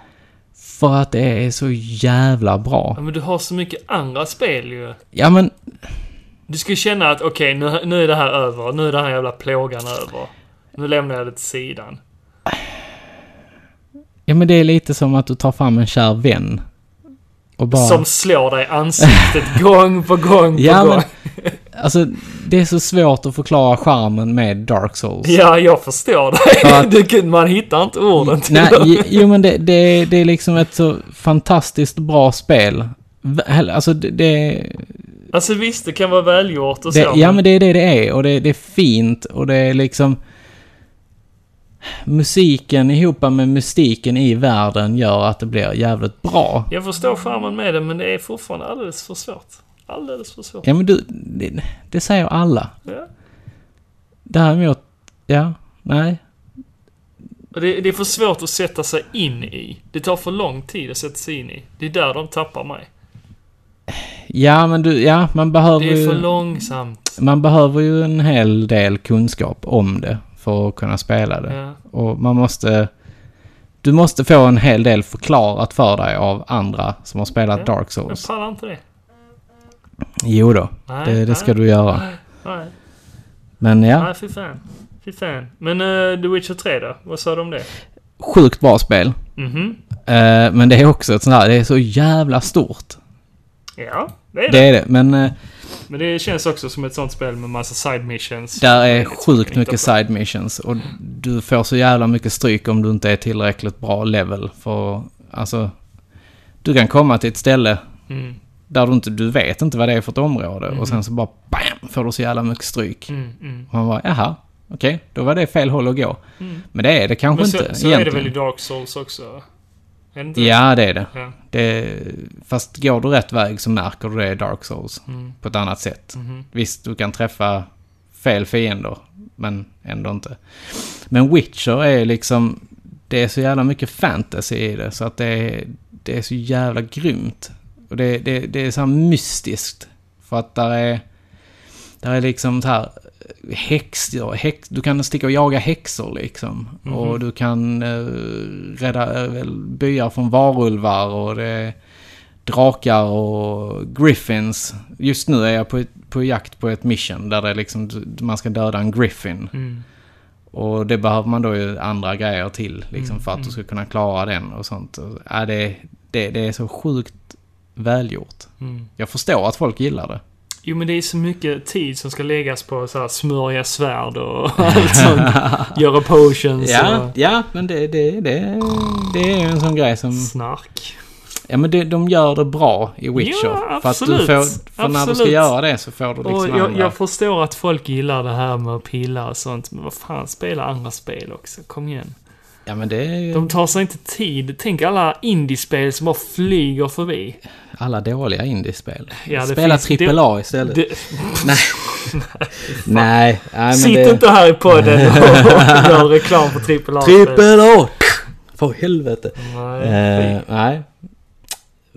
[SPEAKER 2] För att det är så jävla bra.
[SPEAKER 1] Ja, men du har så mycket andra spel ju.
[SPEAKER 2] Ja, men
[SPEAKER 1] Du ska ju känna att okej, nu, nu är det här över. Nu är den här jävla plågan över. Nu lämnar jag det till sidan.
[SPEAKER 2] Ja men det är lite som att du tar fram en kär vän. Och bara...
[SPEAKER 1] Som slår dig i ansiktet gång på gång på
[SPEAKER 2] Ja,
[SPEAKER 1] gång.
[SPEAKER 2] men- Alltså, det är så svårt att förklara charmen med Dark Souls.
[SPEAKER 1] Ja, jag förstår dig.
[SPEAKER 2] Ja.
[SPEAKER 1] Du kan, man hittar inte orden till
[SPEAKER 2] Nej,
[SPEAKER 1] det.
[SPEAKER 2] jo- jo men det, det, är- det är liksom ett så fantastiskt bra spel. Vä- Alltså det, det,
[SPEAKER 1] Alltså visst, det kan vara välgjort och
[SPEAKER 2] det...
[SPEAKER 1] så.
[SPEAKER 2] Ja men det är det det är och det, det är fint och det är liksom... Musiken ihop med mystiken i världen gör att det blir jävligt bra.
[SPEAKER 1] Jag förstår charmen med det, men det är fortfarande alldeles för svårt. Alldeles för svårt.
[SPEAKER 2] Ja men du, det, det säger alla.
[SPEAKER 1] Ja.
[SPEAKER 2] Däremot, ja, nej.
[SPEAKER 1] Och det, det är för svårt att sätta sig in i. Det tar för lång tid att sätta sig in i. Det är där de tappar mig.
[SPEAKER 2] Ja, men du, ja, man behöver,
[SPEAKER 1] Det är för
[SPEAKER 2] ju,
[SPEAKER 1] långsamt.
[SPEAKER 2] man behöver ju en hel del kunskap om det för att kunna spela det.
[SPEAKER 1] Ja.
[SPEAKER 2] Och man måste... Du måste få en hel del förklarat för dig av andra som har spelat
[SPEAKER 1] Ja,
[SPEAKER 2] Dark
[SPEAKER 1] Jag
[SPEAKER 2] Souls.
[SPEAKER 1] pallar inte det.
[SPEAKER 2] Jo då,
[SPEAKER 1] Nej,
[SPEAKER 2] det, det ska
[SPEAKER 1] nej.
[SPEAKER 2] du göra.
[SPEAKER 1] Nej,
[SPEAKER 2] Men ja,
[SPEAKER 1] nej fy fan. Fy fan. Men eh, The Witcher 3 då? Vad sa du om det?
[SPEAKER 2] sjukt bra spel.
[SPEAKER 1] Mhm.
[SPEAKER 2] Eh, men det är också ett sånt här, det är så jävla stort.
[SPEAKER 1] Ja, det är det.
[SPEAKER 2] Det är det, men eh,
[SPEAKER 1] Men det känns också som ett sånt spel med massa side missions.
[SPEAKER 2] där är
[SPEAKER 1] Väldigt mycket
[SPEAKER 2] sjukt mycket side missions och du får så jävla mycket stryk om du inte är tillräckligt bra level för, alltså, du kan komma till ett ställe
[SPEAKER 1] Mm.
[SPEAKER 2] där du inte, du vet inte vad det är för ett område och sen så bara BAM! Får du så jävla mycket stryk.
[SPEAKER 1] Mm, mm. Mm.
[SPEAKER 2] Och man bara, jaha, okej, då var det fel håll att gå. Men det är det kanske
[SPEAKER 1] Men så,
[SPEAKER 2] inte
[SPEAKER 1] så är det
[SPEAKER 2] egentligen.
[SPEAKER 1] väl i Dark Souls också? Är det inte
[SPEAKER 2] Ja, det är det.
[SPEAKER 1] Ja.
[SPEAKER 2] det. Fast går du rätt väg så märker du det i Dark Souls på ett annat sätt. Visst, du kan träffa fel fiender, men ändå inte. Men Witcher är liksom... Det är så jävla mycket fantasy i det, så att det är, det är så jävla grymt. Och det, det, det är så här mystiskt. För att där är... Där är liksom så här häxor, häx, du kan sticka och jaga häxor liksom. Och du kan eh, rädda eh, väl, byar från varulvar och det är drakar och griffins. Just nu är jag på, på jakt på ett mission där det är liksom, du- man ska döda en griffin. Och det behöver man då ju andra grejer till liksom, för att du ska kunna klara den och sånt. Och, ja, det, det, det är så sjukt välgjort. Jag förstår att folk gillar det.
[SPEAKER 1] Jo men det är så mycket tid som ska läggas på så här smörja svärd och allt sånt. Göra potions
[SPEAKER 2] Ja,
[SPEAKER 1] och
[SPEAKER 2] ja men det, det, det, det är ju en sån grej som...
[SPEAKER 1] snark.
[SPEAKER 2] Ja, men det, de gör det bra i Witcher.
[SPEAKER 1] Ja,
[SPEAKER 2] för att du
[SPEAKER 1] absolut.
[SPEAKER 2] får, för när du ska
[SPEAKER 1] Absolut.
[SPEAKER 2] göra det så får du liksom
[SPEAKER 1] och jag,
[SPEAKER 2] andra...
[SPEAKER 1] jag förstår att folk gillar det här med att pilla och sånt, men vad fan, spela andra spel också. Kom igen.
[SPEAKER 2] Ja, men det är ju
[SPEAKER 1] De tar sig inte tid. Tänk alla indiespel som bara flyger förbi.
[SPEAKER 2] alla dåliga indiespel.
[SPEAKER 1] Ja, det
[SPEAKER 2] Spela
[SPEAKER 1] finns-
[SPEAKER 2] trippel A istället.
[SPEAKER 1] Det,
[SPEAKER 2] Nej, nej men
[SPEAKER 1] sitt
[SPEAKER 2] det...
[SPEAKER 1] inte här i podden och gör reklam för AAA-spel.
[SPEAKER 2] Trippel A! För helvete!
[SPEAKER 1] Nej,
[SPEAKER 2] Eh, nej.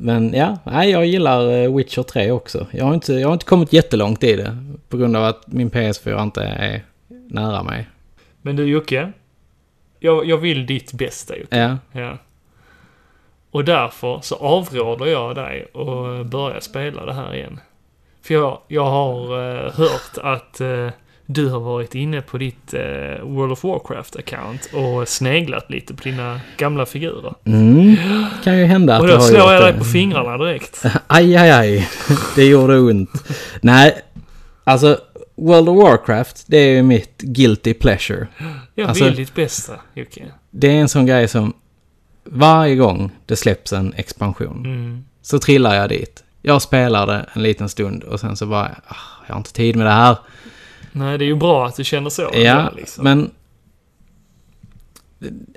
[SPEAKER 2] Men ja, nej, jag gillar eh, Witcher 3 också. Jag har, inte, jag har inte kommit jättelångt i det. På grund av att min PS4 inte är nära mig.
[SPEAKER 1] Men du Jocke, jag, jag vill ditt bästa Jocke.
[SPEAKER 2] Ja,
[SPEAKER 1] Ja. Och därför så avråder jag dig att eh, börja spela det här igen. För jag, jag har eh, hört att eh, du har varit inne på ditt eh, World of Warcraft-account och sneglat lite på dina gamla figurer.
[SPEAKER 2] det kan ju hända att
[SPEAKER 1] och
[SPEAKER 2] Mm. jag
[SPEAKER 1] då
[SPEAKER 2] har
[SPEAKER 1] slår jag
[SPEAKER 2] gjort
[SPEAKER 1] dig
[SPEAKER 2] det.
[SPEAKER 1] på fingrarna direkt.
[SPEAKER 2] Aj, aj, aj. Det gjorde ont. Nej, alltså World of Warcraft, det är ju mitt guilty pleasure.
[SPEAKER 1] Jag
[SPEAKER 2] Alltså-
[SPEAKER 1] vill ditt bästa, Jocke.
[SPEAKER 2] Det är en sån grej som varje gång det släpps en expansion
[SPEAKER 1] Mm.
[SPEAKER 2] så trillar jag dit. Jag spelar det en liten stund och sen så bara, "Ah, jag har inte tid med det här.
[SPEAKER 1] Nej, det är ju bra att du känner så.
[SPEAKER 2] Ja,
[SPEAKER 1] liksom.
[SPEAKER 2] men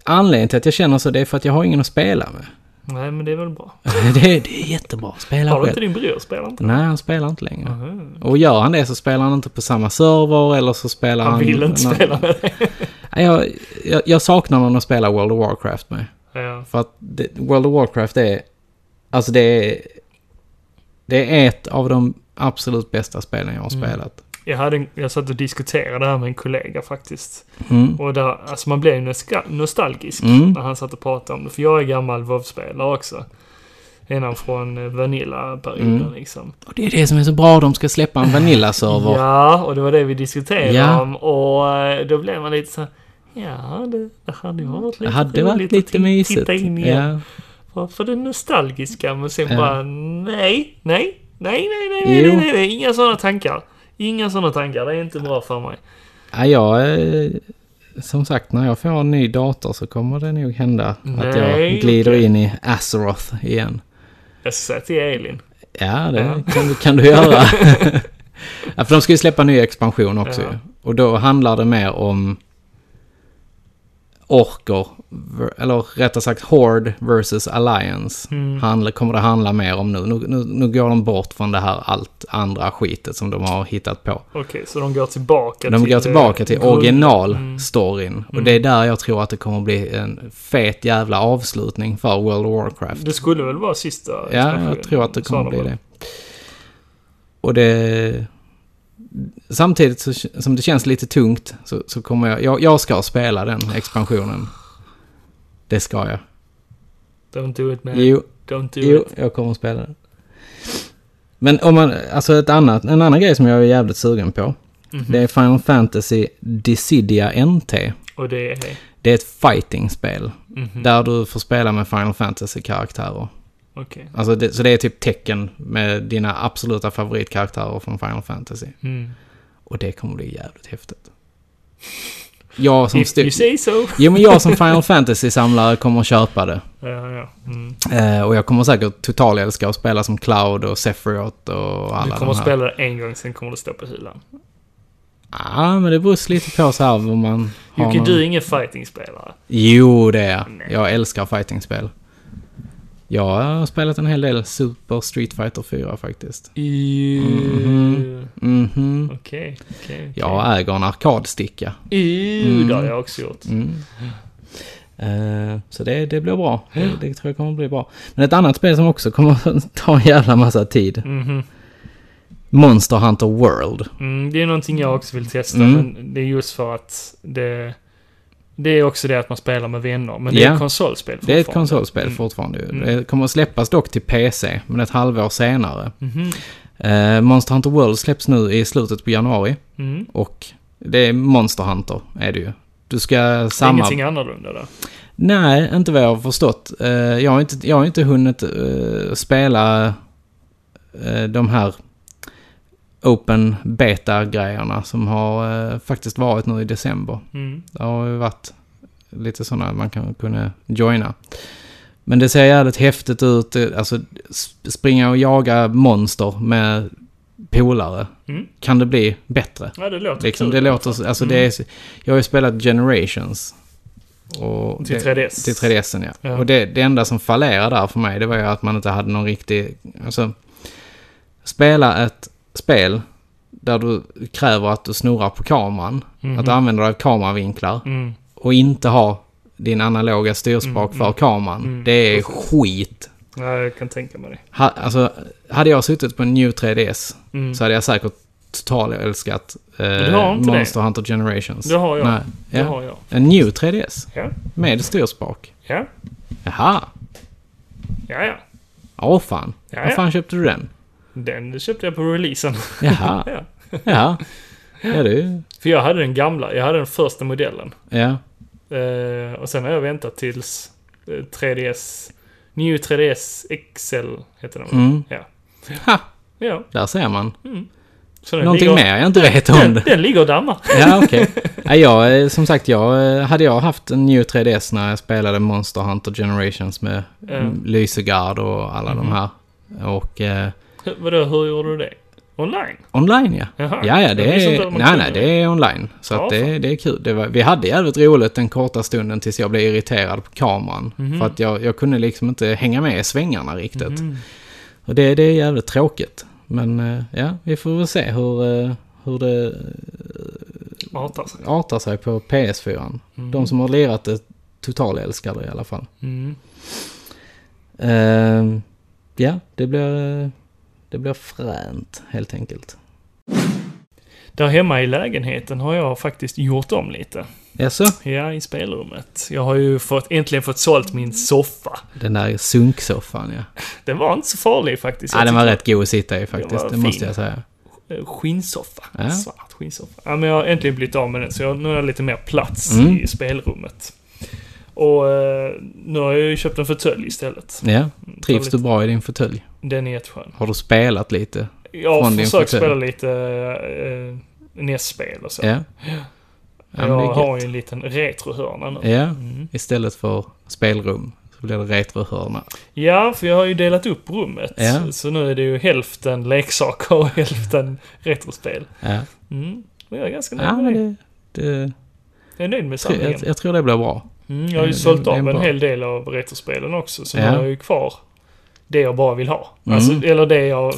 [SPEAKER 2] anledningen till att jag känner så det är för att jag har ingen att spela med.
[SPEAKER 1] Nej, men det är väl bra.
[SPEAKER 2] Det är, det är jättebra, spela
[SPEAKER 1] Har du
[SPEAKER 2] själv.
[SPEAKER 1] inte din bror spelar inte?
[SPEAKER 2] Nej, han spelar inte längre. Och gör han det så spelar han inte på samma server eller så spelar han...
[SPEAKER 1] Han vill inte
[SPEAKER 2] Nej.
[SPEAKER 1] spela med dig.
[SPEAKER 2] Nej, Jag, jag, jag saknar någon att spela World of Warcraft med.
[SPEAKER 1] Ja.
[SPEAKER 2] För att det, World of Warcraft är... Alltså det är... Det är ett av de absolut bästa spelen jag
[SPEAKER 1] Mm.
[SPEAKER 2] har spelat.
[SPEAKER 1] Jag, hade en, jag satt och diskuterade det här med en kollega faktiskt.
[SPEAKER 2] Mm.
[SPEAKER 1] Och där, alltså man blev ju nostal- nostalgisk när han satt och pratade om det. För jag är gammal WoW-spelare också. Redan från eh, Vanilla-perioden
[SPEAKER 2] Mm.
[SPEAKER 1] liksom.
[SPEAKER 2] Och det är det som är så bra, de ska släppa en Vanilla-server.
[SPEAKER 1] Ja, och det var det vi diskuterade
[SPEAKER 2] Ja.
[SPEAKER 1] om. Och eh, då blev man lite så här, Ja, det, det hade ju varit lite
[SPEAKER 2] Det hade varit
[SPEAKER 1] roligt att
[SPEAKER 2] lite
[SPEAKER 1] ti-
[SPEAKER 2] mysigt.
[SPEAKER 1] Titta in igen.
[SPEAKER 2] Ja.
[SPEAKER 1] För, för det nostalgiska. Men sen
[SPEAKER 2] Ja.
[SPEAKER 1] bara nej, nej, nej, nej, nej, nej,
[SPEAKER 2] Jo.
[SPEAKER 1] nej, nej, nej. Inga sådana tankar. Inga sådana tankar. Det är inte bra för mig.
[SPEAKER 2] Ja, jag... eh, Som sagt, när jag får en ny dator så kommer det nog hända att
[SPEAKER 1] Nej,
[SPEAKER 2] jag glider
[SPEAKER 1] okej.
[SPEAKER 2] in i Azeroth igen.
[SPEAKER 1] Jag ska säga till Elin.
[SPEAKER 2] Ja, det
[SPEAKER 1] Ja.
[SPEAKER 2] Kan, du, kan du göra. ja, för de ska ju släppa en ny expansion också
[SPEAKER 1] Ja.
[SPEAKER 2] ju. Och då handlar det mer om orker, ver- eller rättare sagt Horde versus Alliance.
[SPEAKER 1] Mm.
[SPEAKER 2] Handla, kommer det handla mer om nu. Nu, nu. nu går de bort från det här allt andra skitet som de har hittat på.
[SPEAKER 1] Okej, så de går tillbaka
[SPEAKER 2] De går
[SPEAKER 1] eh,
[SPEAKER 2] tillbaka till
[SPEAKER 1] grund-
[SPEAKER 2] originalstoryn.
[SPEAKER 1] Mm.
[SPEAKER 2] Och det är där jag tror att det kommer bli en fet jävla avslutning för World of Warcraft.
[SPEAKER 1] Det skulle väl vara sista
[SPEAKER 2] Ja,
[SPEAKER 1] expansionen,
[SPEAKER 2] jag tror att det
[SPEAKER 1] sa
[SPEAKER 2] kommer
[SPEAKER 1] de
[SPEAKER 2] bli
[SPEAKER 1] väl.
[SPEAKER 2] det. Och det... Samtidigt så, som det känns lite tungt så, så kommer jag, jag... Jag ska spela den expansionen. Det ska jag.
[SPEAKER 1] Don't do it man.
[SPEAKER 2] Jo,
[SPEAKER 1] Don't do
[SPEAKER 2] jo
[SPEAKER 1] it.
[SPEAKER 2] jag kommer spela den. Men om man... Alltså ett annat, en annan grej som jag är jävligt sugen på. Det är Final Fantasy Dissidia NT.
[SPEAKER 1] Och det är...
[SPEAKER 2] Det är ett fighting-spel. Där du får spela med Final Fantasy-karaktärer.
[SPEAKER 1] Okej.
[SPEAKER 2] Alltså det, så det är typ tecken med dina absoluta favoritkaraktärer från Final Fantasy.
[SPEAKER 1] Mm.
[SPEAKER 2] Och det kommer bli jävligt häftigt. Jag som,
[SPEAKER 1] If you
[SPEAKER 2] stu-
[SPEAKER 1] say so.
[SPEAKER 2] jo, men jag som Final Fantasy-samlare kommer att köpa det.
[SPEAKER 1] Ja, ja. Mm.
[SPEAKER 2] Eh, och jag kommer säkert totalälska att spela som Cloud och Sephiroth och alla
[SPEAKER 1] Du kommer
[SPEAKER 2] de
[SPEAKER 1] att
[SPEAKER 2] här.
[SPEAKER 1] spela det en gång, sen kommer du stå på hyllan.
[SPEAKER 2] Ja, men det beror lite på så här vad man har
[SPEAKER 1] Jocke,
[SPEAKER 2] någon...
[SPEAKER 1] du är ingen fighting-spelare.
[SPEAKER 2] Jo, det är jag. Jag älskar fightingspel. Jag har spelat en hel del Super Street Fighter 4 faktiskt.
[SPEAKER 1] Mm.
[SPEAKER 2] Mhm.
[SPEAKER 1] Okej, okej, okej.
[SPEAKER 2] Jag äger en arkadsticka. Mm.
[SPEAKER 1] Ew, Det har jag också gjort.
[SPEAKER 2] Eh, Så det, det blir bra. Det, det tror jag kommer bli bra. Men ett annat spel som också kommer att ta en jävla massa tid. Monster Hunter World.
[SPEAKER 1] Mhm. Mm, det är någonting jag också vill testa,
[SPEAKER 2] Mm.
[SPEAKER 1] men det är just för att det... Det är också det att man spelar med vänner, men det är
[SPEAKER 2] Ja.
[SPEAKER 1] ett konsolspel
[SPEAKER 2] Det är ett
[SPEAKER 1] fortfarande. Mm.
[SPEAKER 2] konsolspel fortfarande ju. Det kommer att släppas dock till PC, men ett halvår senare.
[SPEAKER 1] Mhm.
[SPEAKER 2] Eh, Monster Hunter World släpps nu i slutet på januari.
[SPEAKER 1] Mm.
[SPEAKER 2] Och det är Monster Hunter, är det ju. Du ska
[SPEAKER 1] Det är
[SPEAKER 2] samma...
[SPEAKER 1] ingenting annorlunda där.
[SPEAKER 2] Nej, inte vad jag har förstått. Eh, Jag har inte, jag har inte hunnit eh, spela eh, de här Open Beta-grejerna som har eh, faktiskt varit nu i december.
[SPEAKER 1] Mm.
[SPEAKER 2] Det har ju varit lite sådana man kan kunna joina. Men det ser jävligt häftigt ut. eh, Alltså sp- springa och jaga monster med polare.
[SPEAKER 1] Mm.
[SPEAKER 2] Kan det bli bättre?
[SPEAKER 1] Ja, det låter
[SPEAKER 2] Liksom, det
[SPEAKER 1] kul.
[SPEAKER 2] låter... Alltså
[SPEAKER 1] Mm.
[SPEAKER 2] det är... Jag har ju spelat Generations. Och
[SPEAKER 1] Till
[SPEAKER 2] det-
[SPEAKER 1] 3DS.
[SPEAKER 2] till 3DSen ja.
[SPEAKER 1] Ja.
[SPEAKER 2] Och det, det enda som fallerade där för mig det var ju att man inte hade någon riktig... Alltså, spela ett spel där du kräver att du snurrar på kameran. Att du använder dig av kameravinklar.
[SPEAKER 1] Mhm. Mm.
[SPEAKER 2] Och inte ha din analoga styrspak för kameran.
[SPEAKER 1] Mm.
[SPEAKER 2] det är skit.
[SPEAKER 1] Ja, jag kan tänka mig det.
[SPEAKER 2] Ha, alltså, hade jag suttit på en New 3DS så hade jag säkert totalälskat
[SPEAKER 1] Mm. du har
[SPEAKER 2] eh,
[SPEAKER 1] inte det.
[SPEAKER 2] Monster Hunter Generations.
[SPEAKER 1] Det har jag.
[SPEAKER 2] Nej,
[SPEAKER 1] Det
[SPEAKER 2] ja.
[SPEAKER 1] har jag.
[SPEAKER 2] En New 3DS
[SPEAKER 1] Ja,
[SPEAKER 2] med styrspak.
[SPEAKER 1] ja,
[SPEAKER 2] Jaha.
[SPEAKER 1] ja. ja.
[SPEAKER 2] Åh fan.
[SPEAKER 1] Ja,
[SPEAKER 2] Var
[SPEAKER 1] ja.
[SPEAKER 2] fan köpte du den?
[SPEAKER 1] Den köpte jag på releasen.
[SPEAKER 2] Jaha.
[SPEAKER 1] Ja.
[SPEAKER 2] ja. Ja, du.
[SPEAKER 1] För jag hade den gamla, jag hade den första modellen.
[SPEAKER 2] Ja.
[SPEAKER 1] Eh, och sen har jag väntat tills eh, 3DS, New 3DS XL heter den
[SPEAKER 2] Mm.
[SPEAKER 1] ja.
[SPEAKER 2] Ha,
[SPEAKER 1] ja.
[SPEAKER 2] där ser man.
[SPEAKER 1] Så den
[SPEAKER 2] Någonting
[SPEAKER 1] ligger,
[SPEAKER 2] mer jag inte vet om det.
[SPEAKER 1] Den ligger och dammar.
[SPEAKER 2] Ja, okej. Nej, jag, eh, som sagt, jag, eh, hade jag haft en New 3DS när jag spelade Monster Hunter Generations med mm. Lysegard och alla
[SPEAKER 1] Mhm.
[SPEAKER 2] de här. Och eh,
[SPEAKER 1] Hur- Vadå, hur gjorde du det? Online?
[SPEAKER 2] online, ja.
[SPEAKER 1] Jaha.
[SPEAKER 2] Ja, ja, det
[SPEAKER 1] Jag visste inte
[SPEAKER 2] är,
[SPEAKER 1] att man
[SPEAKER 2] nej,
[SPEAKER 1] kunde
[SPEAKER 2] nej,
[SPEAKER 1] det.
[SPEAKER 2] det är online. Så
[SPEAKER 1] Ja,
[SPEAKER 2] att det, det är kul. Det var, vi hade jävligt roligt den korta stunden tills jag blev irriterad på kameran.
[SPEAKER 1] Mhm.
[SPEAKER 2] För att jag, jag kunde liksom inte hänga med i svängarna riktigt. Och det, det är jävligt tråkigt. Men eh, ja, vi får väl se hur, eh, hur det
[SPEAKER 1] Matar sig.
[SPEAKER 2] artar sig på PS4.
[SPEAKER 1] Mhm.
[SPEAKER 2] De som har lirat det totalälskar det i alla fall.
[SPEAKER 1] Mm.
[SPEAKER 2] Eh, ja, det blir, eh, det blir fränt helt enkelt.
[SPEAKER 1] Där hemma i lägenheten har jag faktiskt gjort om lite.
[SPEAKER 2] Jaså?
[SPEAKER 1] Ja, i spelrummet. Jag har ju fått, äntligen fått sålt min soffa.
[SPEAKER 2] Den där sunksoffan ja.
[SPEAKER 1] Den var inte så farlig faktiskt.
[SPEAKER 2] Ja,
[SPEAKER 1] Jag
[SPEAKER 2] den var
[SPEAKER 1] tyckte-
[SPEAKER 2] rätt god att sitta i faktiskt,
[SPEAKER 1] var
[SPEAKER 2] det måste
[SPEAKER 1] fin.
[SPEAKER 2] jag säga.
[SPEAKER 1] eh, skinnsoffa.
[SPEAKER 2] Ja.
[SPEAKER 1] Svart skinnsoffa. Ja, men jag har äntligen blivit av med den, så jag, nu har jag lite mer plats
[SPEAKER 2] Mm.
[SPEAKER 1] i spelrummet. Och eh, nu har jag ju köpt en fåtölj istället.
[SPEAKER 2] Ja. Trivs
[SPEAKER 1] lite.
[SPEAKER 2] du bra i din fåtölj?
[SPEAKER 1] Den är jätteskön.
[SPEAKER 2] Har du spelat lite?
[SPEAKER 1] Jag har
[SPEAKER 2] Från din
[SPEAKER 1] försökt
[SPEAKER 2] fåtölj.
[SPEAKER 1] spela lite eh, NES-spel och så.
[SPEAKER 2] Ja. Ja, men det
[SPEAKER 1] jag
[SPEAKER 2] är
[SPEAKER 1] har Mm.
[SPEAKER 2] gött.
[SPEAKER 1] ju en liten retrohörna nu.
[SPEAKER 2] Ja, istället för spelrum så blir det retrohörna.
[SPEAKER 1] Ja, för jag har ju delat upp rummet.
[SPEAKER 2] Ja.
[SPEAKER 1] Så nu är det ju hälften leksaker och hälften retrospel.
[SPEAKER 2] Ja,
[SPEAKER 1] Mm. Och jag är ganska nöjd
[SPEAKER 2] ja men
[SPEAKER 1] med det.
[SPEAKER 2] det, det,
[SPEAKER 1] Jag är nöjd med samlingen.
[SPEAKER 2] jag, jag tror det blir bra.
[SPEAKER 1] Mm, jag har ju
[SPEAKER 2] Det-
[SPEAKER 1] sålt
[SPEAKER 2] Eh, det är
[SPEAKER 1] av en
[SPEAKER 2] bra.
[SPEAKER 1] hel del av retrospelen också, så nu
[SPEAKER 2] Ja. Mm.
[SPEAKER 1] har jag ju kvar det jag bara vill ha. Alltså, eller det jag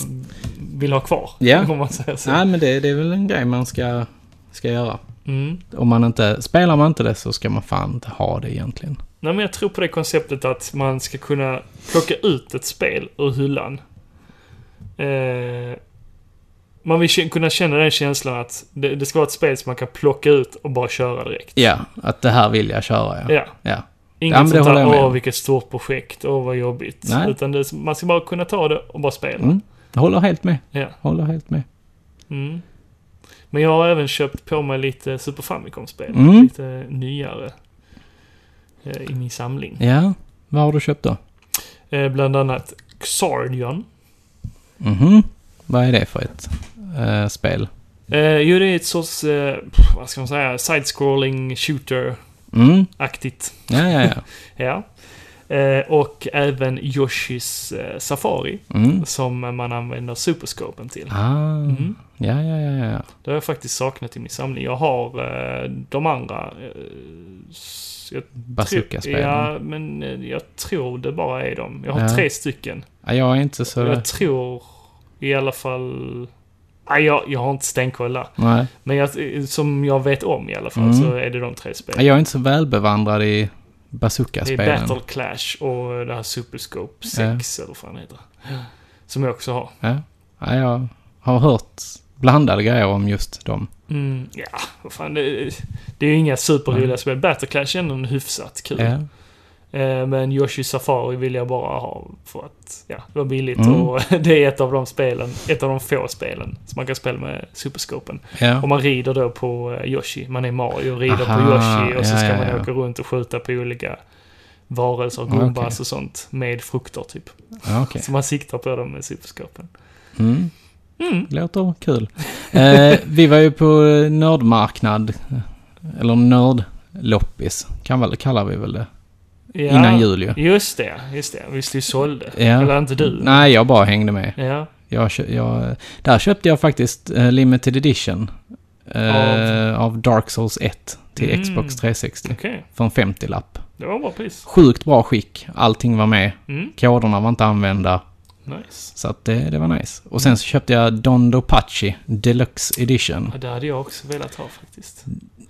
[SPEAKER 1] vill ha kvar,
[SPEAKER 2] Ja.
[SPEAKER 1] om man säger så.
[SPEAKER 2] Nej, men det, det är väl en grej man ska, ska göra.
[SPEAKER 1] Mm.
[SPEAKER 2] Om man inte, spelar man inte det så ska man fan inte ha det egentligen.
[SPEAKER 1] Nej, men jag tror på det konceptet att man ska kunna plocka ut ett spel ur hyllan. Eh, man vill kä- kunna känna den känslan att det, det ska vara ett spel som man kan plocka ut och bara köra direkt.
[SPEAKER 2] Ja, att det här vill jag köra ja.
[SPEAKER 1] Ja.
[SPEAKER 2] Ja,
[SPEAKER 1] Inget
[SPEAKER 2] Ja, men det
[SPEAKER 1] sånt
[SPEAKER 2] håller
[SPEAKER 1] där,
[SPEAKER 2] jag med
[SPEAKER 1] åh
[SPEAKER 2] om."
[SPEAKER 1] vilket stort projekt, åh vad jobbigt.
[SPEAKER 2] Nej.
[SPEAKER 1] Utan det, man ska bara kunna ta det och bara spela.
[SPEAKER 2] Mm. jag håller helt med.
[SPEAKER 1] Ja.
[SPEAKER 2] Håller helt med.
[SPEAKER 1] Mm. Men jag har även köpt på mig lite Super Famicom-spel.
[SPEAKER 2] Mm.
[SPEAKER 1] Lite nyare. eh, I min samling.
[SPEAKER 2] Ja, vad har du köpt då?
[SPEAKER 1] Eh, Bland annat Xardion.
[SPEAKER 2] Mhm, vad är det för ett eh, spel?
[SPEAKER 1] Eh, jo, det är ett sorts, eh, pff, vad ska man säga, side-scrolling shooter-aktigt.
[SPEAKER 2] Mm, ja, ja, ja.
[SPEAKER 1] Ja. Eh, och även Yoshis eh, Safari,
[SPEAKER 2] Mm.
[SPEAKER 1] som man använder superscopen till.
[SPEAKER 2] Ah, ja, ja, ja, ja.
[SPEAKER 1] Det har jag faktiskt saknat i min samling. Jag har eh, de andra... Eh, s- jag tror-
[SPEAKER 2] Bazookaspelen.
[SPEAKER 1] Typ, Ja, men eh, jag tror det bara är dem. Jag har
[SPEAKER 2] Ja.
[SPEAKER 1] tre stycken.
[SPEAKER 2] Ja, Jag är inte så...
[SPEAKER 1] Jag tror i alla fall... Nej, jag, jag har inte stenkoll där.
[SPEAKER 2] Nej.
[SPEAKER 1] Men jag, eh, som jag vet om i alla fall så är det de tre
[SPEAKER 2] Mm. Ja,
[SPEAKER 1] spelen.
[SPEAKER 2] Jag är inte så välbevandrad i
[SPEAKER 1] Det är
[SPEAKER 2] bazookaspelen.
[SPEAKER 1] Battle Clash och det här Superscope 6 eller vad fan det heter. Som jag också har.
[SPEAKER 2] Ja. Ja, jag har hört blandade grejer om just dem.
[SPEAKER 1] Mm, ja, vad fan. Det, det är ju inga superroliga spel. Battle Clash är ändå en hyfsat kul.
[SPEAKER 2] Ja.
[SPEAKER 1] Eh, Men Yoshi Safari vill jag bara ha för att ja, det var billigt
[SPEAKER 2] Mm.
[SPEAKER 1] och det är ett av de spelen, ett av de få spelen som man kan spela med Superscopen. Och
[SPEAKER 2] Ja.
[SPEAKER 1] man rider då på eh, Yoshi, man är Mario och rider på
[SPEAKER 2] Aha,
[SPEAKER 1] Yoshi och så
[SPEAKER 2] ja,
[SPEAKER 1] ska
[SPEAKER 2] ja,
[SPEAKER 1] man
[SPEAKER 2] ja. Ah,
[SPEAKER 1] åka runt och skjuta på olika varelser,
[SPEAKER 2] Okej.
[SPEAKER 1] gumbas och sånt med frukter typ.
[SPEAKER 2] Ja, okej.
[SPEAKER 1] Så man siktar på dem med Superscopen.
[SPEAKER 2] Mm. Låter kul. eh, vi var ju på nördmarknad. Eller nördloppis. Kan väl, kallar vi väl det.
[SPEAKER 1] Ja,
[SPEAKER 2] Innan jul ju.
[SPEAKER 1] Just det, just det. Visst du sålde?
[SPEAKER 2] Ja.
[SPEAKER 1] Eller inte du?
[SPEAKER 2] Nej, jag bara hängde med.
[SPEAKER 1] Ja.
[SPEAKER 2] Jag, kö- jag, där köpte jag faktiskt eh, Limited Edition eh,
[SPEAKER 1] Av?
[SPEAKER 2] av? Dark Souls 1 till
[SPEAKER 1] Mm.
[SPEAKER 2] Xbox 360
[SPEAKER 1] Okej,
[SPEAKER 2] för en 50-lapp.
[SPEAKER 1] det var bra pris.
[SPEAKER 2] Sjukt bra skick, allting var med,
[SPEAKER 1] Mm.
[SPEAKER 2] koderna var inte använda,
[SPEAKER 1] Nice.
[SPEAKER 2] så att det, det var nice. Och sen så köpte jag Don Dopachi Deluxe Edition.
[SPEAKER 1] Ja, det hade jag också velat ha faktiskt.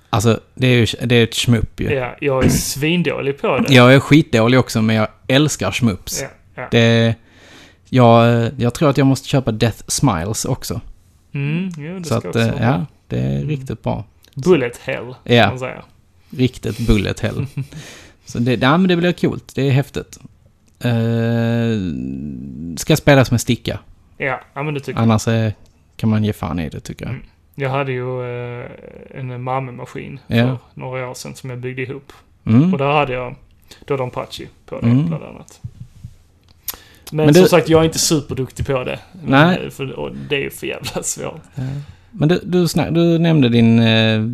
[SPEAKER 2] Alltså, det är ju det är ett schmupp ju.
[SPEAKER 1] Ja, jag är svindålig på det.
[SPEAKER 2] Jag är skitdålig också, men jag älskar schmupps.
[SPEAKER 1] Ja, ja.
[SPEAKER 2] Det... Jag, jag tror att jag måste köpa Death Smiles också.
[SPEAKER 1] Mm, jo, det
[SPEAKER 2] Så
[SPEAKER 1] ska
[SPEAKER 2] att,
[SPEAKER 1] också
[SPEAKER 2] eh,
[SPEAKER 1] vara.
[SPEAKER 2] ja, det är riktigt bra.
[SPEAKER 1] Bullet hell,
[SPEAKER 2] Ja.
[SPEAKER 1] kan man säga.
[SPEAKER 2] Riktigt bullet hell. Så det, ja, men det blir coolt. Det är häftigt. Eh, ska spelas med sticka.
[SPEAKER 1] Ja, ja, men det tycker jag.
[SPEAKER 2] Annars eh, kan man ge fan i det tycker jag.
[SPEAKER 1] Jag hade ju eh, en mammemaskin
[SPEAKER 2] Ja.
[SPEAKER 1] för några år sedan som jag byggde ihop. Och
[SPEAKER 2] Mm.
[SPEAKER 1] där hade jag då Dompachi på det,
[SPEAKER 2] Mm.
[SPEAKER 1] bland annat. Men,
[SPEAKER 2] Men du-
[SPEAKER 1] som sagt, jag är inte superduktig på det. Men,
[SPEAKER 2] Nej.
[SPEAKER 1] eh, För, och det är ju för jävla svårt.
[SPEAKER 2] Men du, du, snack, du nämnde din eh,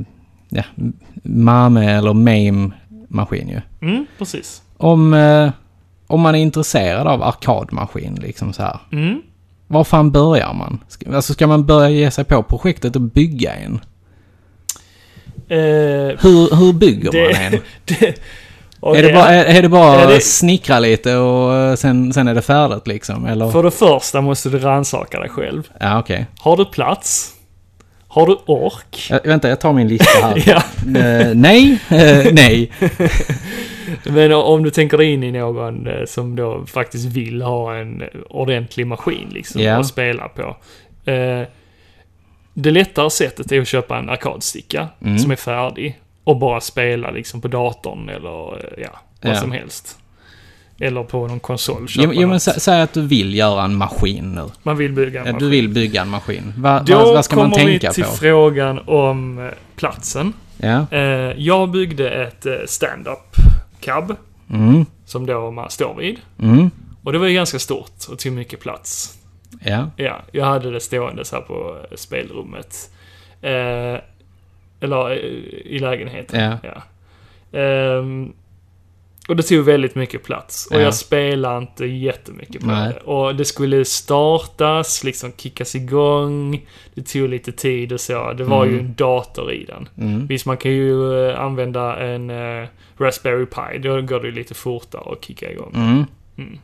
[SPEAKER 2] ja, MAME eller MAME-maskin ju.
[SPEAKER 1] Mm, precis.
[SPEAKER 2] Om, eh, om man är intresserad av arkadmaskin liksom så här.
[SPEAKER 1] Mm.
[SPEAKER 2] Var fan börjar man? Ska, alltså ska man börja ge sig på projektet och bygga en?
[SPEAKER 1] Eh,
[SPEAKER 2] Hur, hur bygger
[SPEAKER 1] Det-
[SPEAKER 2] man en?
[SPEAKER 1] det, och
[SPEAKER 2] är, det bara, är, är det bara
[SPEAKER 1] Ja, det-
[SPEAKER 2] snickra lite och eh, sen, sen är det färdigt liksom? Eller?
[SPEAKER 1] För det första måste du rannsaka dig själv.
[SPEAKER 2] Ja, okej.
[SPEAKER 1] Har du plats? Har du ork?
[SPEAKER 2] Ja, Vänta, jag tar min lista här.
[SPEAKER 1] Ja,
[SPEAKER 2] Eh, nej, eh, nej.
[SPEAKER 1] men om du tänker dig in i någon eh, som då faktiskt vill ha en ordentlig maskin liksom
[SPEAKER 2] Ja.
[SPEAKER 1] att spela på. Eh, Det lättare sättet är att köpa en arkadsticka
[SPEAKER 2] Mm.
[SPEAKER 1] som är färdig och bara spela liksom på datorn eller eh, ja, vad
[SPEAKER 2] Ja.
[SPEAKER 1] som helst. Eller på någon konsol. köpa
[SPEAKER 2] Jo, jo, men
[SPEAKER 1] något.
[SPEAKER 2] sä, säg att du vill göra en maskin nu.
[SPEAKER 1] Man vill bygga en
[SPEAKER 2] Ja, du
[SPEAKER 1] maskin.
[SPEAKER 2] vill bygga en maskin. Va,
[SPEAKER 1] Då
[SPEAKER 2] va, vad ska man
[SPEAKER 1] kommer vi
[SPEAKER 2] tänka
[SPEAKER 1] till
[SPEAKER 2] på?
[SPEAKER 1] frågan om eh, platsen.
[SPEAKER 2] Ja.
[SPEAKER 1] Eh, jag byggde ett eh, stand-up cab. Som då man står vid.
[SPEAKER 2] Mm.
[SPEAKER 1] Och det var ju ganska stort och tog mycket plats.
[SPEAKER 2] Ja.
[SPEAKER 1] Ja, jag hade det stående så här på eh, spelrummet. Eh, eller eh, i lägenheten.
[SPEAKER 2] Ja.
[SPEAKER 1] Ja. Ehm, och det tog väldigt mycket plats. Och
[SPEAKER 2] Ja.
[SPEAKER 1] jag spelade inte jättemycket på
[SPEAKER 2] Nej.
[SPEAKER 1] det. Och det skulle startas, liksom kickas igång. Det tog lite tid och så. Det var ju
[SPEAKER 2] Mm.
[SPEAKER 1] en dator i den. Visst, man kan ju eh, använda en eh, Raspberry Pi. Då går det ju lite fortare att kicka igång.
[SPEAKER 2] mm.
[SPEAKER 1] Mm.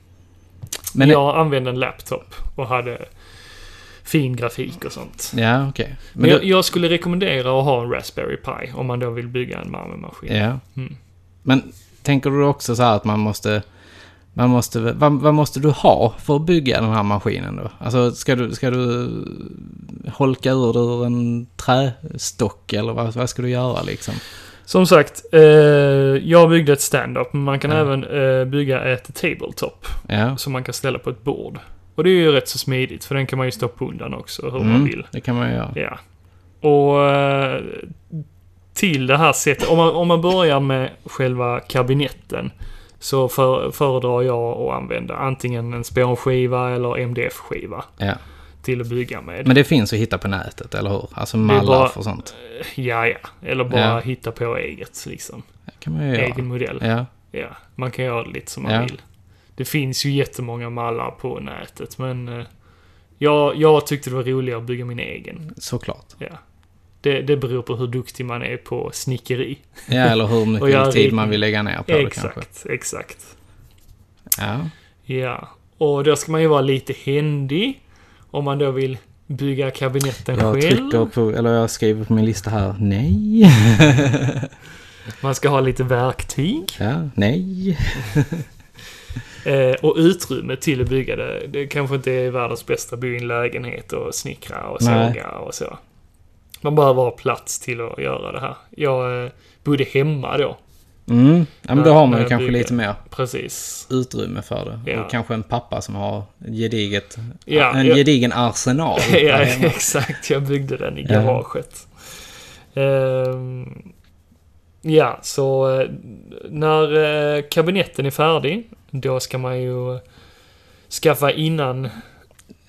[SPEAKER 2] Men, ja,
[SPEAKER 1] jag använde en laptop och hade fin grafik och sånt.
[SPEAKER 2] ja okej.
[SPEAKER 1] Men
[SPEAKER 2] Men
[SPEAKER 1] jag,
[SPEAKER 2] du,
[SPEAKER 1] jag skulle rekommendera att ha en Raspberry Pi om man då vill bygga en marmormaskin.
[SPEAKER 2] ja.
[SPEAKER 1] Mm.
[SPEAKER 2] Men tänker du också så här att man måste... Man måste vad, vad måste du ha för att bygga den här maskinen då? Alltså ska du, ska du holka ur det ur en trästock eller vad, vad ska du göra liksom?
[SPEAKER 1] Som sagt, eh, jag byggde ett stand-up, men man kan även eh, bygga ett tabletop
[SPEAKER 2] Ja,
[SPEAKER 1] som man kan ställa på ett bord. Och det är ju rätt så smidigt, för den kan man ju stå på undan också hur
[SPEAKER 2] Mm.
[SPEAKER 1] man vill.
[SPEAKER 2] det kan man ju göra.
[SPEAKER 1] Ja. Och eh, till det här sättet, om man, om man börjar med själva kabinetten så för, föredrar jag att använda antingen en spånskiva eller MDF-skiva
[SPEAKER 2] Ja.
[SPEAKER 1] till att bygga med.
[SPEAKER 2] Men det finns att hitta på nätet, eller hur? Alltså
[SPEAKER 1] är
[SPEAKER 2] mallar
[SPEAKER 1] bara-
[SPEAKER 2] och sånt.
[SPEAKER 1] Ja, ja. Eller bara
[SPEAKER 2] Ja.
[SPEAKER 1] hitta på eget liksom.
[SPEAKER 2] Det kan man ju göra.
[SPEAKER 1] Egen modell.
[SPEAKER 2] Ja.
[SPEAKER 1] Ja, man kan göra det lite som man
[SPEAKER 2] Ja.
[SPEAKER 1] vill. Det finns ju jättemånga mallar på nätet, men eh, jag, jag tyckte det var roligare att bygga min egen.
[SPEAKER 2] Såklart.
[SPEAKER 1] Ja. Det, det beror på hur duktig man är på snickeri.
[SPEAKER 2] Ja, eller hur
[SPEAKER 1] Och göra
[SPEAKER 2] mycket tid
[SPEAKER 1] ritning.
[SPEAKER 2] man vill lägga ner på det kanske.
[SPEAKER 1] exakt, exakt.
[SPEAKER 2] Ja.
[SPEAKER 1] Ja, och då ska man ju vara lite händig om man då vill bygga kabinetten
[SPEAKER 2] Jag
[SPEAKER 1] själv.
[SPEAKER 2] trycker på, eller jag skriver på min lista här, nej.
[SPEAKER 1] Man ska ha lite verktyg.
[SPEAKER 2] Ja, nej.
[SPEAKER 1] Eh, och utrymme till att bygga det. Det kanske inte är världens bästa att bo i en lägenhet och snickra och
[SPEAKER 2] Nej.
[SPEAKER 1] såga och så. Man behöver ha plats till att göra det här. Jag eh, bodde hemma då.
[SPEAKER 2] Mm. Ja, men då
[SPEAKER 1] Ja,
[SPEAKER 2] har man
[SPEAKER 1] när
[SPEAKER 2] ju
[SPEAKER 1] jag
[SPEAKER 2] kanske
[SPEAKER 1] bygger.
[SPEAKER 2] lite mer
[SPEAKER 1] Preess.
[SPEAKER 2] utrymme för det.
[SPEAKER 1] Ja.
[SPEAKER 2] Och kanske en pappa som har gediget,
[SPEAKER 1] Ja,
[SPEAKER 2] en
[SPEAKER 1] ja.
[SPEAKER 2] gedigen arsenal.
[SPEAKER 1] ja,
[SPEAKER 2] där hemma.
[SPEAKER 1] exakt. Jag byggde den i
[SPEAKER 2] Mm. Ja.
[SPEAKER 1] garaget. Ehm, ja, så eh, när eh, kabinetten är färdig, då ska man ju skaffa innan,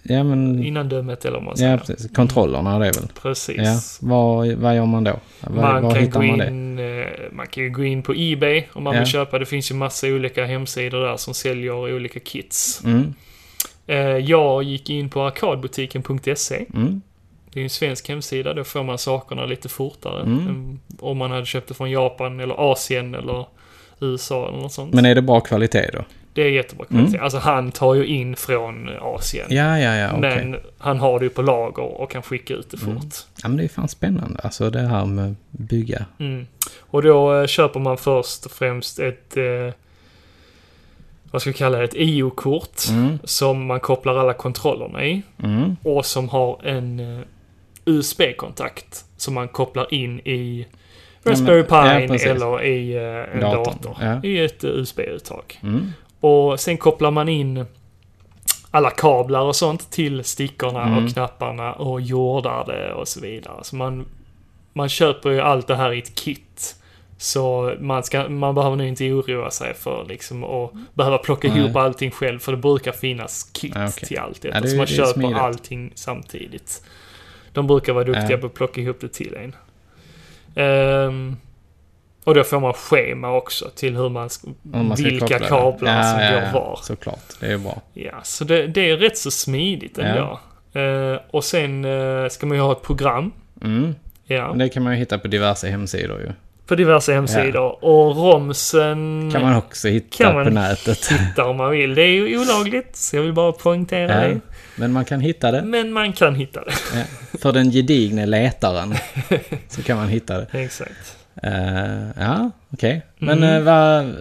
[SPEAKER 2] ja, men...
[SPEAKER 1] innan dömet eller vad man säger.
[SPEAKER 2] Mm. Ja, precis. Kontrollerna det är väl.
[SPEAKER 1] Precis.
[SPEAKER 2] Ja. Vad, vad gör man då? Var,
[SPEAKER 1] Man
[SPEAKER 2] var
[SPEAKER 1] kan, gå
[SPEAKER 2] hittar man det?
[SPEAKER 1] in, eh, man kan ju gå in på Ebay om man
[SPEAKER 2] Ja.
[SPEAKER 1] vill köpa. Det finns ju massa olika hemsidor där som säljer olika kits.
[SPEAKER 2] Mm.
[SPEAKER 1] Eh, Jag gick in på arkadbutiken.se.
[SPEAKER 2] Mm.
[SPEAKER 1] Det är ju en svensk hemsida. Då får man sakerna lite fortare
[SPEAKER 2] Mm.
[SPEAKER 1] än om man hade köpt det från Japan eller Asien eller USA eller något sånt.
[SPEAKER 2] Men är det bra kvalitet då?
[SPEAKER 1] Det är jättebra kvalitet. Alltså han tar ju in från Asien.
[SPEAKER 2] Mm. Ja, ja, ja, okej. Mm.
[SPEAKER 1] Men han har det ju på lager och kan skicka ut det fort.
[SPEAKER 2] Ja, men det är fan spännande. Alltså det här med bygga.
[SPEAKER 1] Och då eh, köper man först och främst ett... Eh, vad ska vi kalla det? Ett IO-kort.
[SPEAKER 2] Mm.
[SPEAKER 1] Som man kopplar alla kontrollerna i. Och som har en eh, USB-kontakt. Som man kopplar in i Raspberry
[SPEAKER 2] Ja, men- ja,
[SPEAKER 1] Pi
[SPEAKER 2] precis.
[SPEAKER 1] eller i eh, en
[SPEAKER 2] Datorn,
[SPEAKER 1] dator.
[SPEAKER 2] ja. Mm.
[SPEAKER 1] I ett eh, USB-uttag. Och sen kopplar man in alla kablar och sånt till stickorna
[SPEAKER 2] Mm.
[SPEAKER 1] och knapparna och jordar det och så vidare. Så man, man köper ju allt det här i ett kit. Så man, ska, man behöver nog inte oroa sig för liksom att behöva plocka ihop allting själv för det brukar finnas kit
[SPEAKER 2] Ja, okej.
[SPEAKER 1] till allt
[SPEAKER 2] Ja,
[SPEAKER 1] detta.
[SPEAKER 2] det är-
[SPEAKER 1] så man
[SPEAKER 2] det är
[SPEAKER 1] köper
[SPEAKER 2] smidigt.
[SPEAKER 1] allting samtidigt. De brukar vara duktiga
[SPEAKER 2] Ja.
[SPEAKER 1] på att plocka ihop det till en. Ehm, och då får man schema också till hur man, sk-
[SPEAKER 2] Om man ska
[SPEAKER 1] vilka
[SPEAKER 2] koppla det.
[SPEAKER 1] kablar
[SPEAKER 2] ja,
[SPEAKER 1] som
[SPEAKER 2] ja,
[SPEAKER 1] går
[SPEAKER 2] ja,
[SPEAKER 1] var.
[SPEAKER 2] Såklart, det är bra.
[SPEAKER 1] Ja, så det, det är rätt så smidigt ändå. Eh, och sen eh, ska man ju ha ett program.
[SPEAKER 2] Mm.
[SPEAKER 1] Ja,
[SPEAKER 2] Men det kan man ju hitta på diverse hemsidor ju.
[SPEAKER 1] på diverse hemsidor. Och romsen
[SPEAKER 2] Kan man också hitta
[SPEAKER 1] Mm. kan man
[SPEAKER 2] på nätet.
[SPEAKER 1] hitta om man vill. Det är ju olagligt, så jag vill bara poängtera
[SPEAKER 2] Ja.
[SPEAKER 1] det.
[SPEAKER 2] Men man kan hitta det.
[SPEAKER 1] Men man kan hitta det.
[SPEAKER 2] Ja. Eh, För den gedigne letaren så kan man hitta det.
[SPEAKER 1] Exakt.
[SPEAKER 2] Eh, ja, okej. Men
[SPEAKER 1] Mm.
[SPEAKER 2] eh, vad...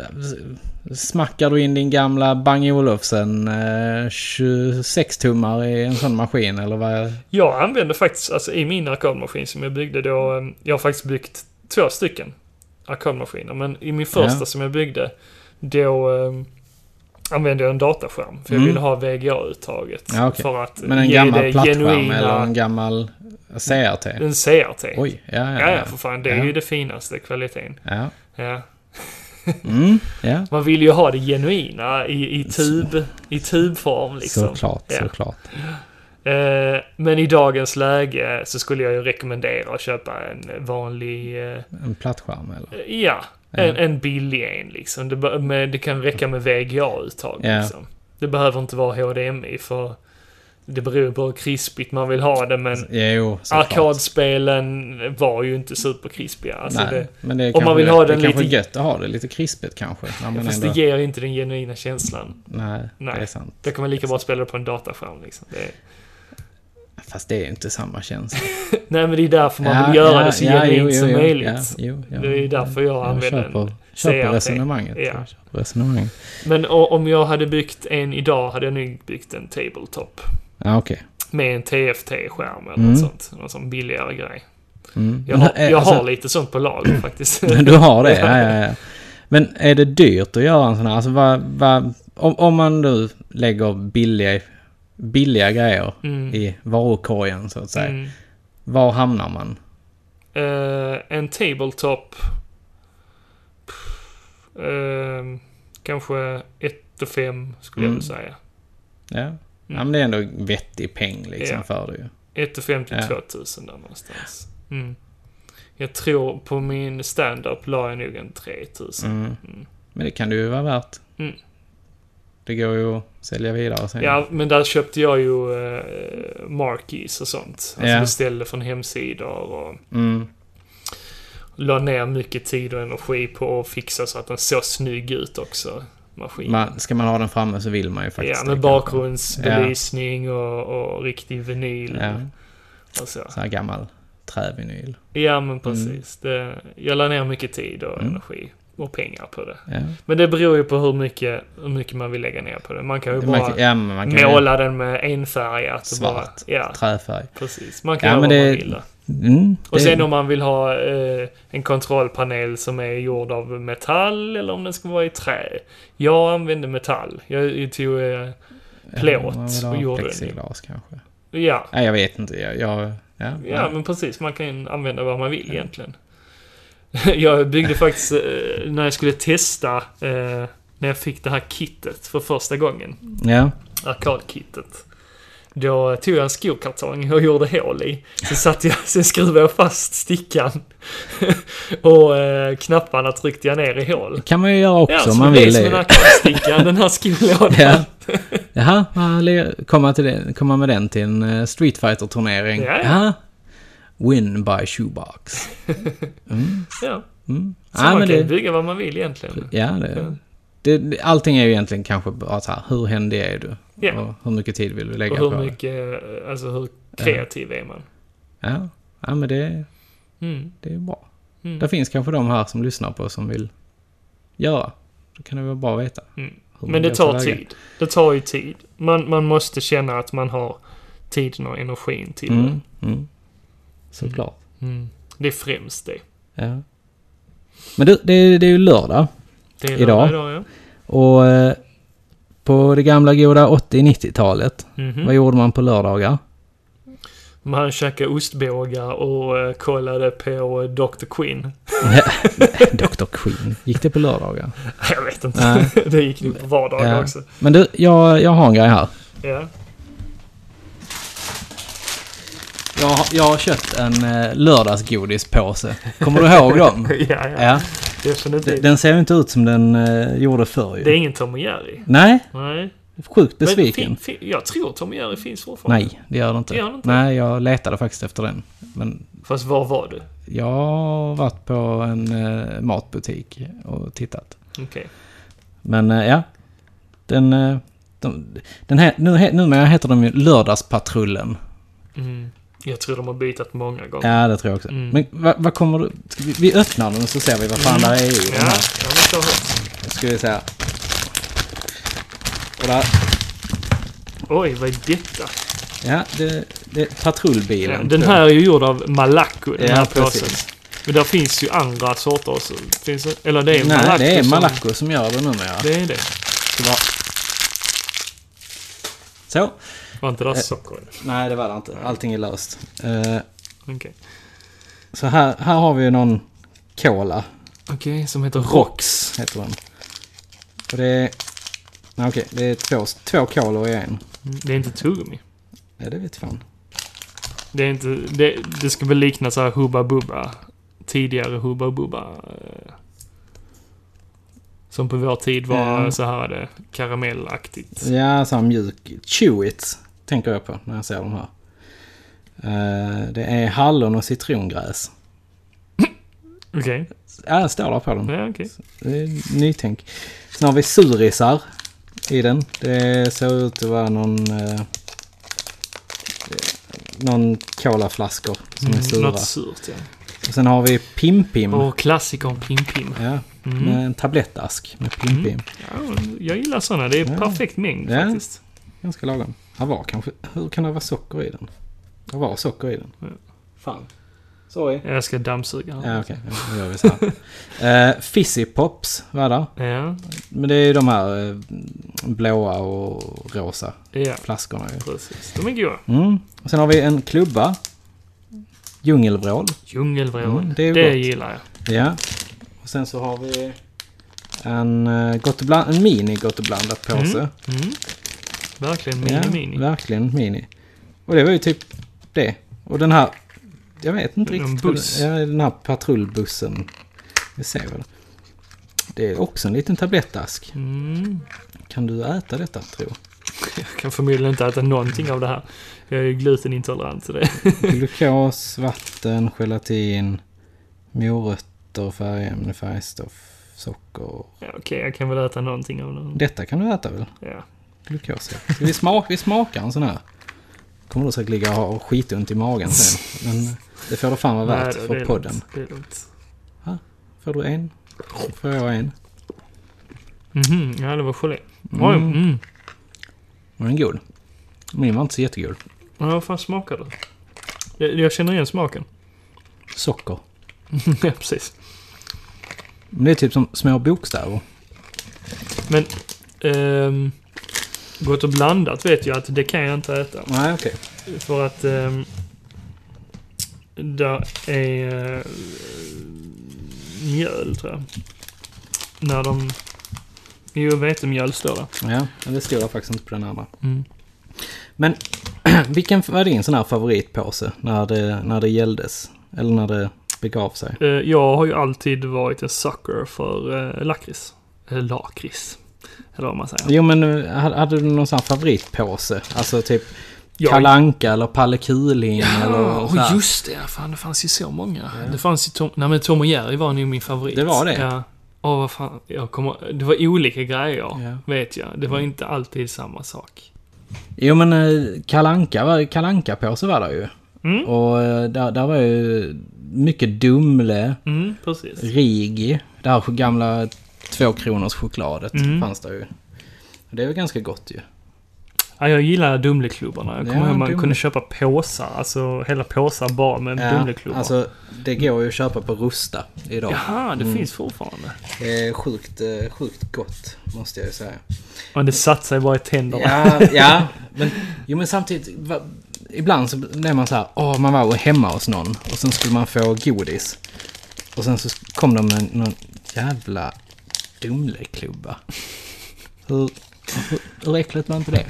[SPEAKER 2] Smackar du in din gamla Bang Olufsen eh, 26 tummar i en sån maskin eller vad?
[SPEAKER 1] Jag använde faktiskt, alltså i min arkadmaskin som jag byggde då, eh, jag har faktiskt byggt två stycken arkadmaskiner, men i min första
[SPEAKER 2] Ja.
[SPEAKER 1] som jag byggde, då eh, använde jag en dataskärm. För jag ville ha VGA-uttaget.
[SPEAKER 2] Mm. Ja, okej.
[SPEAKER 1] För att
[SPEAKER 2] Men en
[SPEAKER 1] ge
[SPEAKER 2] gammal
[SPEAKER 1] det
[SPEAKER 2] plattskärm
[SPEAKER 1] genuina-
[SPEAKER 2] eller en gammal CRT?
[SPEAKER 1] En CRT.
[SPEAKER 2] Oj, ja,
[SPEAKER 1] Ja,
[SPEAKER 2] ja.
[SPEAKER 1] ja, för fan. Det är
[SPEAKER 2] Ja.
[SPEAKER 1] ju det finaste kvaliteten.
[SPEAKER 2] Ja,
[SPEAKER 1] Ja.
[SPEAKER 2] mm, ja.
[SPEAKER 1] Man vill ju ha det genuina i, i, tub, i tubform liksom.
[SPEAKER 2] såklart,
[SPEAKER 1] ja.
[SPEAKER 2] såklart.
[SPEAKER 1] Eh, men i dagens läge så skulle jag ju rekommendera att köpa en vanlig, eh,
[SPEAKER 2] En plattskärm eller?
[SPEAKER 1] ja, en, en billig en liksom. Det, be- med, det kan räcka med VGA-uttag
[SPEAKER 2] Ja.
[SPEAKER 1] liksom. Det behöver inte vara HDMI för det beror på hur krispigt man vill ha det men
[SPEAKER 2] Jo, Alltså, såklart.
[SPEAKER 1] arkadspelen var ju inte superkrispiga. Alltså
[SPEAKER 2] Nej,
[SPEAKER 1] det,
[SPEAKER 2] men det är
[SPEAKER 1] om man vill
[SPEAKER 2] kanske-
[SPEAKER 1] ha
[SPEAKER 2] det
[SPEAKER 1] den
[SPEAKER 2] är kanske
[SPEAKER 1] lite-
[SPEAKER 2] gött att ha det lite krispigt kanske. När man
[SPEAKER 1] Fast
[SPEAKER 2] ändå...
[SPEAKER 1] det ger inte den genuina känslan.
[SPEAKER 2] Nej,
[SPEAKER 1] Nej.
[SPEAKER 2] det är sant.
[SPEAKER 1] Då kan man lika bra spela det på en dataskärm. Liksom. Det är...
[SPEAKER 2] Fast det är ju inte samma känsla.
[SPEAKER 1] Nej, men det är därför man vill göra det så genuint
[SPEAKER 2] jo, jo,
[SPEAKER 1] som
[SPEAKER 2] jo,
[SPEAKER 1] möjligt.
[SPEAKER 2] Ja, jo, ja.
[SPEAKER 1] Det är därför jag,
[SPEAKER 2] Jag
[SPEAKER 1] använder
[SPEAKER 2] köper,
[SPEAKER 1] en
[SPEAKER 2] köper
[SPEAKER 1] CRT.
[SPEAKER 2] resonemanget.
[SPEAKER 1] Ja.
[SPEAKER 2] Jag köper resonemanget.
[SPEAKER 1] Men o- om jag hade byggt en idag hade jag nog byggt en tabletop.
[SPEAKER 2] Ja, okej.
[SPEAKER 1] Med en TFT-skärm eller
[SPEAKER 2] Mm.
[SPEAKER 1] något sånt. Någon sån billigare grej.
[SPEAKER 2] Mm.
[SPEAKER 1] Jag,
[SPEAKER 2] Men,
[SPEAKER 1] har,
[SPEAKER 2] eh,
[SPEAKER 1] jag
[SPEAKER 2] alltså-
[SPEAKER 1] har lite sånt på lager faktiskt.
[SPEAKER 2] Du har det? Ja, ja, ja. Men är det dyrt att göra en sån här? Alltså, vad, vad, om, om man nu lägger billiga, billiga grejer
[SPEAKER 1] Mm.
[SPEAKER 2] i varukorgen så att säga.
[SPEAKER 1] Mm.
[SPEAKER 2] Var hamnar man?
[SPEAKER 1] Eh, en tabletop... Pff, ehm, kanske 1 5 skulle jag
[SPEAKER 2] Mm.
[SPEAKER 1] väl säga.
[SPEAKER 2] Ja. ja, men det är ändå en vettig peng liksom
[SPEAKER 1] Mm. Ja.
[SPEAKER 2] för det ju.
[SPEAKER 1] 1,5 till
[SPEAKER 2] Ja.
[SPEAKER 1] 2000 där någonstans. Mm. Jag tror på min stand-up la jag nog en 3000.
[SPEAKER 2] Mm. Men det kan det ju vara värt.
[SPEAKER 1] Mm.
[SPEAKER 2] Det går ju att sälja vidare sen.
[SPEAKER 1] Ja, men där köpte jag ju eh, marquees och sånt. Alltså
[SPEAKER 2] Ja.
[SPEAKER 1] beställde från hemsidor och
[SPEAKER 2] Mm.
[SPEAKER 1] la ner mycket tid och energi på att fixa så att den såg snygg ut också. Maskinen.
[SPEAKER 2] Man, ska man ha den framme så vill man ju faktiskt
[SPEAKER 1] ja,
[SPEAKER 2] det,
[SPEAKER 1] med
[SPEAKER 2] kanske.
[SPEAKER 1] bakgrundsbelysning och, och riktig vinyl.
[SPEAKER 2] Ja,
[SPEAKER 1] Och så.
[SPEAKER 2] sån här gammal trävinyl.
[SPEAKER 1] Ja,
[SPEAKER 2] Mm.
[SPEAKER 1] men precis. Det, jag la ner mycket tid och energi och pengar på det.
[SPEAKER 2] Ja.
[SPEAKER 1] Men det beror ju på hur mycket, hur mycket man vill lägga ner på det. Man kan ju
[SPEAKER 2] Man,
[SPEAKER 1] bara
[SPEAKER 2] kan- ja, men man kan ju-
[SPEAKER 1] måla den med enfärgat. och Bara,
[SPEAKER 2] Svart
[SPEAKER 1] ja,
[SPEAKER 2] träfärg.
[SPEAKER 1] precis. Man kan
[SPEAKER 2] Ja,
[SPEAKER 1] göra
[SPEAKER 2] men
[SPEAKER 1] vad man
[SPEAKER 2] det...
[SPEAKER 1] vill. där.
[SPEAKER 2] Mm,
[SPEAKER 1] Och
[SPEAKER 2] det-
[SPEAKER 1] sen om man vill ha eh, en kontrollpanel som är gjord av metall eller om den ska vara i trä. Jag använde metall. Jag, jag tog eh,
[SPEAKER 2] eller om
[SPEAKER 1] plåt
[SPEAKER 2] man vill ha
[SPEAKER 1] och gjorde den.
[SPEAKER 2] Plexiglas kanske.
[SPEAKER 1] Ja,
[SPEAKER 2] Nej, jag vet inte. Jag... jag ja,
[SPEAKER 1] ja, men precis. Man kan använda vad man vill egentligen. Jag byggde faktiskt, eh, när jag skulle testa, eh, när jag fick det här kittet för första gången.
[SPEAKER 2] ja.
[SPEAKER 1] arkadkittet. Då tog jag en skokartong och gjorde hål i. Sen, satte jag, sen skruvade jag fast stickan. och eh, knapparna tryckte jag ner i hål.
[SPEAKER 2] kan man ju göra också
[SPEAKER 1] Ja,
[SPEAKER 2] om
[SPEAKER 1] så
[SPEAKER 2] man
[SPEAKER 1] det är
[SPEAKER 2] vill
[SPEAKER 1] som en
[SPEAKER 2] det.
[SPEAKER 1] arkadsticka, den här skolådan.
[SPEAKER 2] Ja. Jaha, man le- komma, till det, komma med den till en eh, Street fighter turnering
[SPEAKER 1] Ja, ja.
[SPEAKER 2] Jaha. Win by shoebox.
[SPEAKER 1] Ja. Så
[SPEAKER 2] Ja,
[SPEAKER 1] man
[SPEAKER 2] men
[SPEAKER 1] kan ju
[SPEAKER 2] det,
[SPEAKER 1] bygga vad man vill egentligen.
[SPEAKER 2] ja, det, Det, det- allting är ju egentligen kanske bara så här, hur händig är du?
[SPEAKER 1] Ja.
[SPEAKER 2] Och hur mycket tid vill du lägga
[SPEAKER 1] Och hur
[SPEAKER 2] på det?
[SPEAKER 1] mycket, alltså hur kreativ är man?
[SPEAKER 2] Ja. ja, men det,
[SPEAKER 1] Mm.
[SPEAKER 2] det är bra.
[SPEAKER 1] Mm.
[SPEAKER 2] Det finns kanske de här som lyssnar på som vill göra. Då kan det vara bra att veta. hur man
[SPEAKER 1] Mm. Men det
[SPEAKER 2] går
[SPEAKER 1] tar
[SPEAKER 2] tillväga.
[SPEAKER 1] tid. Det tar ju tid. Man, man måste känna att man har tiden och energin till
[SPEAKER 2] Mm, mm. Såklart.
[SPEAKER 1] det. Mm. Det är främst det.
[SPEAKER 2] Ja. Men du, det, det är ju lördag.
[SPEAKER 1] Det är
[SPEAKER 2] Idag?
[SPEAKER 1] lördag idag ja.
[SPEAKER 2] Och eh, på det gamla goda 80-90-talet,
[SPEAKER 1] Mhm.
[SPEAKER 2] vad gjorde man på lördagar?
[SPEAKER 1] Man käkade ostbågar och eh, kollade på eh, Dr. Quinn.
[SPEAKER 2] Dr. Queen. Gick det på lördagar?
[SPEAKER 1] Jag vet inte.
[SPEAKER 2] Nej.
[SPEAKER 1] det gick nog på vardagar
[SPEAKER 2] Ja.
[SPEAKER 1] också.
[SPEAKER 2] Men du, jag, jag har en grej här.
[SPEAKER 1] Ja.
[SPEAKER 2] Jag, har- jag har köpt en eh, lördagsgodispåse. Kommer du ihåg dem?
[SPEAKER 1] Ja, ja,
[SPEAKER 2] Ja.
[SPEAKER 1] definitivt.
[SPEAKER 2] Den ser ju inte ut som den eh, gjorde förr
[SPEAKER 1] Det är
[SPEAKER 2] ju.
[SPEAKER 1] ingen Tom och Jerry.
[SPEAKER 2] Nej,
[SPEAKER 1] Nej.
[SPEAKER 2] sjukt
[SPEAKER 1] Men fin-
[SPEAKER 2] besviken.
[SPEAKER 1] fin- jag tror Tom och Jerry finns fortfarande.
[SPEAKER 2] Nej, det gör det inte.
[SPEAKER 1] Det gör det inte.
[SPEAKER 2] Nej, jag letade faktiskt efter den. Men
[SPEAKER 1] Fast var var du?
[SPEAKER 2] jag har varit på en eh, matbutik och tittat.
[SPEAKER 1] Okej.
[SPEAKER 2] Men eh, ja, den... Eh, de, den här, nu, he- numera heter de ju Lördagspatrullen.
[SPEAKER 1] Mm. Jag tror de har bytt många gånger.
[SPEAKER 2] Ja, det tror jag också.
[SPEAKER 1] Mm.
[SPEAKER 2] Men vad vad kommer du... Ska vi, vi öppnar den så ser vi vad fan där är i den
[SPEAKER 1] Ja,
[SPEAKER 2] här.
[SPEAKER 1] ja men så högt.
[SPEAKER 2] Nu ska vi se här. Och där,
[SPEAKER 1] Oj, vad är detta?
[SPEAKER 2] ja, det, det är patrullbilen.
[SPEAKER 1] Den
[SPEAKER 2] tror
[SPEAKER 1] här
[SPEAKER 2] jag.
[SPEAKER 1] är ju gjord av Malaco, den
[SPEAKER 2] Ja,
[SPEAKER 1] här påsen.
[SPEAKER 2] precis.
[SPEAKER 1] Men där finns ju andra sorter också. Finns det? Eller det är
[SPEAKER 2] Nej,
[SPEAKER 1] Malaco
[SPEAKER 2] det är
[SPEAKER 1] som-
[SPEAKER 2] Malaco som gör det numera.
[SPEAKER 1] Det är det.
[SPEAKER 2] Det var... Så.
[SPEAKER 1] Var inte där socker?
[SPEAKER 2] Nej, det var det inte. Allting är löst. Eh,
[SPEAKER 1] Okej. Okej,
[SPEAKER 2] så här, här har vi ju någon Cola.
[SPEAKER 1] som heter Rox.
[SPEAKER 2] Rox heter den. Och det är... Nej, okej. Det är två, två Color i en.
[SPEAKER 1] Mm, Det är inte tuggummi.
[SPEAKER 2] Ja, det vet fan.
[SPEAKER 1] Det är inte... Det, det ska väl likna så här Hubba Bubba. Tidigare Hubba Bubba. eh, Som på vår tid var
[SPEAKER 2] Ja.
[SPEAKER 1] så här det, karamellaktigt.
[SPEAKER 2] Ja, så här mjuk. Chew it, tänker jag på när jag ser de här. Eh, det är hallon och citrongräs.
[SPEAKER 1] Okej.
[SPEAKER 2] Ja, det står där på dem.
[SPEAKER 1] Ja, okej.
[SPEAKER 2] Det är nytänk. Sen har vi surisar i den. Det ser ut att vara någon... Eh, någon colaflaskor som är sura.
[SPEAKER 1] Mm, Något surt, ja.
[SPEAKER 2] Och sen har vi Pim-Pim.
[SPEAKER 1] Och Mm. klassikern Pim Pim.
[SPEAKER 2] Ja, med en tablettask med
[SPEAKER 1] Mm,
[SPEAKER 2] Pim-Pim.
[SPEAKER 1] Ja, jag gillar sådana. Det är perfekt mängd
[SPEAKER 2] Ja.
[SPEAKER 1] faktiskt.
[SPEAKER 2] Ganska lagom. Här var kanske... Hur kan det vara socker i den? Det var socker i den. Fan. Sorry.
[SPEAKER 1] Jag ska dammsuga här.
[SPEAKER 2] Ja, okej. Ja, då gör vi så här. Eh, Fizzy Pops var där.
[SPEAKER 1] Ja,
[SPEAKER 2] Men det är ju de här eh, blåa och rosa
[SPEAKER 1] ja.
[SPEAKER 2] flaskorna ju.
[SPEAKER 1] Precis. De är goda.
[SPEAKER 2] Mm. Och sen har vi en klubba. Djungelvrål.
[SPEAKER 1] Djungelvrål.
[SPEAKER 2] Mm, det
[SPEAKER 1] det
[SPEAKER 2] är gott.
[SPEAKER 1] gillar jag.
[SPEAKER 2] Ja. Och sen så har vi en, eh, gott bland, en mini gott blandat påse.
[SPEAKER 1] Mm. Verkligen mini
[SPEAKER 2] ja,
[SPEAKER 1] mini.
[SPEAKER 2] verkligen mini. Och det var ju typ det. Och den här... Jag vet inte
[SPEAKER 1] En
[SPEAKER 2] riktigt. vad det-
[SPEAKER 1] buss.
[SPEAKER 2] Ja, den här patrullbussen. Vi ser väl. Det är också en liten tablettask.
[SPEAKER 1] Mm.
[SPEAKER 2] Kan du äta detta, tro?
[SPEAKER 1] Jag kan förmodligen inte äta någonting av det här. Jag är ju glutenintolerant till det.
[SPEAKER 2] Glukos, vatten, gelatin, morötter, färgämne, färgstoff, socker.
[SPEAKER 1] Ja, Okej, jag kan väl äta någonting av det.
[SPEAKER 2] Detta kan du äta väl?
[SPEAKER 1] Ja.
[SPEAKER 2] Glukos. ja. Ska vi, smak, vi smakar en sån här. Kommer du säkert ligga och ha skitont i magen sen. Men eh, det får det fan vara värt
[SPEAKER 1] då,
[SPEAKER 2] för
[SPEAKER 1] är
[SPEAKER 2] podden.
[SPEAKER 1] lugnt. Det är lugnt.
[SPEAKER 2] Får du en? Får jag en?
[SPEAKER 1] Mhm, ja, det var gelé. Oj, mm.
[SPEAKER 2] Var den god? Min var inte så jättegod.
[SPEAKER 1] Ja, vad fan smakar det? Jag, jag känner igen smaken.
[SPEAKER 2] Socker.
[SPEAKER 1] ja, precis.
[SPEAKER 2] Men det är typ som små bokstäver.
[SPEAKER 1] Men... ehm, gott och blandat vet jag att det kan jag inte äta.
[SPEAKER 2] Nej, okej.
[SPEAKER 1] För att... ehm, där är eh, mjöl, tror jag. När de... Jo, vetemjöl står där.
[SPEAKER 2] Ja, men det stod jag faktiskt inte på den andra.
[SPEAKER 1] Mm.
[SPEAKER 2] Men vilken var din sån här favoritpåse när det, när det gälldes? Eller när det begav sig?
[SPEAKER 1] Eh, jag har ju alltid varit en sucker för eh, lakrits. Eller lakrits. Eller vad man säger.
[SPEAKER 2] Jo, men eh, hade hade du någon sån här favoritpåse? Alltså typ
[SPEAKER 1] Jag-
[SPEAKER 2] Kalle Anka eller Palle Kuling
[SPEAKER 1] Ja,
[SPEAKER 2] eller så här.
[SPEAKER 1] och just det. Fan, det fanns ju så många. Det fanns ju Tom, nej, men Tom och Jerry var nog min favorit.
[SPEAKER 2] Det var det?
[SPEAKER 1] Ja. Åh, vad fan. Jag kommer... Det var olika grejer,
[SPEAKER 2] Ja.
[SPEAKER 1] vet jag. Det var inte alltid samma sak.
[SPEAKER 2] Jo men eh, Kalanka var Kalanka på så var det ju.
[SPEAKER 1] Mm.
[SPEAKER 2] Och eh, där, där var ju mycket Dumle,
[SPEAKER 1] Mm, precis.
[SPEAKER 2] Rigi. Det här gamla tvåkronors chokladet
[SPEAKER 1] Mm.
[SPEAKER 2] fanns det ju. Det är ju ganska gott ju.
[SPEAKER 1] Ja, jag gillar Dumleklubbarna. Jag kommer
[SPEAKER 2] Ja,
[SPEAKER 1] ihåg man
[SPEAKER 2] Dumle.
[SPEAKER 1] kunde köpa påsar. Alltså hela påsar bara med Dumleklubbar.
[SPEAKER 2] alltså det går ju att köpa på Rusta idag.
[SPEAKER 1] Jaha, det finns fortfarande.
[SPEAKER 2] Det är sjukt, eh, sjukt gott måste jag ju säga.
[SPEAKER 1] Men det satt sig bara i tänderna.
[SPEAKER 2] Ja, ja. Men, jo, men samtidigt. Va, ibland så blev man så här. Åh, man var hemma hos någon och sen skulle man få godis. Och sen så kom de med någon jävla Dumleklubba. Hur, hur, hur äckligt var inte det?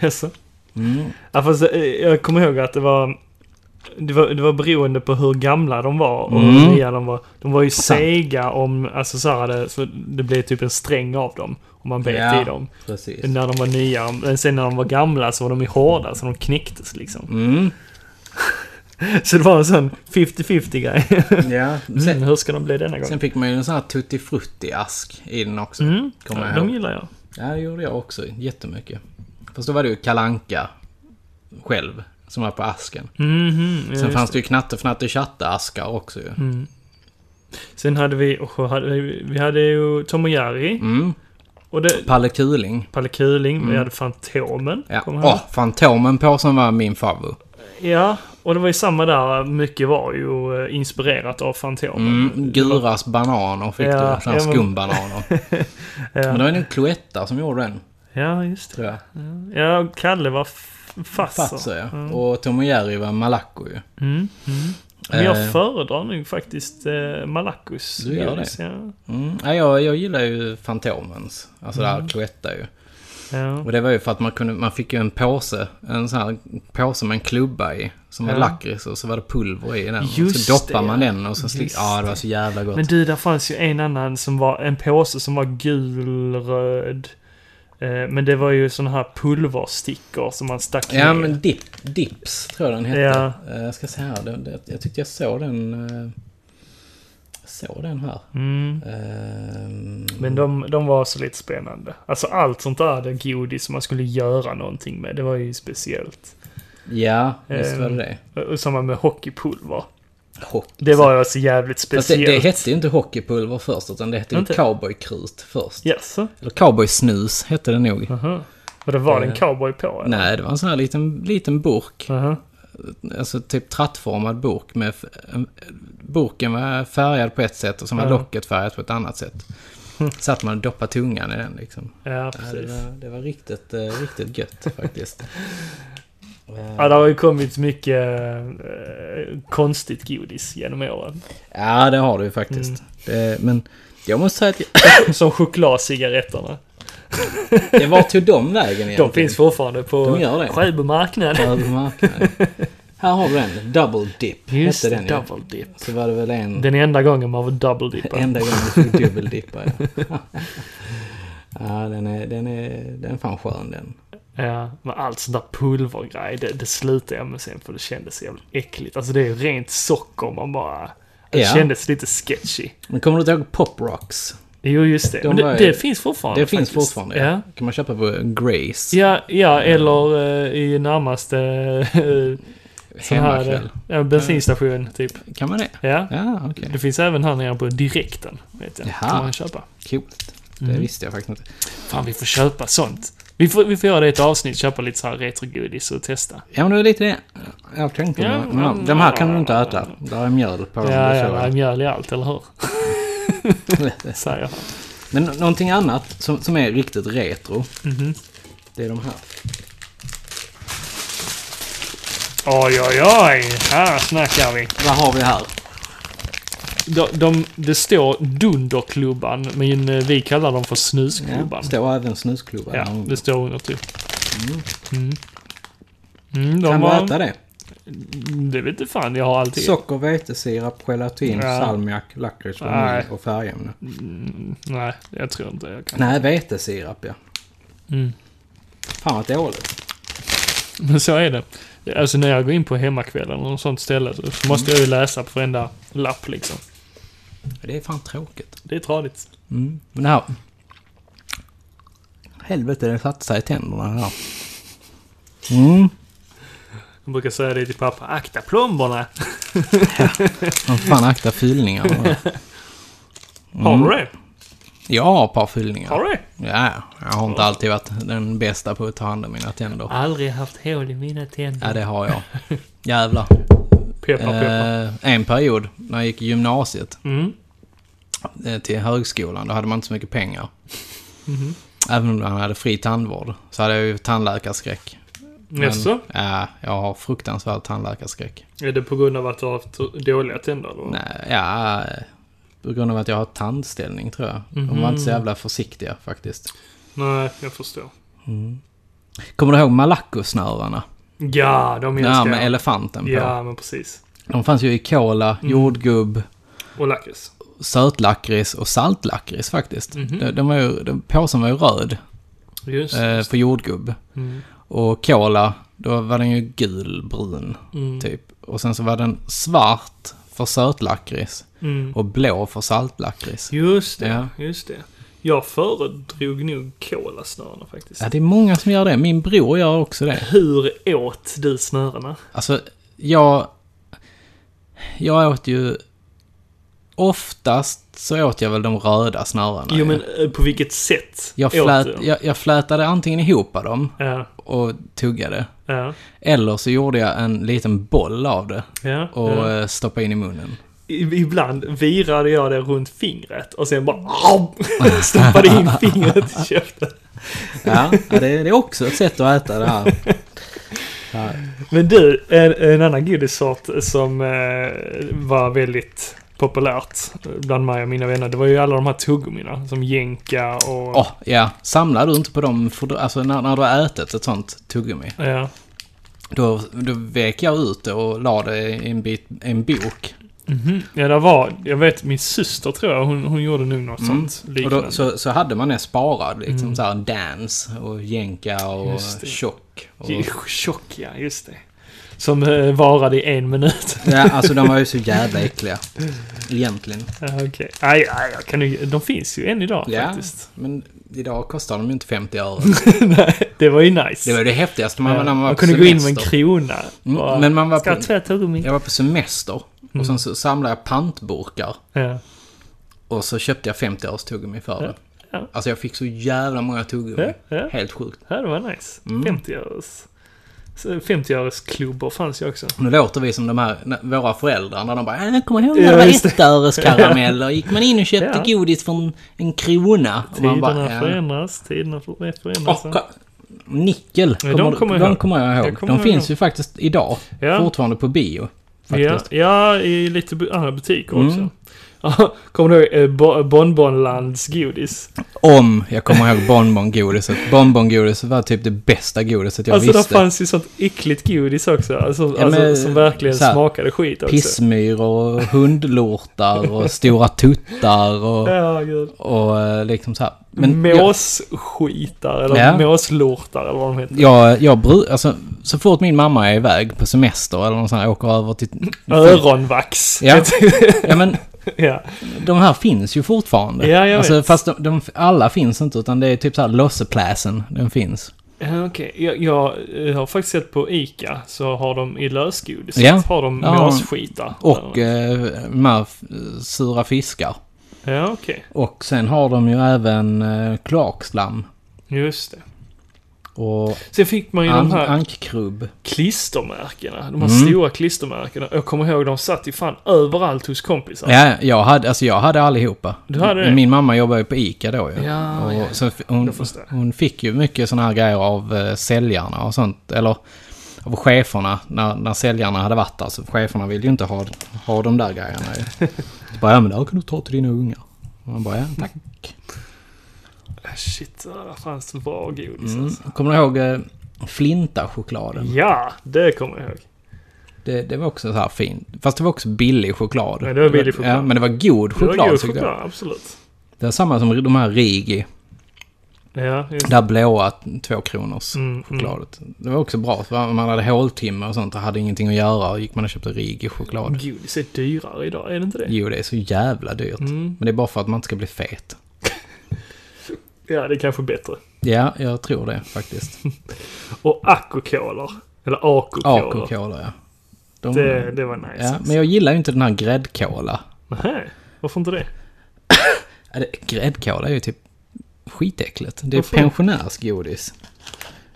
[SPEAKER 1] Jaså?
[SPEAKER 2] Mm.
[SPEAKER 1] Ja, fast, eh, jag kommer ihåg att det var, det var... Det var beroende på hur gamla de var och
[SPEAKER 2] Mm.
[SPEAKER 1] hur nya de var. De var ju sega om... Alltså så här, det, så det blev typ en sträng av dem. Om man bet i dem.
[SPEAKER 2] precis.
[SPEAKER 1] När de var nya. Men sen när de var gamla så var de ju hårda så de knäcktes liksom.
[SPEAKER 2] Mm.
[SPEAKER 1] Så det var en sån 50-50 grej.
[SPEAKER 2] Ja.
[SPEAKER 1] Sen,
[SPEAKER 2] Sen,
[SPEAKER 1] hur ska de bli denna gång?
[SPEAKER 2] Mm. sen fick man ju en sån här Tutti Frutti-ask i den också.
[SPEAKER 1] Mm.
[SPEAKER 2] Kommer
[SPEAKER 1] ja,
[SPEAKER 2] jag
[SPEAKER 1] de
[SPEAKER 2] ihåg.
[SPEAKER 1] gillar jag.
[SPEAKER 2] Ja, det gjorde jag också. Jättemycket. Fast då var det ju Kalanka själv som var på asken.
[SPEAKER 1] Mhm, ja,
[SPEAKER 2] Sen
[SPEAKER 1] just Mm.
[SPEAKER 2] fanns det ju Knatte Fnatte Tjatte-askar också ju.
[SPEAKER 1] Sen hade vi, och hade vi, vi hade ju Tom och Jerry.
[SPEAKER 2] Mm.
[SPEAKER 1] Och det,
[SPEAKER 2] Palle Kuling.
[SPEAKER 1] Palle Kuling, vi hade Fantomen.
[SPEAKER 2] Mm. Ja.
[SPEAKER 1] kommer jag ihåg.
[SPEAKER 2] Åh, Fantomen på som var min favvo.
[SPEAKER 1] ja, och det var ju samma där. Mycket var ju eh, inspirerat av Fantomen.
[SPEAKER 2] Mm, Guras bananer fick
[SPEAKER 1] Ja,
[SPEAKER 2] du. Såna här
[SPEAKER 1] ja, men-
[SPEAKER 2] skumbananer. Men det var nog Cloetta som gjorde den,
[SPEAKER 1] Ja, just det.
[SPEAKER 2] tror jag.
[SPEAKER 1] Ja, och Kalle var f-
[SPEAKER 2] Fatser,
[SPEAKER 1] Fasser.
[SPEAKER 2] ja. Och Tom och Jerry var Malaco ju.
[SPEAKER 1] Men
[SPEAKER 2] Eh.
[SPEAKER 1] jag föredrar nog faktiskt eh, Malacos.
[SPEAKER 2] Du gör
[SPEAKER 1] godis, Ja.
[SPEAKER 2] Mm. Ja, jag, jag gillar ju Fantomens. Alltså det
[SPEAKER 1] Mm.
[SPEAKER 2] här Cloetta ju.
[SPEAKER 1] Ja.
[SPEAKER 2] Och det var ju för att man kunde, man fick ju en påse, en sån här påse med en klubba i. Som var
[SPEAKER 1] Ja.
[SPEAKER 2] lakrits och så var det pulver i den. Och
[SPEAKER 1] Just
[SPEAKER 2] så doppar
[SPEAKER 1] det,
[SPEAKER 2] man
[SPEAKER 1] ja.
[SPEAKER 2] den och så slick...
[SPEAKER 1] Just
[SPEAKER 2] Ja, det var så jävla gott.
[SPEAKER 1] Men du, där fanns ju en annan som var en påse som var gulröd. Eh, Men det var ju såna här pulverstickor som man stack
[SPEAKER 2] Ja,
[SPEAKER 1] ner.
[SPEAKER 2] men dip, Dips tror jag den hette.
[SPEAKER 1] Ja.
[SPEAKER 2] Eh, Jag ska se här. Det, det, jag tyckte jag såg den... eh, Jag såg den här.
[SPEAKER 1] Mm.
[SPEAKER 2] Ehm,
[SPEAKER 1] Men de, de var så lite spännande. Alltså allt sånt där, det godis som man skulle göra någonting med, det var ju speciellt.
[SPEAKER 2] ja, visst var det
[SPEAKER 1] Ehm,
[SPEAKER 2] det.
[SPEAKER 1] Och samma med hockeypulver.
[SPEAKER 2] Hockey.
[SPEAKER 1] Det var ju alltså jävligt
[SPEAKER 2] Fast det,
[SPEAKER 1] speciellt.
[SPEAKER 2] det hette ju inte hockeypulver först, utan det hette ju
[SPEAKER 1] Inte?
[SPEAKER 2] cowboykrut först.
[SPEAKER 1] Jaså?
[SPEAKER 2] Eller cowboysnus hette det nog.
[SPEAKER 1] Och det var det en cowboy på? Uh-huh. eller?
[SPEAKER 2] Eh, Nej, det var en sån här liten, liten burk.
[SPEAKER 1] Aha.
[SPEAKER 2] Alltså typ trattformad burk. Med f- en- burken var färgad på ett sätt och så var
[SPEAKER 1] Ja.
[SPEAKER 2] locket färgat på ett annat sätt. Satt man och doppade tungan i den liksom.
[SPEAKER 1] Ja,
[SPEAKER 2] Ja, det,
[SPEAKER 1] precis.
[SPEAKER 2] var, det var riktigt, eh, riktigt gött faktiskt.
[SPEAKER 1] Ja, det har ju kommit mycket eh, konstigt godis genom åren.
[SPEAKER 2] Ja, det har du ju faktiskt.
[SPEAKER 1] Mm.
[SPEAKER 2] Det, men jag måste säga att
[SPEAKER 1] Som chokladcigaretterna.
[SPEAKER 2] jag, jag var tog de vägen egentligen?
[SPEAKER 1] De finns fortfarande på
[SPEAKER 2] De gör det.
[SPEAKER 1] Sjöbo marknad.
[SPEAKER 2] Över marknaden. Här har vi den. Double dip hette den ju.
[SPEAKER 1] double dip.
[SPEAKER 2] Så var det väl en
[SPEAKER 1] Den enda gången man var double dippad.
[SPEAKER 2] enda gång vi fick dubbeldippa. Ja, ja den, är, den, är, den är fan skön den.
[SPEAKER 1] Ja, men Eh, allt sånt där pulvergrej, det, det slutade jag med sen för det kändes jävligt äckligt. Alltså det är ju rent socker man bara... Det
[SPEAKER 2] Ja.
[SPEAKER 1] kändes lite sketchy.
[SPEAKER 2] Men kommer du inte ihåg Pop Rocks?
[SPEAKER 1] Jo, just det.
[SPEAKER 2] De
[SPEAKER 1] men det,
[SPEAKER 2] var ju-
[SPEAKER 1] det finns fortfarande
[SPEAKER 2] Det finns
[SPEAKER 1] faktiskt.
[SPEAKER 2] fortfarande. Ja. Kan man köpa på Grace.
[SPEAKER 1] Ja, ja eller eh, i närmaste eh, sån här eh,
[SPEAKER 2] Hemmakväll.
[SPEAKER 1] ja, bensinstation, typ.
[SPEAKER 2] Kan man det?
[SPEAKER 1] Ja.
[SPEAKER 2] Ja, okej.
[SPEAKER 1] Det finns även här nere på Direkten, vet jag.
[SPEAKER 2] Jaha.
[SPEAKER 1] Kan man köpa.
[SPEAKER 2] Coolt. Det
[SPEAKER 1] Mm.
[SPEAKER 2] visste jag faktiskt inte.
[SPEAKER 1] Fan, vi får köpa sånt. Vi får, vi får göra det i ett avsnitt, köpa lite så här retrogodis och testa.
[SPEAKER 2] Ja, men det var lite det jag tänkte.
[SPEAKER 1] Ja,
[SPEAKER 2] Ja, ja,
[SPEAKER 1] men-
[SPEAKER 2] de här kan du inte äta. Där är mjöl på dem.
[SPEAKER 1] Ja,
[SPEAKER 2] det
[SPEAKER 1] ja,
[SPEAKER 2] såg
[SPEAKER 1] det
[SPEAKER 2] jag.
[SPEAKER 1] är mjöl i allt, eller hur? Säger han.
[SPEAKER 2] Men nå- någonting annat som, som är riktigt retro.
[SPEAKER 1] Mhm.
[SPEAKER 2] Det är de här.
[SPEAKER 1] Oj, oj, oj! Här snackar vi.
[SPEAKER 2] Vad har vi här?
[SPEAKER 1] De, de, det står Dunderklubban, men eh, vi kallar dem för Snusklubban.
[SPEAKER 2] Ja, står även snusklubban.
[SPEAKER 1] Ja, det står under typ. Mm. Mm, de
[SPEAKER 2] kan
[SPEAKER 1] var,
[SPEAKER 2] du äta det?
[SPEAKER 1] Det vet du fan, jag har alltid...
[SPEAKER 2] Socker, vetesirap, gelatin,
[SPEAKER 1] Ja.
[SPEAKER 2] salmiak, lakrits,
[SPEAKER 1] Nej.
[SPEAKER 2] vanilj och färgämne.
[SPEAKER 1] Nej, jag tror inte jag kan.
[SPEAKER 2] Nej, vetesirap ja. Mm. Fan vad dåligt.
[SPEAKER 1] Men så är det. Alltså när jag går in på hemmakvällen och sånt ställe så måste jag ju läsa på varenda lapp liksom.
[SPEAKER 2] Det är fan tråkigt.
[SPEAKER 1] Det är tradigt.
[SPEAKER 2] Men det här... Helvete, det satte sig i tänderna. det här.
[SPEAKER 1] De brukar säga det till pappa. Akta plomberna!
[SPEAKER 2] Man får fan akta fyllningar. Mm.
[SPEAKER 1] Har du det?
[SPEAKER 2] Jag har ett par fyllningar.
[SPEAKER 1] Har du det?
[SPEAKER 2] Ja, jag har inte alltid varit den bästa på att ta hand om mina tänder.
[SPEAKER 1] Aldrig haft hål i mina tänder.
[SPEAKER 2] Ja, det har jag. Jävlar.
[SPEAKER 1] Peppar, peppar.
[SPEAKER 2] Eh, en period när jag gick i gymnasiet
[SPEAKER 1] Mm.
[SPEAKER 2] eh, till högskolan, då hade man inte så mycket pengar. Mm-hmm. Även om man hade fri tandvård så hade jag ju tandläkarskräck. Men,
[SPEAKER 1] Jaså?
[SPEAKER 2] Ja, jag har fruktansvärd tandläkarskräck.
[SPEAKER 1] Är det på grund av att du har haft dåliga tänder? Eller?
[SPEAKER 2] Nej, ja, eh, på grund av att jag har tandställning tror jag. De var inte
[SPEAKER 1] Mhm.
[SPEAKER 2] så jävla försiktiga faktiskt.
[SPEAKER 1] Nej, jag förstår.
[SPEAKER 2] Kommer du ihåg malaccosnörarna?
[SPEAKER 1] Ja, de älskar
[SPEAKER 2] Ja,
[SPEAKER 1] jag.
[SPEAKER 2] med elefanten på.
[SPEAKER 1] Ja, Mhm. men precis.
[SPEAKER 2] De fanns ju i kola, jordgubb,
[SPEAKER 1] Och lakrits.
[SPEAKER 2] sötlakrits och saltlakrits faktiskt.
[SPEAKER 1] Mhm.
[SPEAKER 2] De, de var ju, de, påsen var ju röd
[SPEAKER 1] Just det.
[SPEAKER 2] eh, för jordgubb.
[SPEAKER 1] Mm.
[SPEAKER 2] Och kola, då var den ju gulbrun
[SPEAKER 1] Mm.
[SPEAKER 2] typ. Och sen så var den svart för sötlakrits
[SPEAKER 1] Mm.
[SPEAKER 2] och blå för saltlakrits.
[SPEAKER 1] Just det,
[SPEAKER 2] Ja.
[SPEAKER 1] just det. Jag föredrog nog kolasnörena faktiskt.
[SPEAKER 2] Ja, det är många som gör det. Min bror gör också det.
[SPEAKER 1] Hur åt du snörena?
[SPEAKER 2] Alltså, jag... Jag åt ju... Oftast så åt jag väl de röda snörena.
[SPEAKER 1] Jo, men eh, på vilket sätt
[SPEAKER 2] jag,
[SPEAKER 1] åt
[SPEAKER 2] flät,
[SPEAKER 1] du dem?
[SPEAKER 2] jag, jag flätade antingen ihop dem
[SPEAKER 1] Ja,
[SPEAKER 2] och tuggade.
[SPEAKER 1] ja,
[SPEAKER 2] Eller så gjorde jag en liten boll av det
[SPEAKER 1] ja.
[SPEAKER 2] och
[SPEAKER 1] ja.
[SPEAKER 2] eh, stoppade in i munnen.
[SPEAKER 1] I- Ibland virade jag det runt fingret och sen bara stoppade in fingret i käften.
[SPEAKER 2] Ja, ja, det, det är också ett sätt att äta det här.
[SPEAKER 1] Men du, en, en annan godissort som eh, var väldigt populärt bland mig och mina vänner, det var ju alla de här tuggummina som jänka och...
[SPEAKER 2] Åh, ja. Samlar du inte på dem, för, alltså när, när du har ätit ett sånt tuggummi,
[SPEAKER 1] Ja.
[SPEAKER 2] då, då vek jag ut det och la det i en, bit, en bok.
[SPEAKER 1] ja, det var... Jag vet min syster tror jag, hon, hon gjorde nog något sånt
[SPEAKER 2] Mm. Och
[SPEAKER 1] liknande. Mm.
[SPEAKER 2] då, så, så hade man det sparad, liksom så här dance och jänka och
[SPEAKER 1] Just det.
[SPEAKER 2] tjock. Och,
[SPEAKER 1] Ju- Tjock, ja, just det. Som eh, varade i en minut.
[SPEAKER 2] ja, alltså de var ju så jävla äckliga. Egentligen.
[SPEAKER 1] Ja, Okej. Aj, aj, jag kan ju, de finns ju än idag
[SPEAKER 2] Ja,
[SPEAKER 1] faktiskt.
[SPEAKER 2] men idag kostar de ju inte 50 öre.
[SPEAKER 1] Nej, det var ju nice.
[SPEAKER 2] Det var ju det häftigaste man, när man var
[SPEAKER 1] man
[SPEAKER 2] på
[SPEAKER 1] kunde gå in med en
[SPEAKER 2] semester.
[SPEAKER 1] krona.
[SPEAKER 2] Mm,
[SPEAKER 1] Bara,
[SPEAKER 2] men man var
[SPEAKER 1] Ska
[SPEAKER 2] på-
[SPEAKER 1] jag ha två tuggummin?
[SPEAKER 2] Jag var på semester
[SPEAKER 1] Mm.
[SPEAKER 2] och sen så samlade jag pantburkar
[SPEAKER 1] Ja.
[SPEAKER 2] och så köpte jag 50 öres tuggummi för det.
[SPEAKER 1] Ja.
[SPEAKER 2] Alltså jag fick så jävla många tuggummi.
[SPEAKER 1] Ja, ja.
[SPEAKER 2] Helt sjukt.
[SPEAKER 1] Ja, det var nice.
[SPEAKER 2] Mm.
[SPEAKER 1] 50-öres... 50-öresklubbar fanns ju också.
[SPEAKER 2] Nu låter vi som de här, när- våra föräldrar när de bara äh, kommer ihåg när
[SPEAKER 1] Ja,
[SPEAKER 2] det var
[SPEAKER 1] just det."
[SPEAKER 2] ettöreskarameller? Gick man in och köpte
[SPEAKER 1] Ja.
[SPEAKER 2] godis för en, en krona? Och man
[SPEAKER 1] Tiderna
[SPEAKER 2] bara, "Äh, "Ja."
[SPEAKER 1] förändras, tiderna för-
[SPEAKER 2] Åh,
[SPEAKER 1] förändras.
[SPEAKER 2] ko- Nickel
[SPEAKER 1] Ja,
[SPEAKER 2] kommer, de kommer, jag, ihåg.
[SPEAKER 1] Jag kommer
[SPEAKER 2] de
[SPEAKER 1] ihåg
[SPEAKER 2] finns
[SPEAKER 1] dem.
[SPEAKER 2] ju faktiskt idag.
[SPEAKER 1] Ja.
[SPEAKER 2] Fortfarande på bio.
[SPEAKER 1] ja,
[SPEAKER 2] Faktiskt. Mm.
[SPEAKER 1] ja, i lite bu- andra butiker också. Ja, Kommer du ihåg eh, Bo- Bonbonlands godis?
[SPEAKER 2] Om jag kommer ihåg bonbongodiset. Bonbongodiset var typ det bästa godiset jag
[SPEAKER 1] alltså
[SPEAKER 2] visste.
[SPEAKER 1] där fanns ju sånt äckligt godis också. Alltså,
[SPEAKER 2] Ja,
[SPEAKER 1] alltså,
[SPEAKER 2] men,
[SPEAKER 1] som verkligen
[SPEAKER 2] så här,
[SPEAKER 1] smakade skit också.
[SPEAKER 2] Pissmyror och hundlortar och stora tuttar och,
[SPEAKER 1] Ja, gud.
[SPEAKER 2] och eh, liksom så här. jag,
[SPEAKER 1] Måsskitar eller
[SPEAKER 2] Ja.
[SPEAKER 1] måslortar eller vad de heter.
[SPEAKER 2] jag, jag bru- alltså, så fort min mamma är iväg på semester eller någon sån här, åker över till...
[SPEAKER 1] Öronvax.
[SPEAKER 2] Ja. ja, men
[SPEAKER 1] ja.
[SPEAKER 2] de här finns ju fortfarande.
[SPEAKER 1] Ja, jag
[SPEAKER 2] alltså,
[SPEAKER 1] vet.
[SPEAKER 2] fast de, de, alla finns inte, utan det är typ så här Lossepläsen, den finns.
[SPEAKER 1] Ja, Okej, jag, jag eh, har faktiskt sett på ICA så har de i lösgodiset
[SPEAKER 2] Ja.
[SPEAKER 1] har de
[SPEAKER 2] Ja.
[SPEAKER 1] måsskitar.
[SPEAKER 2] Och eh, de här eh, sura fiskar.
[SPEAKER 1] Ja, okej.
[SPEAKER 2] Och sen har de ju även eh, kloakslam
[SPEAKER 1] Just det.
[SPEAKER 2] och
[SPEAKER 1] Sen fick man ju
[SPEAKER 2] an-
[SPEAKER 1] de här
[SPEAKER 2] ankkrubb.
[SPEAKER 1] klistermärkena. De här
[SPEAKER 2] Mm.
[SPEAKER 1] stora klistermärkena. Jag kommer ihåg, de satt ju fan överallt hos kompisar.
[SPEAKER 2] Ja, jag hade, alltså jag hade allihopa.
[SPEAKER 1] Du hade det?
[SPEAKER 2] Min mamma jobbade ju på ICA då ju.
[SPEAKER 1] Ja,
[SPEAKER 2] och
[SPEAKER 1] ja,
[SPEAKER 2] Så f- hon,
[SPEAKER 1] Jag förstår.
[SPEAKER 2] hon fick ju mycket sådana här grejer av eh, säljarna och sånt. Eller av cheferna, när, när säljarna hade varit där. Så cheferna ville ju inte ha, ha de där grejerna ju. Så bara, ja men det här kan du ta till dina ungar. Och man bara, ja tack.
[SPEAKER 1] Äh, Shit, där fanns det bra godis alltså.
[SPEAKER 2] Kommer du ihåg eh, flinta-chokladen?
[SPEAKER 1] Ja, det kommer jag ihåg.
[SPEAKER 2] Det, det var också så här fint. Fast det var också billig choklad.
[SPEAKER 1] Ja, det var billig choklad.
[SPEAKER 2] Ja, men det var god
[SPEAKER 1] Det var
[SPEAKER 2] choklad
[SPEAKER 1] god
[SPEAKER 2] tyckte jag.
[SPEAKER 1] choklad, absolut.
[SPEAKER 2] Det är samma som de här Rigi.
[SPEAKER 1] Ja, just
[SPEAKER 2] Det här blåa två kronors
[SPEAKER 1] Mm, mm.
[SPEAKER 2] chokladet. Det var också bra, för man hade håltimme och sånt och hade ingenting att göra. Och gick man och köpte Rigg choklad.
[SPEAKER 1] Godis är dyrare idag, är det inte det?
[SPEAKER 2] Jo, det är så jävla dyrt.
[SPEAKER 1] Mm.
[SPEAKER 2] Men det är bara för att man inte ska bli fet.
[SPEAKER 1] Ja, det är kanske bättre.
[SPEAKER 2] Ja, jag tror det faktiskt.
[SPEAKER 1] Och akokolor. Eller akokolor.
[SPEAKER 2] AK-cola, ja. De,
[SPEAKER 1] Det, det var nice.
[SPEAKER 2] ja. Men jag gillar ju inte den här gräddkola.
[SPEAKER 1] Nähä, varför inte det?
[SPEAKER 2] Ja, det- Gräddkola är ju typ skitäckligt. Det är
[SPEAKER 1] Varför?
[SPEAKER 2] pensionärsgodis.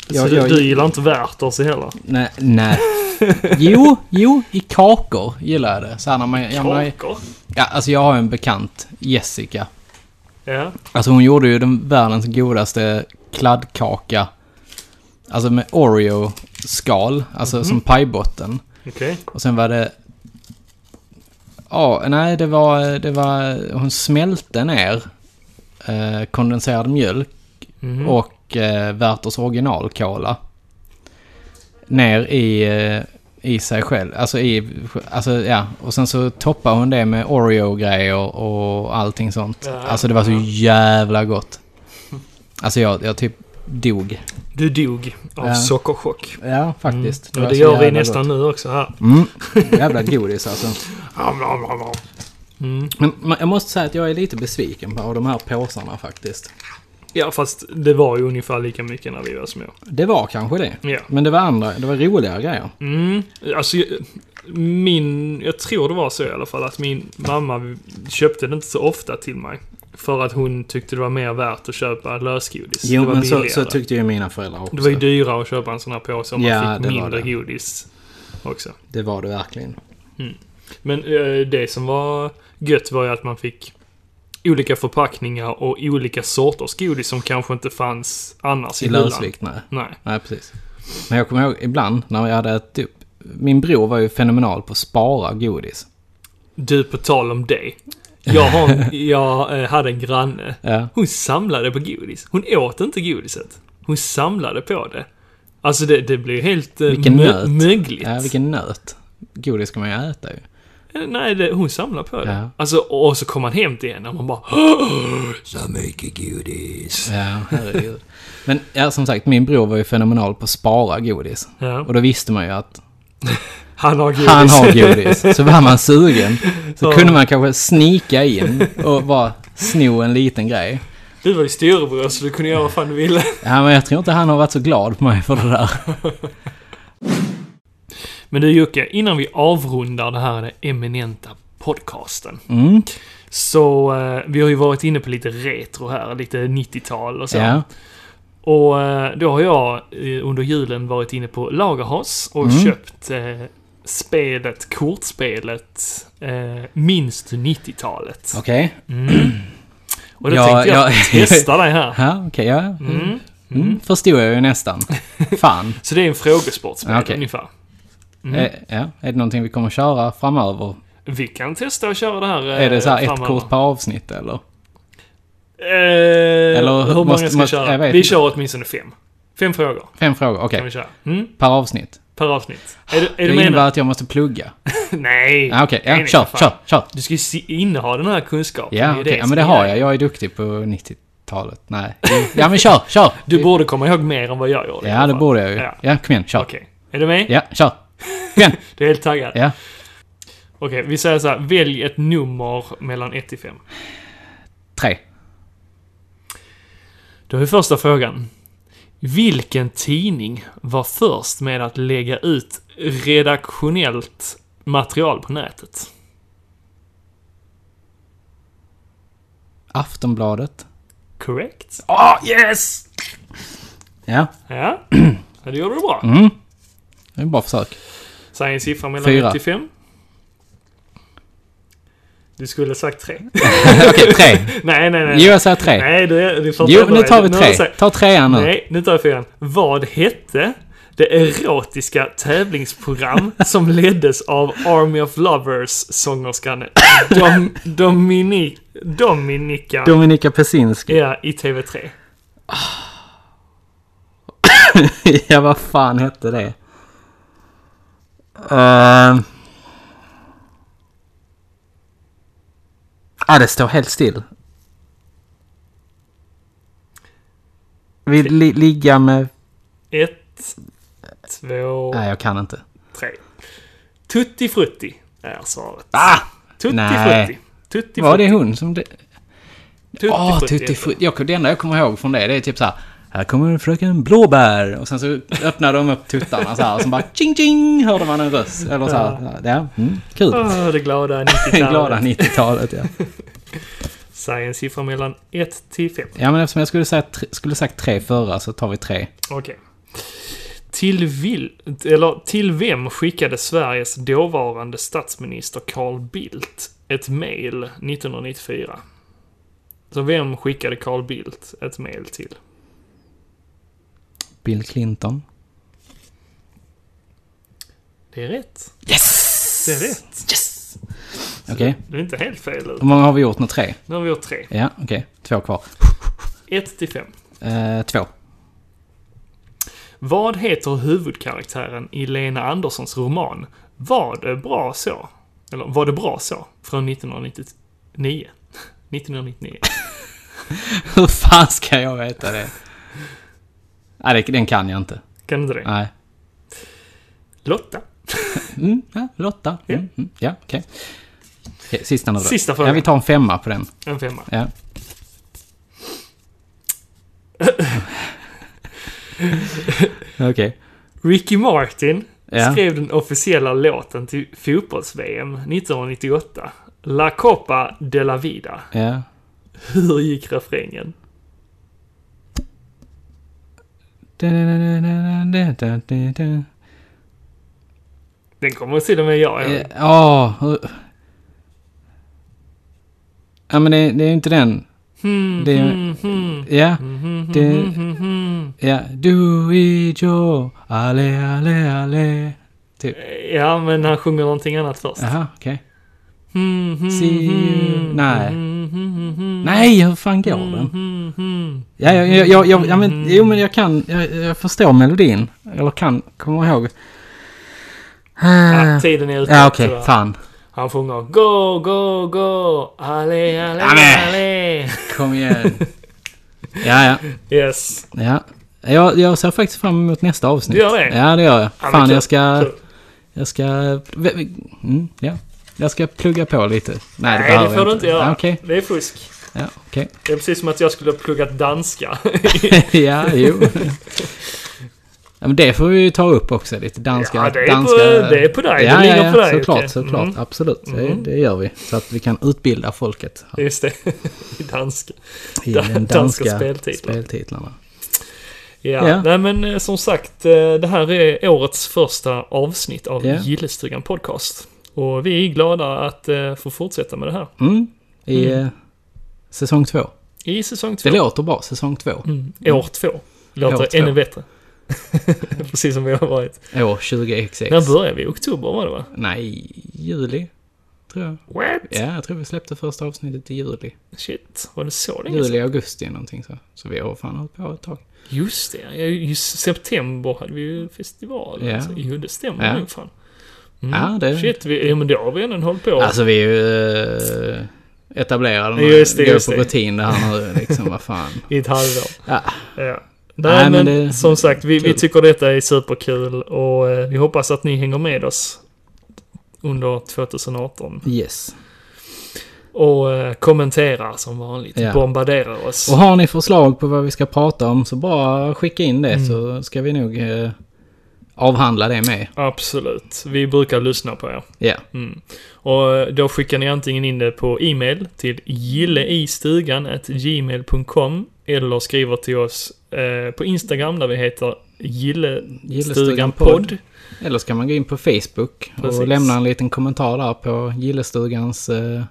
[SPEAKER 2] Jag-
[SPEAKER 1] så
[SPEAKER 2] jag-
[SPEAKER 1] Alltså, du, du gillar inte Wärters heller?
[SPEAKER 2] Nej, nej. Jo, jo, i kakor gillar jag det. Så här när man, ja, man,
[SPEAKER 1] Kakor?
[SPEAKER 2] ja, alltså jag har en bekant, Jessica.
[SPEAKER 1] Ja.
[SPEAKER 2] Alltså hon gjorde ju den världens godaste kladdkaka. Alltså med Oreo-skal, alltså som pajbotten.
[SPEAKER 1] Okej.
[SPEAKER 2] Och sen var det... Ja, nej, det var, det var... Hon smälte ner eh, kondenserad mjölk
[SPEAKER 1] Mhm.
[SPEAKER 2] och eh, Werthers originalkola. Ner i, eh, i sig själv. Alltså i... Alltså ja. Och sen så toppade hon det med Oreo-grejer och allting sånt.
[SPEAKER 1] Ja,
[SPEAKER 2] alltså det var så
[SPEAKER 1] ja.
[SPEAKER 2] jävla gott. Alltså jag, jag typ dog.
[SPEAKER 1] Du dog av
[SPEAKER 2] Ja.
[SPEAKER 1] sockerchock.
[SPEAKER 2] Ja,
[SPEAKER 1] Och
[SPEAKER 2] faktiskt. var
[SPEAKER 1] Mm. det
[SPEAKER 2] så
[SPEAKER 1] gör vi
[SPEAKER 2] jävla
[SPEAKER 1] nästan
[SPEAKER 2] gott.
[SPEAKER 1] nu också här.
[SPEAKER 2] Mm. Jävla godis alltså. Men man- jag måste säga att jag är lite besviken på de här påsarna faktiskt.
[SPEAKER 1] Ja, fast det var ju ungefär lika mycket när vi var små.
[SPEAKER 2] Det var kanske det.
[SPEAKER 1] Ja.
[SPEAKER 2] Men det var andra, det var roligare grejer.
[SPEAKER 1] Mm. Alltså, jag- min... Jag tror det var så i alla fall att min mamma köpte det inte så ofta till mig. För att hon tyckte det var mer värt att köpa lösgodis. det var billigare.
[SPEAKER 2] tyckte ju mina föräldrar också.
[SPEAKER 1] det var ju dyrare att köpa en sån här påse om
[SPEAKER 2] Ja,
[SPEAKER 1] man
[SPEAKER 2] det
[SPEAKER 1] fick
[SPEAKER 2] var
[SPEAKER 1] mindre
[SPEAKER 2] det.
[SPEAKER 1] godis också.
[SPEAKER 2] Det var det verkligen.
[SPEAKER 1] Men eh, det som var gött var ju att man fick olika förpackningar och olika sorters godis som kanske inte fanns annars i,
[SPEAKER 2] I
[SPEAKER 1] hyllan. Mm.
[SPEAKER 2] Lösvikt, nej.
[SPEAKER 1] Nej.
[SPEAKER 2] Nej, precis. Men jag kommer ihåg ibland när jag hade ätit upp. Min bror var ju fenomenal på att spara godis.
[SPEAKER 1] Du, på tal om det. Jag, har en, jag eh, hade en granne.
[SPEAKER 2] Ja.
[SPEAKER 1] Hon samlade på godis. Hon åt inte godiset. Hon samlade på det. Alltså det, det blev helt eh,
[SPEAKER 2] Vilken nöt.
[SPEAKER 1] mögligt.
[SPEAKER 2] Ja, vilken nöt. Godis ska man ju äta ju.
[SPEAKER 1] Eh, Nej, det, hon samlar på det.
[SPEAKER 2] Ja.
[SPEAKER 1] Alltså, och så kom han hem till henne och man bara Så mycket godis.
[SPEAKER 2] Ja, herregud. Men ja, som sagt, min bror var ju fenomenal på att spara godis.
[SPEAKER 1] Ja.
[SPEAKER 2] Och då visste man ju att
[SPEAKER 1] Han har godis.
[SPEAKER 2] han har godis. Så var man sugen. Så
[SPEAKER 1] Ja.
[SPEAKER 2] kunde man kanske snika in och bara sno en liten grej.
[SPEAKER 1] Du var ju storebror så du kunde göra vad fan du ville.
[SPEAKER 2] Ja, men jag tror inte han har varit så glad på mig för det där.
[SPEAKER 1] Men du Jocke, innan vi avrundar det här eminenta podcasten.
[SPEAKER 2] Mm.
[SPEAKER 1] Så eh, vi har ju varit inne på lite retro här, lite 90-tal och så.
[SPEAKER 2] Ja.
[SPEAKER 1] Och eh, då har jag eh, under julen varit inne på Lagerhaus och
[SPEAKER 2] Mm.
[SPEAKER 1] köpt eh, spelet, kortspelet, eh, minst 90-talet.
[SPEAKER 2] Okej.
[SPEAKER 1] Och då
[SPEAKER 2] Ja,
[SPEAKER 1] tänkte jag
[SPEAKER 2] ja.
[SPEAKER 1] testa dig här.
[SPEAKER 2] Ja, okej. ja. Mm. Mm. Förstod jag ju nästan. Fan.
[SPEAKER 1] Så det är en frågesportspel
[SPEAKER 2] Okej.
[SPEAKER 1] ungefär. Mm.
[SPEAKER 2] Eh, ja. Är det någonting vi kommer köra framöver?
[SPEAKER 1] Vi kan testa att köra det här eh,
[SPEAKER 2] är det så här ett
[SPEAKER 1] framöver.
[SPEAKER 2] kort per avsnitt eller?
[SPEAKER 1] Eh,
[SPEAKER 2] Eller
[SPEAKER 1] hur många
[SPEAKER 2] måste-
[SPEAKER 1] ska
[SPEAKER 2] måste-
[SPEAKER 1] vi
[SPEAKER 2] jag
[SPEAKER 1] köra?
[SPEAKER 2] vet
[SPEAKER 1] Vi
[SPEAKER 2] inte.
[SPEAKER 1] kör åtminstone fem. Fem frågor
[SPEAKER 2] Fem frågor, okej.
[SPEAKER 1] kan vi köra. Mm,
[SPEAKER 2] Per avsnitt.
[SPEAKER 1] per avsnitt. Är du, är
[SPEAKER 2] Det
[SPEAKER 1] du med nu?
[SPEAKER 2] innebär att jag måste plugga.
[SPEAKER 1] Nej!
[SPEAKER 2] Ja, Ah, okej.
[SPEAKER 1] Nej,
[SPEAKER 2] Ja,
[SPEAKER 1] nej,
[SPEAKER 2] kör,
[SPEAKER 1] fan.
[SPEAKER 2] kör, kör.
[SPEAKER 1] Du ska ju se- inneha den här kunskapen.
[SPEAKER 2] Ja,
[SPEAKER 1] är
[SPEAKER 2] okej. Ja,
[SPEAKER 1] som
[SPEAKER 2] men det
[SPEAKER 1] är
[SPEAKER 2] har
[SPEAKER 1] grejen.
[SPEAKER 2] jag. Jag är duktig på 90-talet. Nej. Ja, men kör, kör.
[SPEAKER 1] Du borde komma ihåg mer än vad jag gjorde. i alla
[SPEAKER 2] Ja, det
[SPEAKER 1] fall.
[SPEAKER 2] borde jag ju.
[SPEAKER 1] Ja.
[SPEAKER 2] Ja, kom igen, kör.
[SPEAKER 1] Okej. Är du med?
[SPEAKER 2] Ja, kör. Kom igen.
[SPEAKER 1] Du är helt taggad?
[SPEAKER 2] Ja.
[SPEAKER 1] Okej, vi säger så här. Välj ett nummer mellan 1 till 5.
[SPEAKER 2] Tre.
[SPEAKER 1] Då är första frågan. Vilken tidning var först med att lägga ut redaktionellt material på nätet?
[SPEAKER 2] Aftonbladet.
[SPEAKER 1] Correct? Ah, yes!
[SPEAKER 2] Ja,
[SPEAKER 1] Ja, Ja, det gjorde du bra.
[SPEAKER 2] Mm. det är ett bra försök.
[SPEAKER 1] Säg en siffra mellan
[SPEAKER 2] Fyra.
[SPEAKER 1] 1 till 5. Du skulle ha sagt 3.
[SPEAKER 2] Okej, tre.
[SPEAKER 1] nej, nej, nej.
[SPEAKER 2] Jo, jag säger tre.
[SPEAKER 1] Nej, du är... Du får
[SPEAKER 2] Jo,
[SPEAKER 1] inte
[SPEAKER 2] nu
[SPEAKER 1] börja.
[SPEAKER 2] tar vi
[SPEAKER 1] har du
[SPEAKER 2] tre.
[SPEAKER 1] sagt-
[SPEAKER 2] Ta trean nu.
[SPEAKER 1] Nej, nu tar jag fyran. Vad hette det erotiska tävlingsprogram som leddes av Army of Lovers-sångerskan Dom, Domini, Dominika
[SPEAKER 2] Dominika Pesinski.
[SPEAKER 1] ja, i TV3?
[SPEAKER 2] ja, vad fan hette det? Ehm. ah, det står helt still. Vi li ligga med...
[SPEAKER 1] Ett, två,
[SPEAKER 2] Nej, jag kan inte.
[SPEAKER 1] tre. Tutti Frutti är svaret.
[SPEAKER 2] Ah!
[SPEAKER 1] Tutti
[SPEAKER 2] nej.
[SPEAKER 1] Frutti. Tutti
[SPEAKER 2] Var det
[SPEAKER 1] Frutti.
[SPEAKER 2] hon som... det-
[SPEAKER 1] Tutti
[SPEAKER 2] Åh,
[SPEAKER 1] Frutti
[SPEAKER 2] Tutti
[SPEAKER 1] heter den.
[SPEAKER 2] Frutti. Jag, det enda jag kommer ihåg från det, det är typ så här. Här kommer fröken Blåbär! Och sen så öppnar de upp tuttarna så här och sen bara tjing tjing hörde man en röst. Eller så här. Ja, mm, kul.
[SPEAKER 1] Ah, det glada
[SPEAKER 2] Glada
[SPEAKER 1] 90-talet.
[SPEAKER 2] 90-talet ja.
[SPEAKER 1] Säg en siffra mellan 1 till 5.
[SPEAKER 2] Ja men eftersom jag skulle, säga, tre- skulle sagt tre förra så tar vi tre.
[SPEAKER 1] Okej. Till, vil, eller, till vem skickade Sveriges dåvarande statsminister Carl Bildt ett mejl 1994? Så vem skickade Carl Bildt ett mejl till?
[SPEAKER 2] Bill Clinton.
[SPEAKER 1] Det är rätt. Yes! Det är rätt.
[SPEAKER 2] Okej.
[SPEAKER 1] Det är inte helt fel ut.
[SPEAKER 2] Hur många har vi gjort nu? Tre?
[SPEAKER 1] Nu har vi gjort tre.
[SPEAKER 2] Ja, okej. Två kvar.
[SPEAKER 1] 1 till 5.
[SPEAKER 2] Eh, två.
[SPEAKER 1] Vad heter huvudkaraktären i Lena Anderssons roman Var det bra så? Eller Var det bra så? Från 1999. 1999.
[SPEAKER 2] Hur fan ska jag veta det? Nej, det, den kan jag inte.
[SPEAKER 1] Kan inte det?
[SPEAKER 2] Nej.
[SPEAKER 1] Lotta.
[SPEAKER 2] Mm, ja, Lotta. Mm, mm, ja, okej. Okej, Sista nu då.
[SPEAKER 1] Sista frågan.
[SPEAKER 2] Ja, vi tar en femma på den.
[SPEAKER 1] En femma.
[SPEAKER 2] Ja. okej.
[SPEAKER 1] Ricky Martin
[SPEAKER 2] Ja.
[SPEAKER 1] skrev den officiella låten till fotbolls-VM 1998. La Copa de la Vida.
[SPEAKER 2] Ja.
[SPEAKER 1] Hur gick refrängen? Den kommer till och med jag ihåg.
[SPEAKER 2] Eh, Ja, hur- Ja, men det, det är ju inte den.
[SPEAKER 1] Hmm,
[SPEAKER 2] Det är ju... Ja. Det...
[SPEAKER 1] hmm.
[SPEAKER 2] Ja. Du i jo, ale, ale, ale. Typ.
[SPEAKER 1] Ja, men han sjunger någonting annat först.
[SPEAKER 2] Jaha, okej.
[SPEAKER 1] Mm-hmm.
[SPEAKER 2] See you. Nej. Nej, hur fan går den?
[SPEAKER 1] Mm-hmm.
[SPEAKER 2] Ja, jag, jag, jag, jag, ja, men, jo, men jag kan... Jag, jag förstår melodin. Eller kan komma ihåg.
[SPEAKER 1] Ah, tiden är ute.
[SPEAKER 2] Ja, okej.
[SPEAKER 1] tyvärr.
[SPEAKER 2] Fan.
[SPEAKER 1] Han sjunger Go, go, go, alle, alle,
[SPEAKER 2] Amen.
[SPEAKER 1] alle.
[SPEAKER 2] Kom igen. ja, ja.
[SPEAKER 1] Yes.
[SPEAKER 2] Ja. Jag, jag ser faktiskt fram emot nästa avsnitt.
[SPEAKER 1] Du gör det?
[SPEAKER 2] Ja, det gör jag.
[SPEAKER 1] men
[SPEAKER 2] Fan,
[SPEAKER 1] kul,
[SPEAKER 2] jag ska...
[SPEAKER 1] kul.
[SPEAKER 2] Jag ska... Mm, ja. Jag ska plugga på lite. Nej, det,
[SPEAKER 1] Nej,
[SPEAKER 2] behöver
[SPEAKER 1] det får
[SPEAKER 2] jag
[SPEAKER 1] du inte göra.
[SPEAKER 2] Ja, Okej.
[SPEAKER 1] Det är fusk.
[SPEAKER 2] Ja, okej.
[SPEAKER 1] Det är precis som att jag skulle ha pluggat danska.
[SPEAKER 2] ja, jo. ja, men det får vi ju ta upp också. Lite danska...
[SPEAKER 1] Ja, det är på-
[SPEAKER 2] danska...
[SPEAKER 1] det är på dig. Det
[SPEAKER 2] Ja,
[SPEAKER 1] ligger
[SPEAKER 2] ja, ja.
[SPEAKER 1] på dig,
[SPEAKER 2] Såklart,
[SPEAKER 1] okej.
[SPEAKER 2] såklart.
[SPEAKER 1] Mm.
[SPEAKER 2] Absolut. Det, det gör vi. Så att vi kan utbilda folket
[SPEAKER 1] Just det. I danska.
[SPEAKER 2] i
[SPEAKER 1] Dan-
[SPEAKER 2] den
[SPEAKER 1] danska
[SPEAKER 2] danska
[SPEAKER 1] speltitlar.
[SPEAKER 2] speltitlarna.
[SPEAKER 1] Ja.
[SPEAKER 2] Ja.
[SPEAKER 1] Nej, men eh, som sagt, eh, det här är årets första avsnitt av
[SPEAKER 2] Ja.
[SPEAKER 1] Gillestugan Podcast. Och vi är glada att eh, få fortsätta med det här
[SPEAKER 2] Mm. I eh, säsong två.
[SPEAKER 1] i säsong två.
[SPEAKER 2] Det låter bra, säsong två.
[SPEAKER 1] År två. Låter
[SPEAKER 2] År två.
[SPEAKER 1] ännu bättre. precis som vi har varit.
[SPEAKER 2] År 20XX.
[SPEAKER 1] När började vi? Oktober var det va?
[SPEAKER 2] Nej, juli. Tror jag.
[SPEAKER 1] What?
[SPEAKER 2] Ja, jag tror vi släppte första avsnittet i juli.
[SPEAKER 1] Shit, var det så länge sedan?
[SPEAKER 2] Juli, augusti någonting så. Så vi har fan hållit på ett tag.
[SPEAKER 1] Just det, ja, just september hade vi ju festival.
[SPEAKER 2] Ja.
[SPEAKER 1] Alltså. Jo, det stämmer
[SPEAKER 2] Ja.
[SPEAKER 1] nog fan.
[SPEAKER 2] Ja, det...
[SPEAKER 1] Mm. Shit, vi, ja, men då har vi ändå hållit på.
[SPEAKER 2] Alltså vi är ju eh, etablerade nu.
[SPEAKER 1] Just det,
[SPEAKER 2] Går
[SPEAKER 1] just
[SPEAKER 2] på
[SPEAKER 1] det.
[SPEAKER 2] rutin det här nu liksom. Vad fan.
[SPEAKER 1] I ett halvår.
[SPEAKER 2] Ja.
[SPEAKER 1] Ja. Nej,
[SPEAKER 2] Nej,
[SPEAKER 1] men
[SPEAKER 2] men det-
[SPEAKER 1] som sagt, vi, vi
[SPEAKER 2] kul.
[SPEAKER 1] tycker detta är superkul och eh, vi hoppas att ni hänger med oss under 2018.
[SPEAKER 2] Yes.
[SPEAKER 1] Och eh, kommenterar som vanligt.
[SPEAKER 2] Ja.
[SPEAKER 1] Bombarderar oss.
[SPEAKER 2] Och har ni förslag på vad vi ska prata om så bara skicka in det
[SPEAKER 1] Mm.
[SPEAKER 2] så ska vi nog eh, avhandla det med.
[SPEAKER 1] Absolut. Vi brukar lyssna på er.
[SPEAKER 2] Ja.
[SPEAKER 1] Och eh, då skickar ni antingen in det på e-mail till gilleistugan.gmail.com eller skriver till oss eh, på Instagram där vi heter gillestuganpodd.
[SPEAKER 2] Eller så kan man gå in på Facebook
[SPEAKER 1] Precis.
[SPEAKER 2] och lämna en liten kommentar där på Gillestugans eh,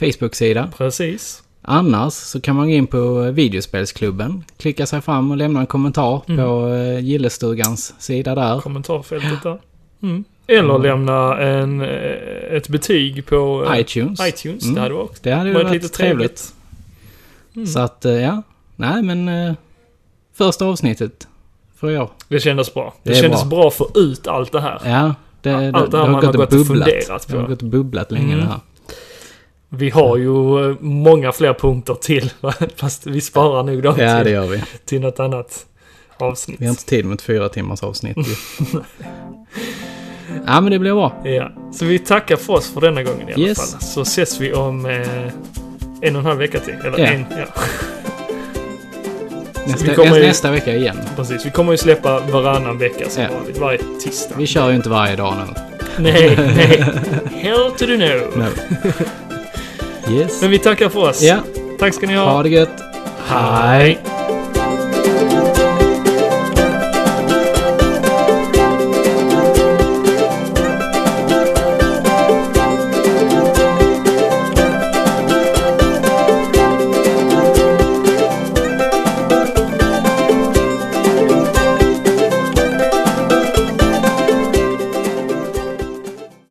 [SPEAKER 2] Facebook-sida.
[SPEAKER 1] Precis.
[SPEAKER 2] Annars så kan man gå in på eh, videospelsklubben, klicka sig fram och lämna en kommentar
[SPEAKER 1] Mm.
[SPEAKER 2] på eh, Gillestugans sida där.
[SPEAKER 1] Kommentarfältet där. Mm. Eller lämna en, eh, ett betyg på eh,
[SPEAKER 2] iTunes.
[SPEAKER 1] iTunes. Det
[SPEAKER 2] Mm.
[SPEAKER 1] hade varit,
[SPEAKER 2] Det hade ju varit
[SPEAKER 1] lite
[SPEAKER 2] trevligt.
[SPEAKER 1] Mm.
[SPEAKER 2] Så att, eh, ja. Nej, men eh, första avsnittet får jag.
[SPEAKER 1] Det kändes bra. Det,
[SPEAKER 2] Det är
[SPEAKER 1] kändes bra.
[SPEAKER 2] bra.
[SPEAKER 1] att få ut allt det här.
[SPEAKER 2] Ja,
[SPEAKER 1] Allt det
[SPEAKER 2] det,
[SPEAKER 1] här man har gått och funderat på.
[SPEAKER 2] Det har gått och bubblat länge
[SPEAKER 1] Mm.
[SPEAKER 2] det här.
[SPEAKER 1] Vi har ju eh, många fler punkter till. va? Fast vi sparar nog dem
[SPEAKER 2] Ja, det
[SPEAKER 1] till,
[SPEAKER 2] gör vi.
[SPEAKER 1] till något annat avsnitt.
[SPEAKER 2] Vi har inte tid med ett fyra timmars avsnitt. ju. ja, men det blir bra.
[SPEAKER 1] Ja, så vi tackar för oss för denna gången i alla
[SPEAKER 2] Yes.
[SPEAKER 1] fall. Så ses vi om eh, en och en halv vecka till. Eller
[SPEAKER 2] Ja.
[SPEAKER 1] en, ja.
[SPEAKER 2] Nästa,
[SPEAKER 1] kommer
[SPEAKER 2] nästa,
[SPEAKER 1] ju-
[SPEAKER 2] nästa vecka igen.
[SPEAKER 1] Precis. Vi kommer ju släppa varannan vecka som
[SPEAKER 2] Ja.
[SPEAKER 1] vanligt. Varje tisdag.
[SPEAKER 2] Vi kör ju inte varje dag nu.
[SPEAKER 1] Nej, nej. Hell to the no.
[SPEAKER 2] Nej. Yes.
[SPEAKER 1] Men vi tackar för oss.
[SPEAKER 2] Ja,
[SPEAKER 1] Tack ska ni
[SPEAKER 2] ha det gött.
[SPEAKER 1] Hej.